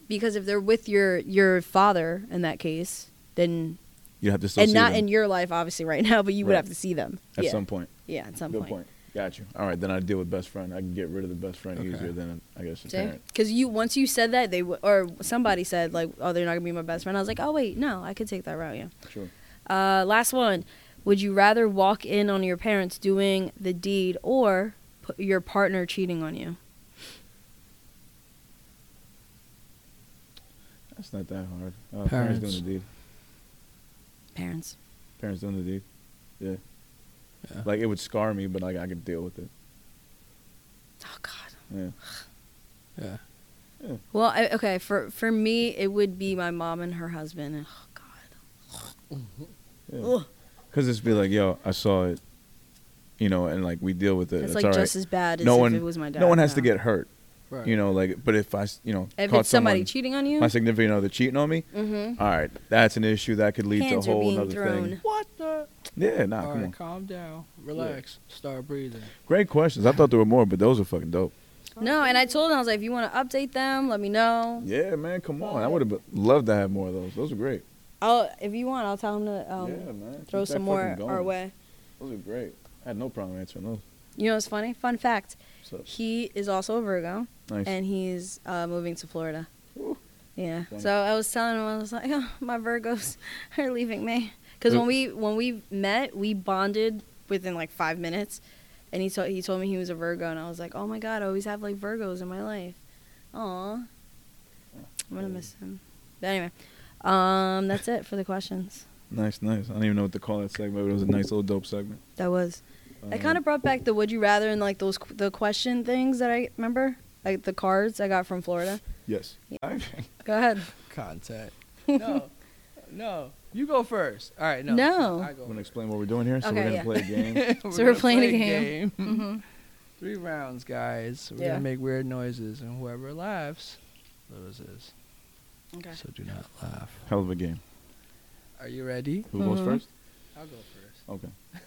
because if they're with your your father in that case, then
You have to still
and
see
not
them
in your life obviously right now, but you would
Right.
have to see them.
at
yeah.
some point.
yeah, at some
Good
point.
point. Got you. All right, then I deal with best friend. I can get rid of the best friend
Okay.
easier than I guess the parent.
Because you once you said that they w- or somebody said like oh they're not gonna be my best friend I was like oh wait no I could take that route yeah.
Sure.
Uh, last one. Would you rather walk in on your parents doing the deed or p- your partner cheating on you?
That's not that hard. Uh, parents.
Parents.
doing the deed.
Parents.
Parents doing the deed. Yeah.
Yeah.
Like it would scar me, but like I could deal with it.
Oh God.
Yeah.
Yeah.
Well, I, okay. For for me, it would be my mom and her husband. And, oh God.
Yeah.
Ugh.
Cause it's be like, yo, I saw it. You know, and like we deal with it.
That's
That's
like
all right.
just as bad as
no
if
one,
it was my dad.
no one has to
yeah.
get hurt.
Right.
You know, like, but if I, s- you know,
If
caught
it's somebody
someone-
cheating on you.
my significant other cheating on me.
mm-hmm.
All right, that's an issue that could lead
Hands
to a
are
whole
being
other
thrown.
thing.
What the?
Yeah, nah,
All
come
right,
on.
calm down, relax, start breathing.
Great questions. I thought there were more, but those are fucking dope.
No, and I told him I was like, if you want to update them, let me know.
Yeah, man, come on. I would have loved to have more of those. Those are great.
I'll if you want, I'll tell him to um,
yeah, man. Keep
throw
that
some
fucking
more our
going.
way.
Those are great. I had no problem answering those.
You know what's funny? Fun fact:
So
he is also a Virgo.
nice.
and he's uh, moving to Florida.
Ooh.
Yeah.
Fun.
So I was telling him, I was like, oh, my Virgos are leaving me, because when we when we met, we bonded within like five minutes, and he told he told me he was a Virgo, and I was like, oh my God, I always have like Virgos in my life. Aw, I'm gonna miss him. But anyway, um, that's it for the questions.
nice, nice. I don't even know what to call that segment, but it was a nice little dope segment.
That was. I
Um,
kind of brought back the would you rather and like those qu- the question things that I remember, like the cards I got from Florida.
Yes.
Go ahead.
Contact. No, no, you go first. All right, no,
No.
I
Want
go.
to
first.
explain what we're doing here? So
Okay,
we're gonna
yeah.
play a game.
So we're
gonna
playing a
play
game.
game.
hmm
Three rounds, guys. We're
Yeah.
gonna make weird noises, and whoever laughs loses.
Okay.
So do not laugh.
Hell of a game.
Are you ready?
Who goes
Mhm.
first?
I'll go first.
Okay.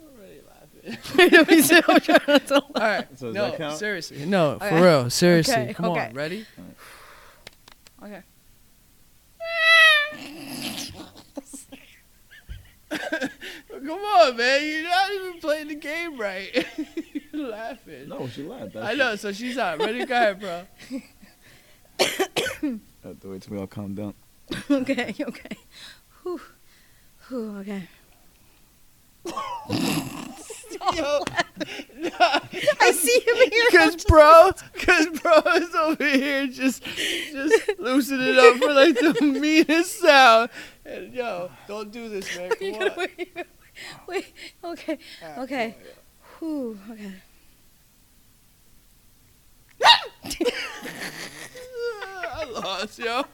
I'm already laughing.
Me too. I'm trying to
All right.
So does
no,
that count?
seriously. No, for
Okay.
real. Seriously.
Okay,
Come
okay.
on. Ready?
Okay.
Come on, man. You're not even playing the game right. You're laughing.
No, she laughed.
I know. So she's out. Ready? Go ahead, bro.
Uh, wait till we all calm down.
Okay. Okay. Whew. Whew. Okay.
Yo,
I see him here.
cause bro, cause bro is over here just, just loosening up for like the meanest sound. And yo, don't do this, man.
You
Come
gotta
on.
wait. Wait. okay, okay. Whew, okay.
I lost, yo.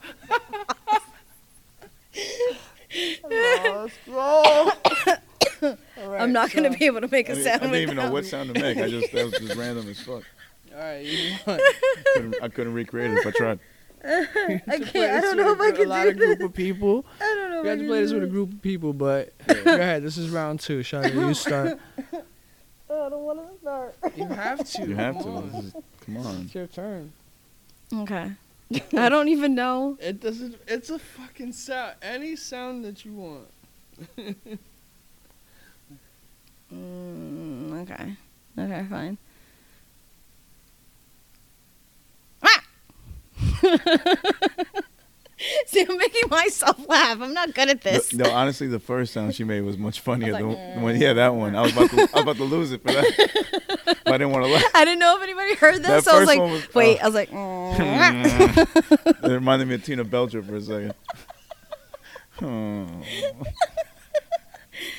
I'm not gonna be able to make a
I,
sound.
didn't, I didn't even know
without-
what sound to make. I just that was just random as fuck.
All right, you won.
Couldn't, I couldn't recreate it if I tried.
I
You
can't.
play
I
this
don't
with
know if I
a
can
lot
do
of group
this.
of people.
I don't know.
We
if
have
I
to
can
play
do
this with a group of people, but go ahead. This is round two. Shawty, you start.
I don't want to start.
You have to.
You have
come
to.
on.
This is- come on.
It's your turn.
Okay. I don't even know.
It doesn't. It's a fucking sound. Any sound that you want.
Mm, okay. Okay, fine. Ah! See, I'm making myself laugh. I'm not good at this.
No, no, honestly, the first sound she made was much funnier
I was
than
like,
the one. Yeah, that one. I was about to, I was about to lose it for that. But I didn't want to laugh.
I didn't know if anybody heard
That
this. So I was
first
like,
one was-
wait.
oh.
I was like,
It reminded me of Tina Belcher for a second. Oh.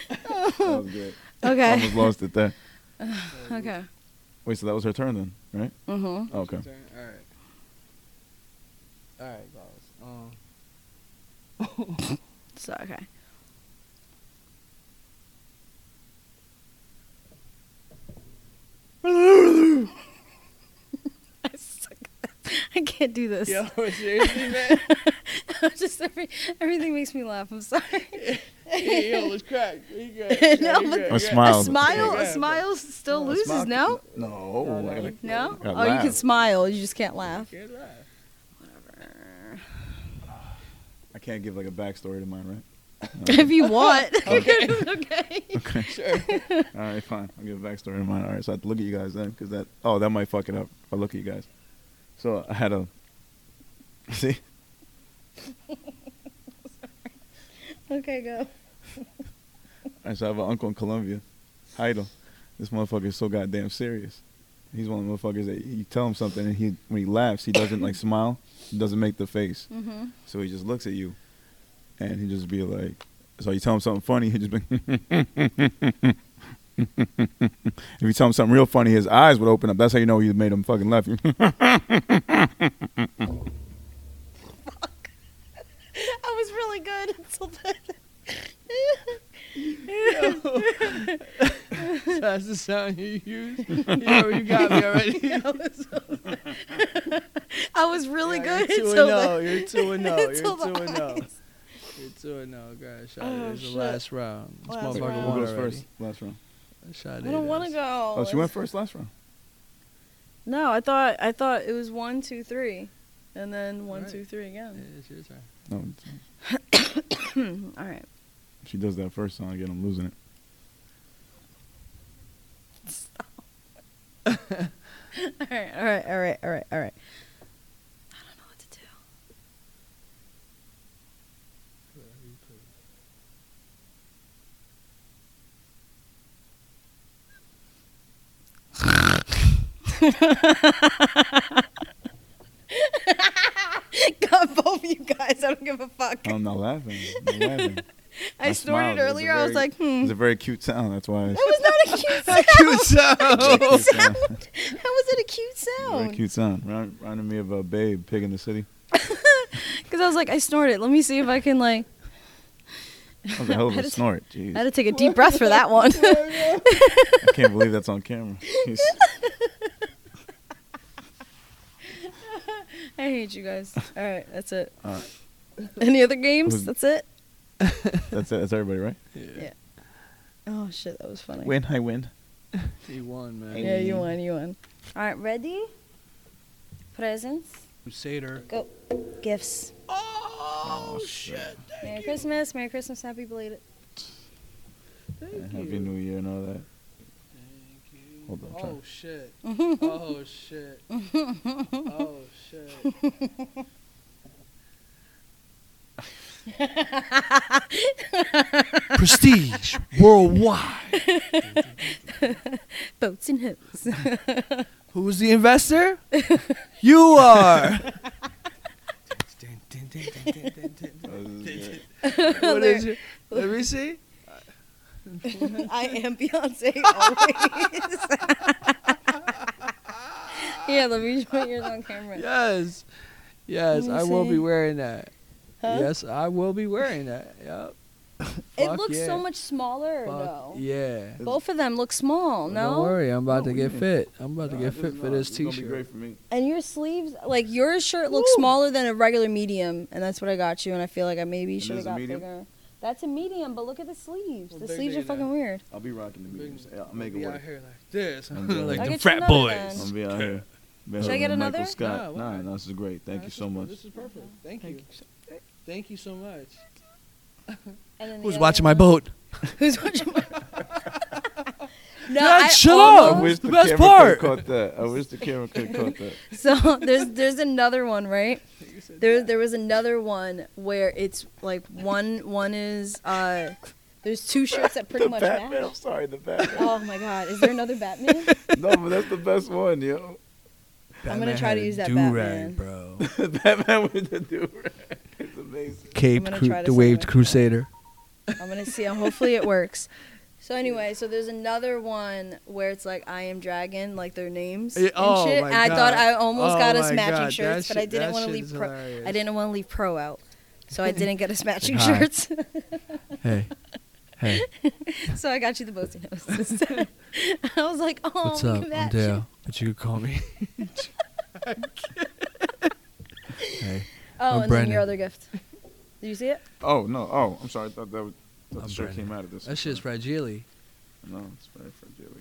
That was good. I
okay,
almost lost it there.
okay.
Wait, so that was her turn then, right? Oh,
Mm-hmm.
Okay.
All right. All right, guys. Um.
So okay. I suck at this. I can't do this.
Yo, seriously, man.
Just every, everything makes me laugh. I'm sorry.
Hey, yo, let's crack. You got-
No,
yeah, you
but-
got-
A
yeah.
smile.
A smile,
Yeah,
a
but-
smile still loses.
Smile-
No,
No. I gotta-
no.
Gotta
Oh, you can
laugh.
smile. You just can't laugh.
Can't laugh.
I can't give like a backstory to mine,
if you want.
Okay.
okay.
right? Okay.
Sure.
All right, fine. I'll give a backstory to mine. All right, so I have to look at you guys then, because that oh that might fuck it up if I look at you guys. So I had a see.
Okay, go.
All right, so I have an uncle in Colombia, Heido. This motherfucker is so goddamn serious. He's one of the motherfuckers that you tell him something and he when he laughs he doesn't like smile, he doesn't make the face.
Mhm.
So he just looks at you, and he just be like, so you tell him something funny, he just be. if you tell him something real funny, his eyes would open up. That's how you know you made him fucking laugh.
I was really good until
So That's the sound you use. Yo, you got me already.
I was, I was really
Yeah,
good
You're two
until
and
the-
oh, You're two and oh. You're
until the
two and oh.
eyes.
You're two and oh, guys. Shot
Oh,
is the
shit.
last round. This
Last
motherfucker
round.
Who
won
goes
already.
first? Last round.
I don't want to go.
Oh, she went first last round.
No, I thought I thought it was one, two, three, and then one,
Right.
two, three again.
It's your turn.
No, it's-
All right.
if she does that first song again. I'm losing it.
All right, all right, all right, all right, all right. I don't know what to do. Got both of you guys. I don't give a fuck.
I'm not laughing. I'm not laughing.
I,
smiled.
snorted
It was a
earlier. I was
very-
like, hmm.
It's a
That
very cute sound. That's why. It's
was not a cute sound.
Cute sound.
Cute sound. How was it a cute
a very
sound?
cute sound. Remind- Reminded me of a babe, Pig in the City.
Because I was like, I snorted. Let me see if I can like.
That was a hell of
I
a
just-
snort. Jeez.
I had to take a deep breath for that one.
I can't believe that's on camera. Jeez.
I hate you guys. All right, that's it.
All right.
Any other games?
Was-
That's it.
That's it. That's everybody, right?
Oh shit, that was funny.
Win, I win.
He won, man.
Yeah, you won. You won. All right, ready? Presents,
Crusader.
gifts.
Oh, shit.
Merry Christmas. Merry Christmas. Happy belated.
And Happy New Year and all that. Hold on, try.
Oh shit. oh shit. Oh shit. Prestige worldwide.
Boats and hoops.
Who's the investor? you are. what is it? Let me see.
I am Beyonce always. yeah, let me put yours on camera.
Yes. Yes,
Let me
I will be
see.
wearing that.
Huh?
Yes, I will be wearing that. Yep.
it
Fuck
looks
yeah.
so much smaller
Fuck
though.
uh, yeah.
Both of them look small,
Don't
no?
worry, I'm about
No,
to
we
get
can-
fit. I'm about to
Nah,
get
this
fit
is
for
not-
this
it's gonna be
t-shirt.
great for me.
And your sleeves, like your shirt looks smaller than a regular medium, and that's what I got you. And I feel like I maybe should have
there's a
got
medium?
bigger. That's a medium, but look at the sleeves.
Well,
the
big
sleeves
they
are fucking
now.
weird.
I'll be rocking the mediums. I'll make it
be
work.
out here like this,
I'm doing
like
it.
I'll
the
get you
frat
another
boys.
then.
I'm gonna be out here. Man,
Should I get another?
Michael Scott. Nah,
Nah, why?
nah, this is great. Thank
Nah,
you
this
so
is-
much.
This is perfect. Thank you. Thank you so much.
And then the
Who's
other
watching my
one-
boat?
Who's watching my? no,
God,
I
shut
almost-
up. The best
Oh, camera could've
part.
Caught that. I wish the camera could have caught that.
So there's there's another one, right? There there was another one where it's like one one is uh there's two shirts that pretty
the
much
Batman.
match.
I'm sorry, the Batman.
Oh my god, is there another Batman?
no, but that's the best one, yo.
I'm gonna try to use that Batman.
bro.
Batman with the do It's amazing.
I'm
Cape
gonna
Cru-
try to
the
say
Waved
that.
Crusader.
I'm gonna see. Hopefully it works. So anyway, so there's another one where it's like I am Dragon, like their names
Yeah,
and
oh
shit.
my
And I thought
God.
I almost
Oh
got us
my
matching
God,
shirts,
that
but I
shit-
didn't
that
want to
shit
leave
is
pro. I
hilarious.
didn't want to leave pro out, so I didn't get us matching
Hi.
shirts.
Hey, hey,
so I got you the both noses. I was like, oh,
what's
we
up?
can
I'm
match.
Dale, but you could call me. hey,
Oh,
I'm
and then
Brandon.
your other gift. Did you see it?
Oh no. Oh, I'm sorry. I thought that was. That
I'm
the shirt
Brandon.
came out of this.
that shit's fragile.
No, it's very fragile.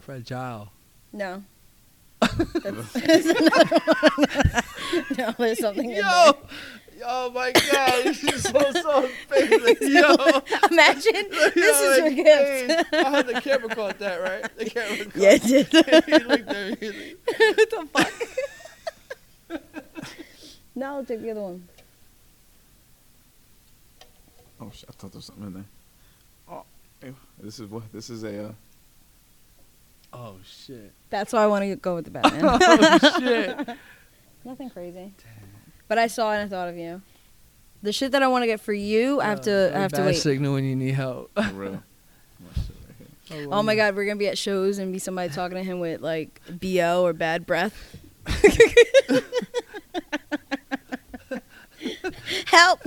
Fragile.
No. That's, that's another one. no, there's something in there.
yo, my God, this is so so amazing.
Imagine this is your gift.
I had the camera caught that, right? The camera caught.
yeah, it did.
looked at me.
what the fuck? now I'll take the other one.
Oh, shit, I thought there was something in there. Oh, ew. this is what this is a. Uh,
Oh shit.
That's why I want to go with the Batman.
Oh shit.
Nothing crazy. But I saw it and I thought of you. The shit that I want to get for you, I have to, I have to
Bad
wait.
signal when you need help.
for real. My shit right here.
Oh my god, we're gonna be at shows and be somebody talking to him with like BO or bad breath. Help!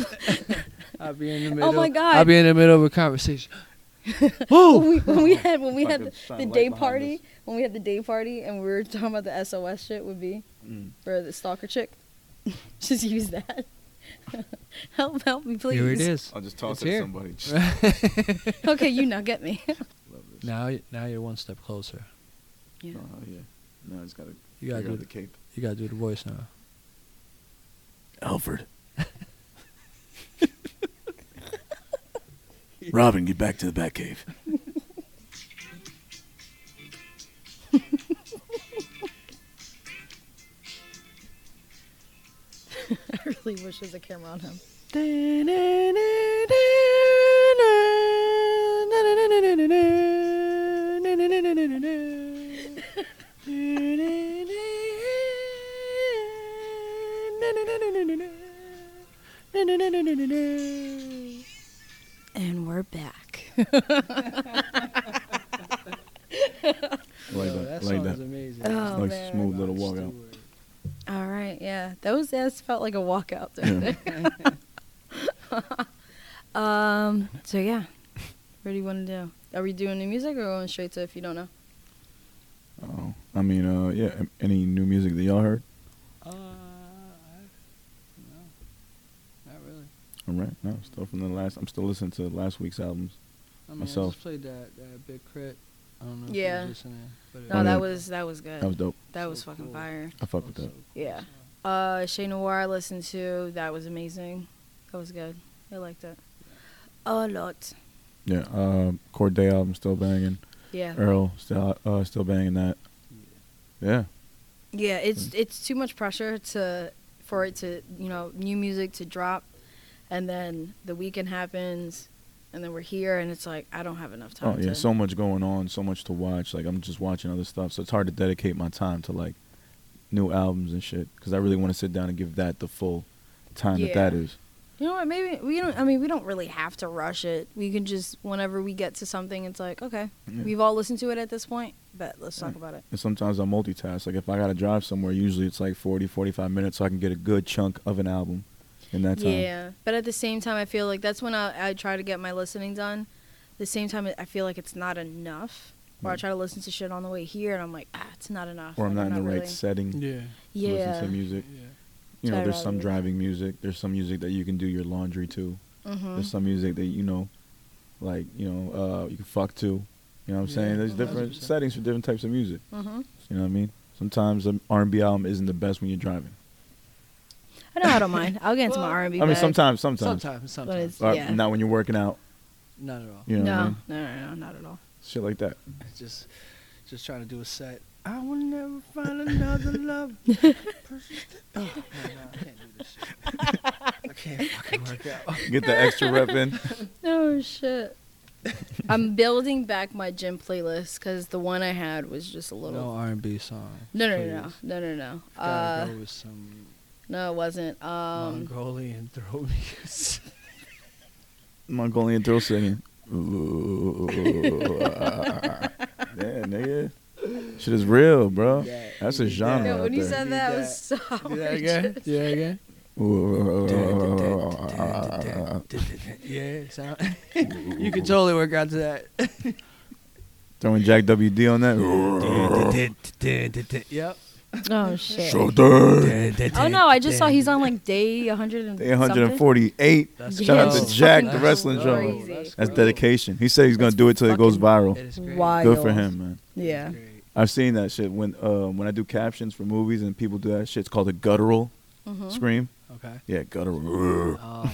I'll be in the middle.
Oh my God.
I'll be in the middle of a conversation.
When
Ooh.
we, when we had when we had
Fucking
the,
shine
the
a light
day
behind
party
us.
when we had the day party and we were talking about the SOS shit would be
Mm.
for the stalker chick. Just use that. help! Help me, please.
Here it is.
I'll just toss
It's
it to
here.
somebody. Just
Okay, you now get me.
love this.
now, y- now you're one step closer.
yeah.
Oh, yeah. Now I just gotta
You gotta
figure out
do
the
the,
cape.
you gotta do the voice now.
Alfred. Robin, get back to the Batcave.
I really wish there's a camera on him. And we're back.
Like
Yo,
that. Like
that song's
that.
amazing.
Oh,
like
man.
smooth little walk out.
Stewart.
All right, yeah. Those that's felt like a walkout there. um, so yeah. What do you want to do? Are we doing new music or going straight to if you don't know?
Oh, I mean, uh, yeah. am- Any new music that y'all heard?
Uh, I, no, not really.
All right. No, still from the last. I'm still listening to last week's albums.
I mean, I
Myself.
just played that, that big crit. I don't know. if you
Yeah.
was listening, but it-
No,
Oh, yeah.
that was that was good.
That was dope.
That was
so
fucking
cool.
fire.
I fuck with that.
Also-
Yeah. Uh, Shay Noir I listened to that was amazing. That was good. I liked it a lot.
Yeah. Uh, Corday album still banging.
Yeah.
Earl still uh, still banging that. Yeah.
Yeah, it's it's too much pressure to for it to you know new music to drop, and then the weekend happens, and then we're here, and it's like I don't have enough time.
Oh yeah.
to-
So much going on. So much to watch. Like I'm just watching other stuff, so it's hard to dedicate my time to like new albums and shit because I really want to sit down and give that the full time that that
Yeah.
is.
You know what? Maybe we don't. I mean, we don't really have to rush it. We can just whenever we get to something, it's like, okay,
Yeah.
we've all listened to it at this point. But let's talk
Yeah.
about it.
And sometimes I multitask. Like if I got to drive somewhere, usually it's like 40, 45 minutes so I can get a good chunk of an album in that time.
Yeah, but at the same time, I feel like that's when I, I try to get my listening done. the same time, I feel like it's not enough. Or I
Right.
try to listen to shit on the way here, and I'm like, ah, it's not enough.
Or I'm
Like,
not in the
really-
right setting
Yeah.
to
Yeah.
listen to music. You
So
know,
I'd
there's some
rather-
driving music. There's some music that you can do your laundry to.
hmm
There's some music that you know, like you know, uh, you can fuck to. You know what I'm
Yeah,
saying? There's
a
different
hundred percent.
settings for different types of music.
hmm
You know what I mean? Sometimes an R&B album isn't the best when you're driving.
I know I don't mind. I'll get into my
Well,
R&B.
I mean,
bag,
sometimes, sometimes,
Sometimes,
but it's
sometimes.
Uh,
yeah.
not when you're working out.
Not at all.
You know what I
no,
mean?
no, no, no, not at all.
Shit like that.
It's Just just trying to do a set. I will never find another love. persist- oh, no, no, I can't do this shit. I can't fucking work out.
Get the extra rep in.
Oh shit. I'm building back my gym playlist because the one I had was just a
No
little.
R&B song.
No, no, no,
please.
no, no, no, no.
Gotta
Uh,
go with some
no, it wasn't. Um,
Mongolian throat music.
Mongolian throat singing. yeah, nigga. Shit is real, bro.
Yeah,
That's a
you did that.
genre.
yo, when
right
you
there.
said
Need
that, it was
that.
so.
Do that again. Do that again.
Oh,
yeah, sound. you can totally work out to
Throwing Jack WD on that.
that. yep.
Oh shit.
Shoulder.
Oh no, I just saw he's on like day 100 and
Day 148.
That's
Shout out
Yes.
to
That's
Jack, the
fucking
wrestling
crazy.
show.
Oh,
That's
That's dedication. He said he's gonna do it till it goes
It
viral.
is great.
Good for him, man.
Yeah.
Great.
I've seen that shit when uh, when I do captions for movies and people do that shit. It's called a guttural
Mm-hmm.
scream.
Okay.
Yeah, guttural
Oh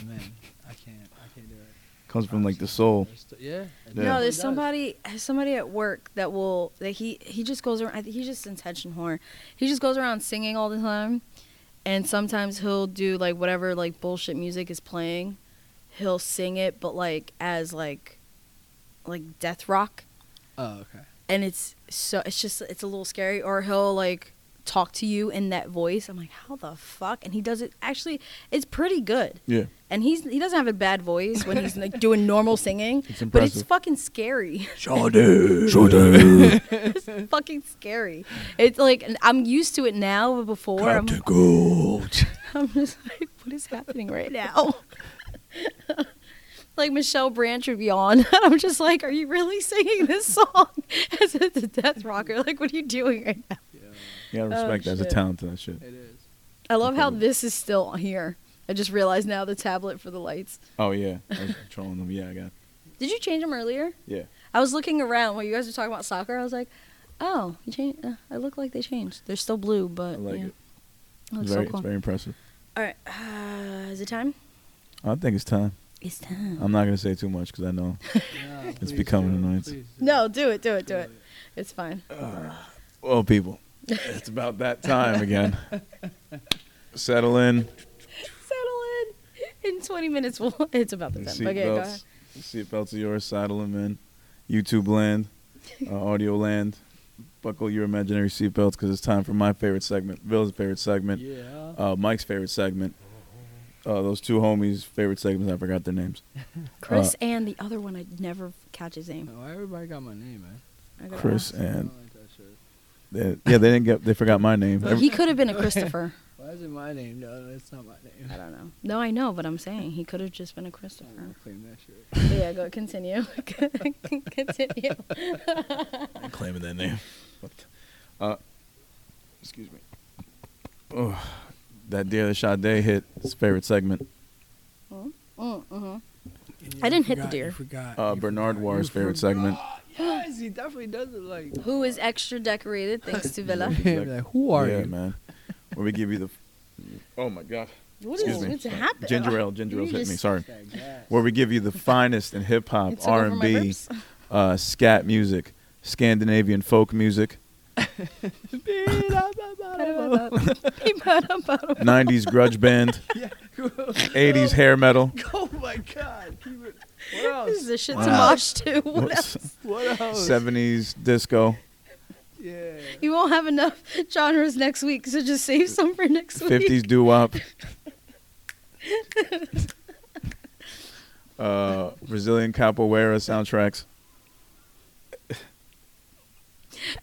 man, I can't. I can't do it.
comes from like the soul.
There's th- yeah. it
Yeah.
No,
definitely
there's
does.
somebody somebody at work that will that he he just goes around. I think he's just intention whore. He just goes around singing all the time, and sometimes he'll do like whatever like bullshit music is playing. He'll sing it, but like as like like death rock,
Oh okay.
and it's so it's just it's a little scary. Or he'll like talk to you in that voice. I'm like, how the fuck? And he does it. Actually, it's pretty good.
Yeah,
And he's he doesn't have a bad voice when he's like doing normal singing,
It's
but it's
impressive.
fucking scary.
shoulder,
Oh,
shoulder,
fucking scary. It's like and I'm used to it now, but before I'm, I'm just like, what is happening right now? like Michelle Branch would be on, and I'm just like, are you really singing this song as if it's a death rocker? Like, what are you doing right now?
You gotta
Oh,
respect that. It's a
shit.
talent to that shit.
It is.
I love how this is still here. I just realized now the tablet for the lights.
Oh yeah, I was trolling them. Yeah, I got.
Did you change them earlier?
Yeah,
I was looking around while you guys were talking about soccer. I was like, oh, you changed. Uh, I look like they changed. They're still blue,
I
but
like
yeah.
it.
Oh,
It's
it's
very,
so cool.
it's very impressive.
All right, uh, is it time?
I think it's time.
It's time.
I'm not gonna say too much because I know
No,
It's
please
becoming
do it,
annoying.
please do
No, do it, do it, do it. It's fine.
Well, people, it's about that time again. Settle in.
Settle in. In 20 minutes, we'll, it's about the time. Okay, go ahead.
Seatbelts. Seatbelts are yours. Saddle them in. YouTube land, uh, audio land. Buckle your imaginary seatbelts because it's time for my favorite segment, Bill's favorite segment,
Yeah.
uh, Mike's favorite segment. Uh, those two homies' favorite segments. I forgot their names. Uh,
Chris and the other one, I never catch his name.
Why everybody got my name, man?
I gotta
Chris
ask.
I
and
don't like that shit.
they, yeah, they didn't get. They forgot my name.
He could have been a Christopher.
Why is it my name? No, that's not my name.
I don't know. No, I know, but I'm saying he could have just been a
I'm gonna
Christopher.
claim that shit.
But yeah, go continue. continue.
I'm claiming that name. What the- Uh, excuse me. Oh, that Dear the Sade hit his favorite segment.
Mm-hmm.
And you
I didn't hit the
forgot,
deer.
You forgot.
Uh,
you
Bernard
forgot,
Warr's
you
favorite
forgot.
segment.
Yes, he definitely does it like.
Who is extra decorated thanks to Villa?
Exactly.
Like, who are
yeah,
you?
man. Where we give you the. Oh my God.
What
Excuse
is
me.
what's happening?
Ginger ale. Ginger
You
ale hit me.
just-
Sorry.
Like that.
Where we give you the finest in hip hop,
It took
R
over
and
my
B,
ribs.
uh, scat music, Scandinavian folk music, '90s grudge band,
Yeah.
'80s hair metal.
oh my God. Keep it. What else?
This is a shit to
Wow.
mosh to. What else?
What else?
70s disco,
Yeah.
You won't have enough genres next week, so just save some for next week.
50s doo wop. uh, Brazilian capoeira soundtracks.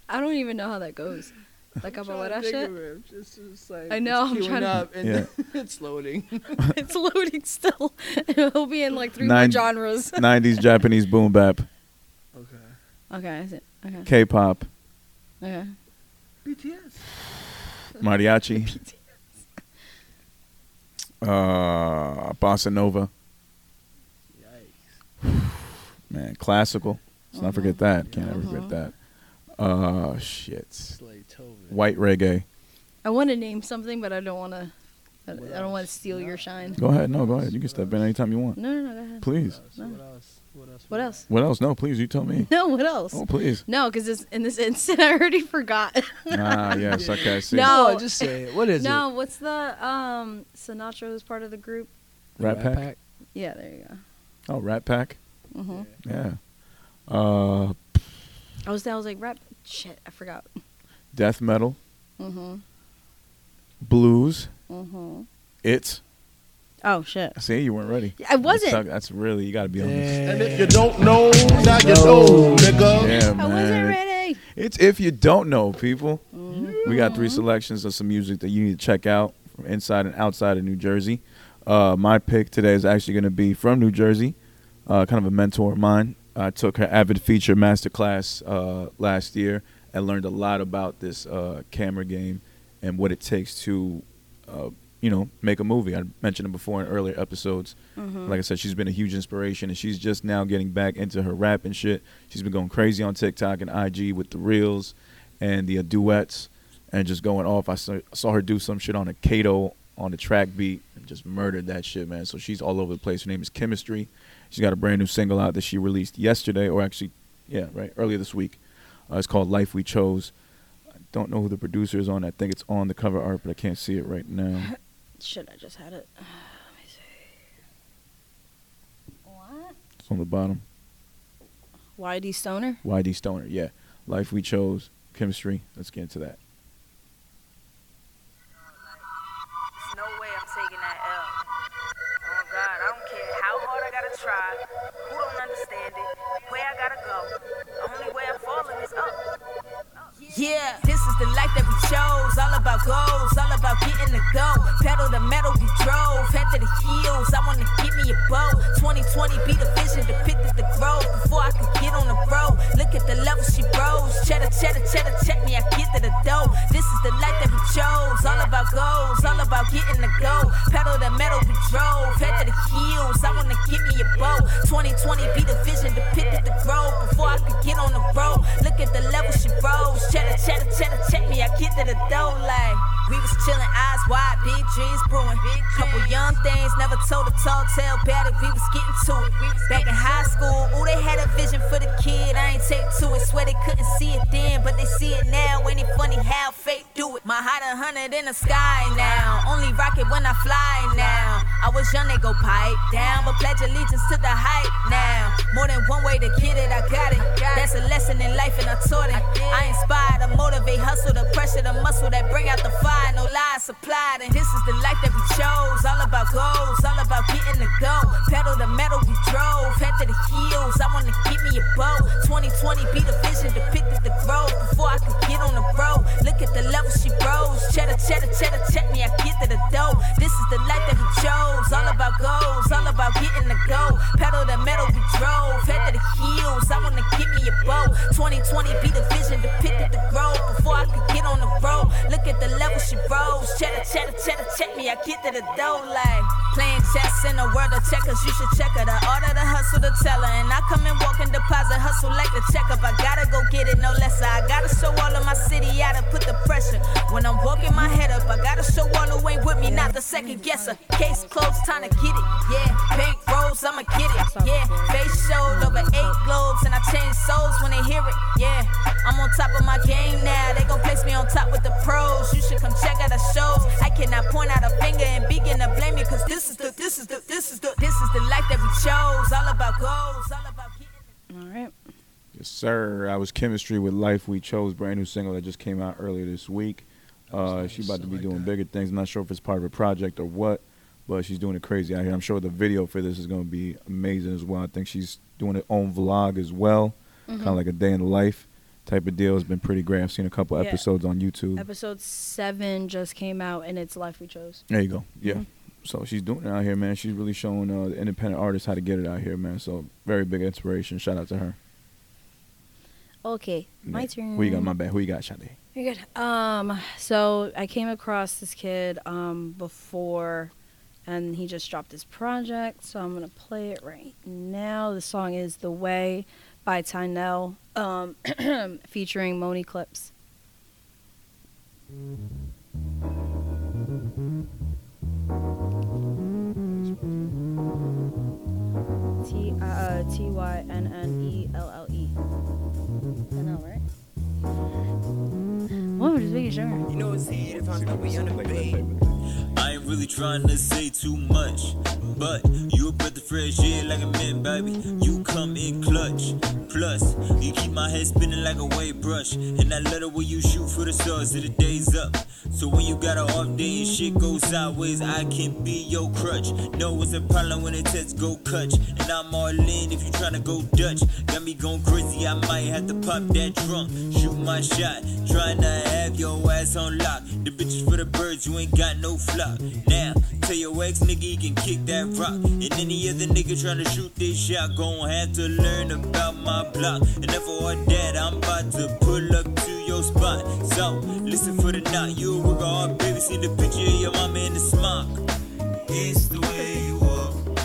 I don't even know how that goes. Like
I'm
about
trying to
that
think
shit.
of it. I'm Just, just like,
I know, I'm
It's queuing
trying to-
up and
Yeah.
it's loading.
It's loading still. It'll be in like three
Nine-
more genres.
90s Japanese boom bap,
Okay.
Okay, is it? Okay,
K-pop,
okay.
BTS.
mariachi, uh, bossa nova,
Yikes.
man, classical. Let's not forget that. Can't ever
Mhm.
forget that. Uh, shit.
Slay Tovin.
White reggae.
I want to name something, but I don't want to. I
What
don't want
else?
to steal your shine.
Go ahead. No, go ahead. You can step in anytime you want.
No, no, no. Go ahead.
What
Please.
else?
No.
What else? What else?
What else?
What else? No, please. You tell me.
No, what else?
Oh, please.
No, because in this instant, I already forgot.
Ah, yes. Okay, I see.
No.
No, Oh, just say it. What is
no, what's the um Sinatra was part of the group?
it?
Rat Pack.
Yeah, there you go.
Oh, Rat Pack.
hmm
Yeah. Uh,
I was I was like rap. Shit, I forgot.
death metal,
Mm-hmm.
blues.
Mm-hmm.
It's.
Oh shit.
See, you weren't ready.
I wasn't.
That's, that's really. You got to be on this.
Damn.
And if you don't know, now you know, nigga.
Yeah,
I wasn't
man.
ready.
It's if you don't know, people. We got
Mm-hmm.
three selections of some music that you need to check out from inside and outside of New Jersey. Uh, my pick today is actually going to be from New Jersey, uh, kind of a mentor of mine. I took her Avid Feature Masterclass uh, last year and learned a lot about this uh, camera game and what it takes to, uh, you know, make a movie. I mentioned it before in earlier episodes. Like I said, she's been a huge inspiration, and she's just now getting back into her rap and shit. She's been going crazy on TikTok and IG with the reels and the uh, duets and just going off. I saw, saw her do some shit on a Kato on the track beat and just murdered that shit, man. So she's all over the place. Her name is Chemistry. She's got a brand new single out that she released yesterday, or actually, yeah, right, earlier this week. Uh, it's called Life We Chose. I don't know who the producer is on. I think it's on the cover art, but I can't see it right now.
Shit, I just had it. Let me see. What?
It's on the bottom.
YD Stoner.
YD Stoner, yeah. Life We Chose, Chemistry. Let's get into that.
There's no way I'm taking that L. Oh God, I don't care how hard I gotta try, who don't understand it, where I gotta go. The only way I'm falling is up. Yeah, this is the life that we chose. All about goals, all about getting the go. Pedal the metal we drove, head to the heels. I wanna give me a bow. 2020 be the vision depicted the growth before I could get on the road. Look at the level she rose. Cheddar, cheddar, cheddar, check me. I get to the dough. This is the life that we chose. All about goals, all about getting the go. Pedal the metal we drove, head to the heels. I wanna give me a bow. 2020 be the vision depicted the growth before I could get on the road. Look at the level she rose. Cheddar, cheddar, cheddar, check me. I get to the dough like we was chillin', eyes wide, big dreams brewing. Couple young things, never told a tall tale about it. We was getting to it. Back in high school, ooh, they had a vision for the kid. I ain't take to it. Swear they couldn't see it then, but they see it now. Ain't it funny how fate do it? My heart a hundred in the sky now. Only rocket when I fly now. I was young, they go pipe down, but pledge allegiance to the hype now. More than one way to get it, I got it. That's a lesson in life, and I taught it. I inspire to motivate, hustle the pressure, the muscle that bring out the fire. No lies supplied, and this is the life that we chose. All about goals, all about getting the go. Pedal the metal we drove, head to the heels. I wanna give me a bow. 2020 be the vision depicted the growth before I could get on the road. Look at the level she rose. Cheddar, cheddar, cheddar, check me. I get to the dough. This is the life that we chose. All about goals, all about getting the go. Pedal the metal we drove, head to the heels. I wanna give me a bow. 2020 be the vision depicted the growth before I could get on the road. Look at the level she rose. Cheddar, cheddar, cheddar, check me. I get to the dough like playing chess in the world of checkers. You should check her. The order, the hustle, the teller, and I come and walk and deposit hustle like the checkup. I gotta go get it, no less. I gotta show all of my city how to put the pressure. When I'm walking my head up, I gotta show all who ain't with me, not the second guesser. Case closed, time to get it. Yeah, bank rolls, I'ma get it. Yeah, face showed over eight globes, and I change souls when they hear it. Yeah, I'm on top of my game now. They gon' place me on top with the pros. You should come check out the shows. I cannot point out a finger and begin to blame you, cause this is the, this is the, this is the, this is the life that we chose. All about goals, all about getting.
All right.
Yes, sir. I was Chemistry with Life We Chose, brand new single that just came out earlier this week. Uh,
nice.
She about to
I
be
like
doing
that.
bigger things. I'm not sure if it's part of a project or what, but she's doing it crazy out here. I'm sure the video for this is going to be amazing as well. I think she's doing her own vlog as well,
Mm-hmm.
Mm-hmm.
kind of like a day in the life type of deal. It's been pretty great. I've seen a couple
Yeah.
episodes on YouTube.
Episode seven just came out, and it's Life We Chose.
There you go. Yeah.
Mm-hmm.
So she's doing it out here, man. She's really showing uh, the independent artists how to get it out here, man. So very big inspiration. Shout out to her.
Okay, my
Yeah.
turn.
Who you got? My bad. Who you got, Sade?
You're good. Um, so I came across this kid um before, and he just dropped his project. So I'm gonna play it right now. The song is "The Way" by Tynell, um, featuring Moni Clips. T uh, T Y N N E L L E. I know, right? Whoa, just making sure.
You know it's hard if I'm not on the bay. I ain't really trying to say too much, but you a breath of fresh air like a man, baby. You come in clutch. Plus, you keep my head spinning like a wave brush, and I love the way you shoot for the stars till the day's up. So when you got an off day and shit goes sideways, I can be your crutch. No, it's a problem when the test go clutch, and I'm all in if you tryna go Dutch. Got me going crazy, I might have to pop that trunk, shoot my shot, tryna have your ass on lock. The bitches for the birds, you ain't got no flock. Now, tell your ex nigga he can kick that rock. And any other nigga tryna shoot this shot, gon' have to learn about my block. And if all that, I'm about to pull up to your spot. So, listen for the knock, you a work hard, baby. See the picture of your mama in the smock. It's the way you walk.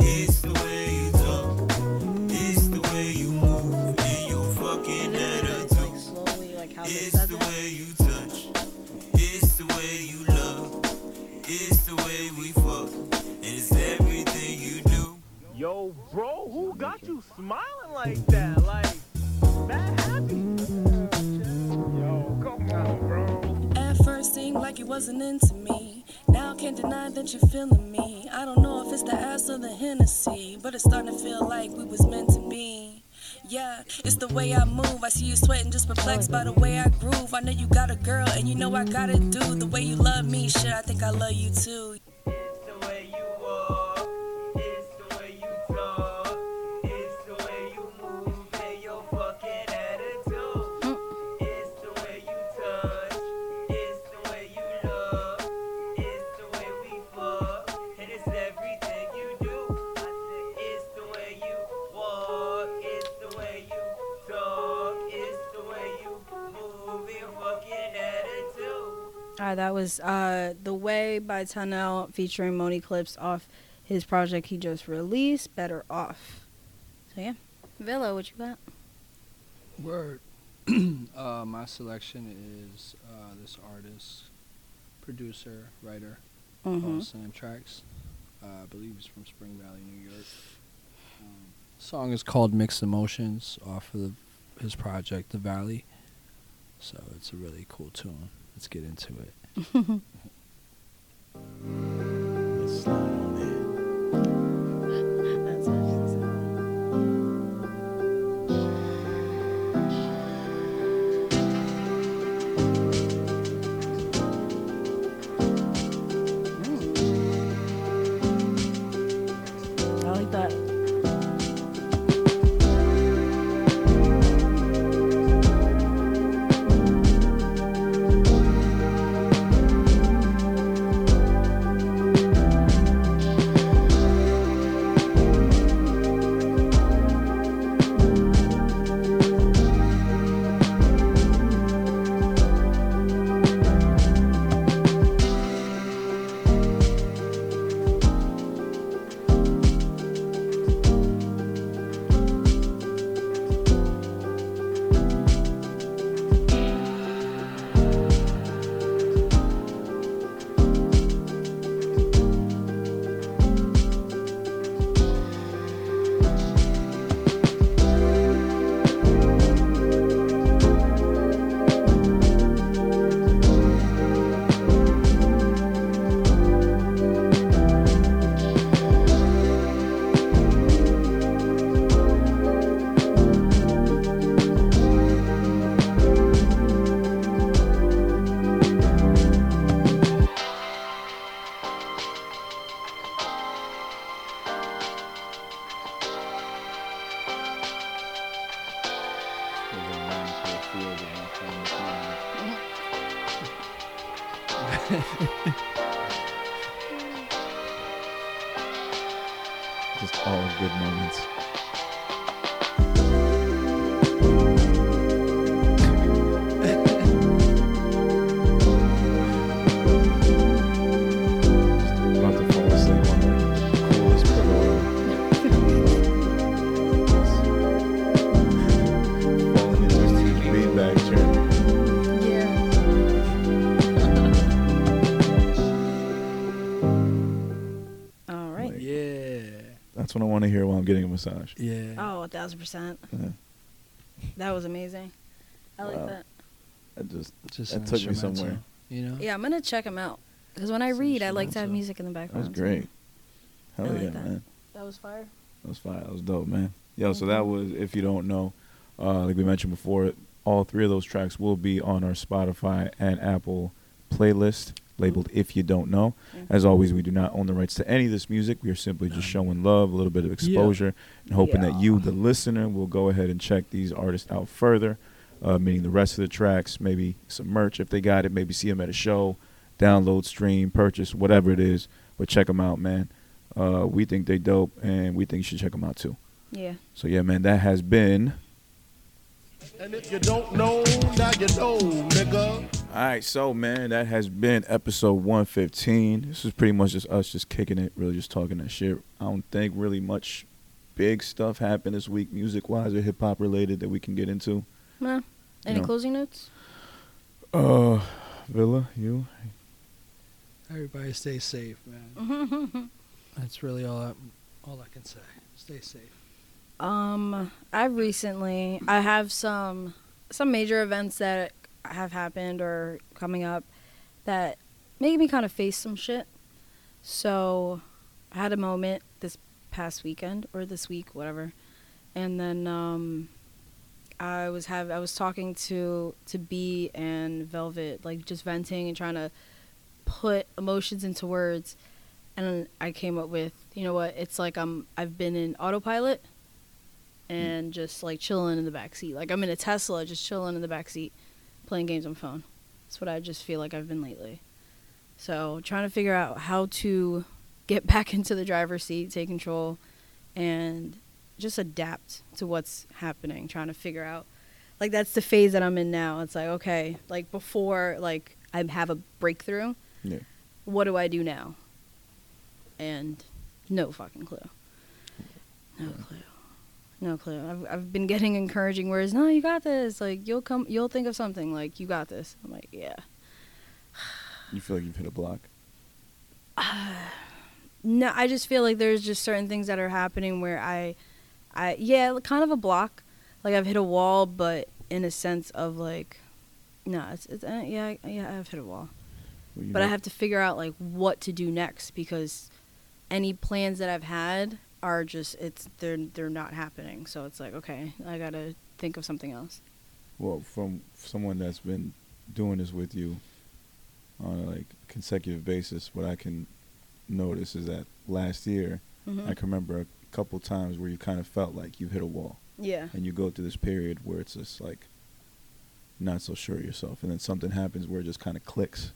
It's the way you talk. It's the way you move. And you fucking attitude.
Like slowly, like how they
It's
said
the
that.
way you touch. It's the way you love. It's the way we fuck. And it's everything you do.
Yo, bro, who got you smiling like that? Like, that happy? Yo, come on, bro.
At first seemed like you wasn't into me. Now can't deny that you're feeling me. I don't know if it's the ass or the Hennessy, but it's starting to feel like we was meant to be. Yeah, it's the way I move. I see you sweating, just perplexed by the way I groove. I know you got a girl, and you know I got to do The way you love me, shit, I think I love you too.
It's the way you walk. It's the way you talk. It's the way you move. And your fucking attitude. It's the way you touch. It's the way you love. It's the way we fuck. And it's everything you do. I said, It's the way you walk. It's the way you talk. It's the way you move. Your fucking attitude.
All right, that was uh, "The Way" by Tunnel featuring Moni Clips off his project he just released, "Better Off." So yeah, Villa, what you got?
Word. uh, my selection is uh, this artist, producer, writer,
Mhm.
called Slam Tracks. Uh, I believe he's from Spring Valley, New York. Um, song is called Mixed Emotions off of the, his project, The Valley. So it's a really cool tune. Let's get into it.
That's what she said. Mm. I like that.
Just all good moments. About to fall asleep on the coolest pillow. Falling into his beanbag chair.
All right.
Yeah.
That's what I want to hear while I'm getting a massage.
Yeah.
Oh, a thousand percent.
Yeah.
That was amazing. I like
Wow.
that.
That just
Just
that
an
took me
instrumental,
somewhere.
You know?
Yeah, I'm gonna check them out because when I
Some
read, I like to have
instrumental.
music in the
That was
background.
great. Hell
I like
yeah,
that.
man.
That was fire.
That was fire. That was dope, man. Yo, so that was if you don't know, uh, like we mentioned before, all three of those tracks will be on our Spotify and Apple playlist labeled "If You Don't Know." As always, we do not own the rights to any of this music. We are simply just showing love, a little bit of exposure, and hoping that you, the listener, will go ahead and check these artists out further. Uh, meaning the rest of the tracks, maybe some merch if they got it, maybe see them at a show, download, stream, purchase, whatever it is. But check them out, man. Uh, we think they dope, and we think you should check them out too.
Yeah.
So yeah, man, that has been.
And if you don't know, now you know, nigga.
All right, so man, that has been episode 115. This is pretty much just us just kicking it, really just talking that shit. I don't think really much big stuff happened this week, music wise or hip hop related that we can get into.
Well, any
No.
closing notes?
Uh, Villa, you
Everybody stay safe, man. That's really all I, all I can say. Stay safe.
Um, I recently I have some some major events that have happened or coming up that make me kind of face some shit. So I had a moment this past weekend or this week, whatever, and then um, I was have I was talking to to B and Velvet, like just venting and trying to put emotions into words, and I came up with you know what it's like I'm I've been in autopilot and just like chilling in the back seat. Like I'm in a Tesla, just chilling in the back seat, playing games on my phone. That's what I just feel like I've been lately. So trying to figure out how to get back into the driver's seat, take control, and just adapt to what's happening. Trying to figure out, like that's the phase that I'm in now. It's like okay, like before, like I have a breakthrough.
Yeah.
What do I do now? And no fucking clue. No clue. No clue. I've I've been getting encouraging words. No, you got this. Like you'll come. You'll think of something. Like you got this. I'm like, yeah.
you feel like you've hit a block.
No, I just feel like there's just certain things that are happening where I, I yeah, kind of a block. Like I've hit a wall, but in a sense of like, no, it's, it's uh, yeah, I- yeah, I've hit a wall.
Well, you
but I
know-
have to figure out like what to do next because any plans that I've had are just it's they're they're not happening. So it's like okay, I gotta think of something else.
Well, from someone that's been doing this with you on a like consecutive basis, what I can notice is that last year
Mhm.
I can remember a couple times where you kind of felt like you hit a wall,
Yeah.
and you go through this period where it's just like not so sure of yourself, and then something happens where it just kind of clicks,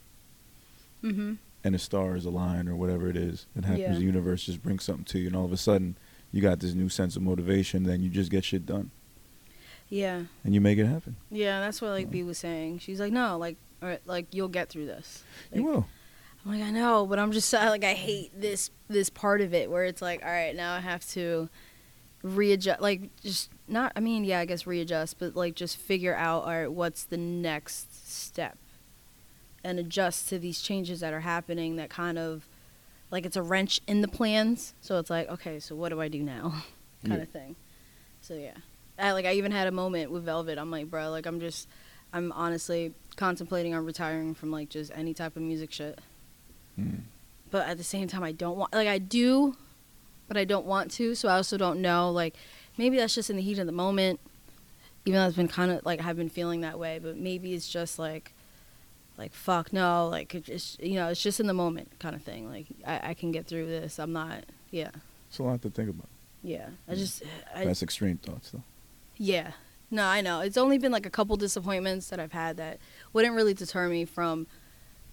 Mm-hmm.
and the stars align or whatever it is that happens.
Yeah.
The universe just brings something to you, and all of a sudden you got this new sense of motivation. Then you just get shit done,
Yeah.
and you make it happen.
Yeah, that's what like B was saying. She's like, no, like, or, like you'll get through this.
you will.
I'm like, I know, but I'm just I- like, I hate this this part of it where it's like, all right, now I have to readjust, like, just not. I mean, yeah, I guess readjust, but like, just figure out, all right, what's the next step, and adjust to these changes that are happening. That kind of, like, it's a wrench in the plans. So it's like, okay, so what do I do now, kind
Yeah.
of thing. So yeah, I, like I even had a moment with Velvet. I'm like, bro, like I'm just, I'm honestly contemplating on retiring from like just any type of music shit but at the same time I don't want like I do but I don't want to so I also don't know like maybe that's just in the heat of the moment even though it's been kind of like I've been feeling that way but maybe it's just like like fuck no like it just you know it's just in the moment kind of thing like I, I can get through this I'm not yeah
It's a lot to think about.
yeah I just I,
That's extreme thoughts, though.
yeah. No, I know. It's only been like a couple disappointments that I've had that wouldn't really deter me from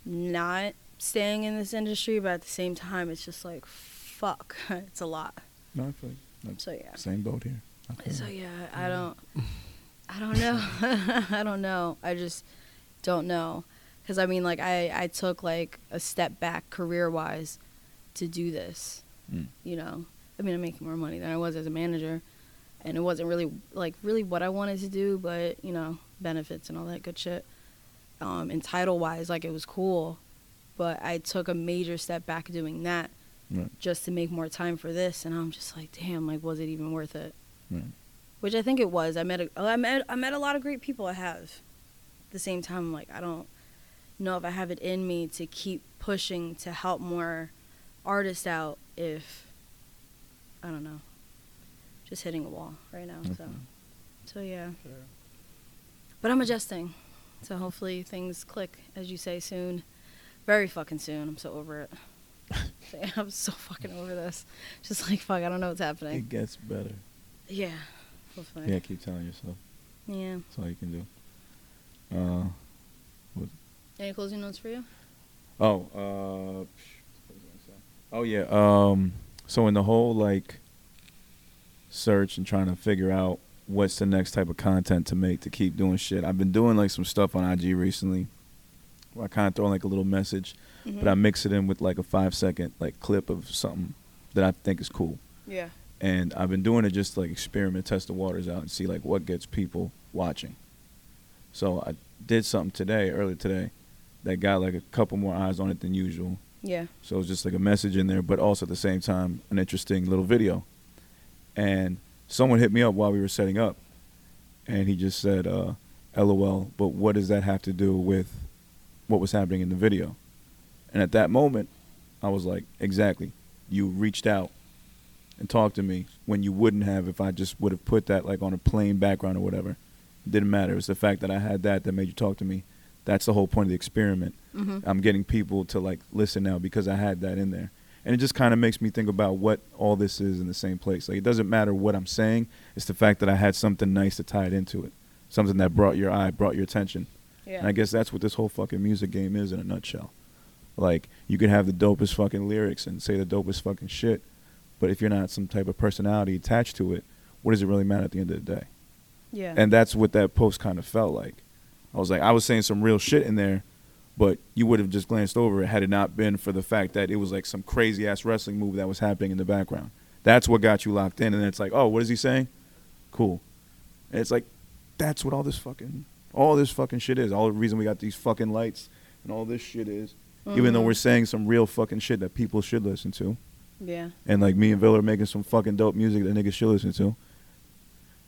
not staying in this industry, but at the same time, it's just like, fuck, it's a lot.
No, I feel like
So, yeah.
Same boat here. I feel
So
you.
yeah, I don't, I don't know, I don't know. I just don't know, because I mean, like I I took like a step back career wise to do this.
Mm.
You know, I mean, I'm making more money than I was as a manager, and it wasn't really like really what I wanted to do, but you know, benefits and all that good shit. Um, and title wise, like it was cool, but I took a major step back doing that
Right.
just to make more time for this, and I'm just like, damn, like was it even worth it?
Right.
which I think it was. I met a, oh, I met I met a lot of great people. I have. At the same time, like I don't know if I have it in me to keep pushing to help more artists out. If I don't know, just hitting a wall right now. So, so yeah. But I'm adjusting. So hopefully things click, as you say, soon. Very fucking soon. I'm so over it. I'm so fucking over this. Just like fuck, I don't know what's happening.
It gets better.
Yeah. Hopefully.
Yeah, keep telling yourself.
Yeah.
That's all you can do. Uh, what,
Any closing notes for you?
oh, uh, what was I gonna say? oh yeah. Um, so in the whole like search and trying to figure out what's the next type of content to make to keep doing shit, I've been doing like some stuff on IG recently. Where I kind of throw like a little message, but
Mhm.
I mix it in with like a five second like clip of something that I think is cool.
Yeah.
and I've been doing it just to, like experiment, test the waters out, and see like what gets people watching. So I did something today, earlier today, that got like a couple more eyes on it than usual.
Yeah.
So it was just like a message in there, but also at the same time an interesting little video. And someone hit me up while we were setting up, and he just said, uh, "LOL, but what does that have to do with what was happening in the video?" And at that moment, I was like, "Exactly, you reached out and talked to me when you wouldn't have if I just would have put that like on a plain background or whatever. It didn't matter. It was the fact that I had that that made you talk to me. That's the whole point of the experiment.
Mm-hmm.
Mhm.
I'm getting people to like listen now because I had that in there. And it just kind of makes me think about what all this is in the same place. Like it doesn't matter what I'm saying. It's the fact that I had something nice to tie it into it. Something that brought your eye, brought your attention.
Yeah.
And I guess that's what this whole fucking music game is in a nutshell. Like you can have the dopest fucking lyrics and say the dopest fucking shit, but if you're not some type of personality attached to it, what does it really matter at the end of the day?
Yeah.
And that's what that post kind of felt like. I was like, I was saying some real shit in there, but you would have just glanced over it had it not been for the fact that it was like some crazy ass wrestling move that was happening in the background. That's what got you locked in, and it's like, oh, what is he saying? Cool. And it's like, that's what all this fucking, all this fucking shit is. All the reason we got these fucking lights and all this shit is, even though
Mhm.
we're saying some real fucking shit that people should listen to.
Yeah.
And like me and Villa are making some fucking dope music that niggas should listen to.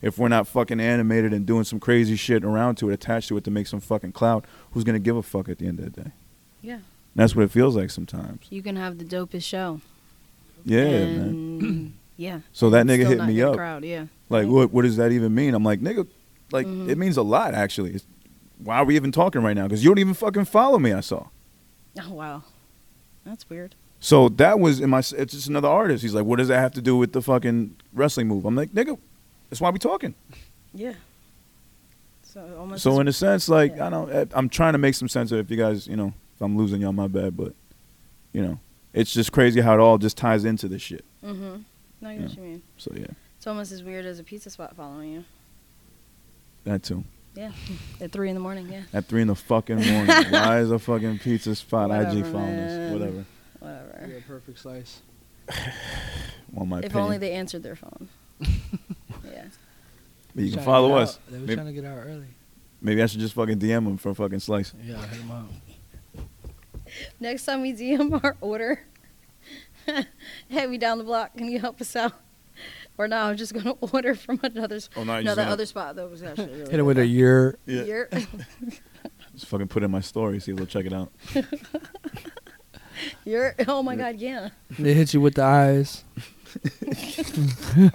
If we're not fucking animated and doing some crazy shit around to it, attached to it to make some fucking clout, who's gonna give a fuck at the end of the day?
Yeah.
That's what it feels like sometimes.
You can have the dopest show.
Yeah, man.
And- yeah.
So that
And
nigga
still
hit
not
me
hit a
up.
crowd, yeah.
Like, what what does that even mean? I'm like, nigga, like
Mhm.
it means a lot actually. It's, why are we even talking right now? Because you don't even fucking follow me. I saw.
Oh wow. That's weird.
So that was in my. It's just another artist. He's like, what does that have to do with the fucking wrestling move? I'm like, nigga, that's why we talking.
Yeah. So almost
So
as-
in a sense, like
yeah.
I don't, eh, I'm trying to make some sense of it. if you guys, you know, if I'm losing y'all, my bad, but you know, it's just crazy how it all just ties into this shit.
Mhm. No, I get
Yeah.
what you mean.
So yeah,
It's almost as weird as a pizza spot following you.
that too.
Yeah. At three in the morning, yeah.
At three in the fucking morning, why is a fucking pizza spot IG
Whatever,
following
man.
us? Whatever.
Whatever.
Yeah, perfect slice.
One my
if
opinion.
only they answered their phone. yeah.
But you can
Tryna
follow
get
us.
out. They were
Maybe,
trying to get out early.
maybe I should just fucking DM them for fucking slice.
Yeah, I hit 'em out.
Next time we DM our order, hey, we down the block. Can you help us out? Or no, I'm just gonna order from another. s-
Oh, no, you're
no,
just
that
gonna-
other spot that was actually really.
Hit 'em with a year. Yeah.
Year.
Just fucking put it in my story, see if they'll check it out.
Year. Oh my God, yeah.
They hit you with the eyes.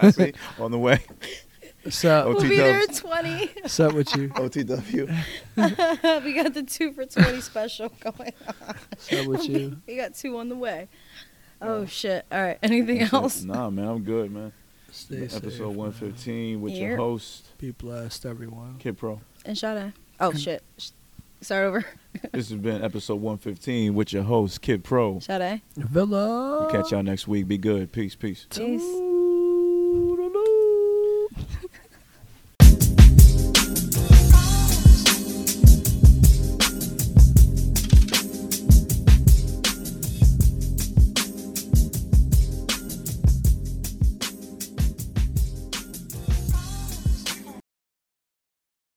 I see. On the way.
So
Oh,
We'll be there at twenty.
What's up with you?
OTW.
we got the two for twenty special going on.
So with you.
We got two on the way. Oh shit! All right. Anything else?
Nah, man, I'm good, man.
Stay
Episode
safe,
115 with your
Yep.
host,
Be blessed, everyone.
Kid Pro.
And Shada. Oh shit. Sh- Start over.
This has been episode 115 with your host, Kid Pro.
Shada.
Villa.
Catch y'all next week. Be good. Peace. Peace.
Peace.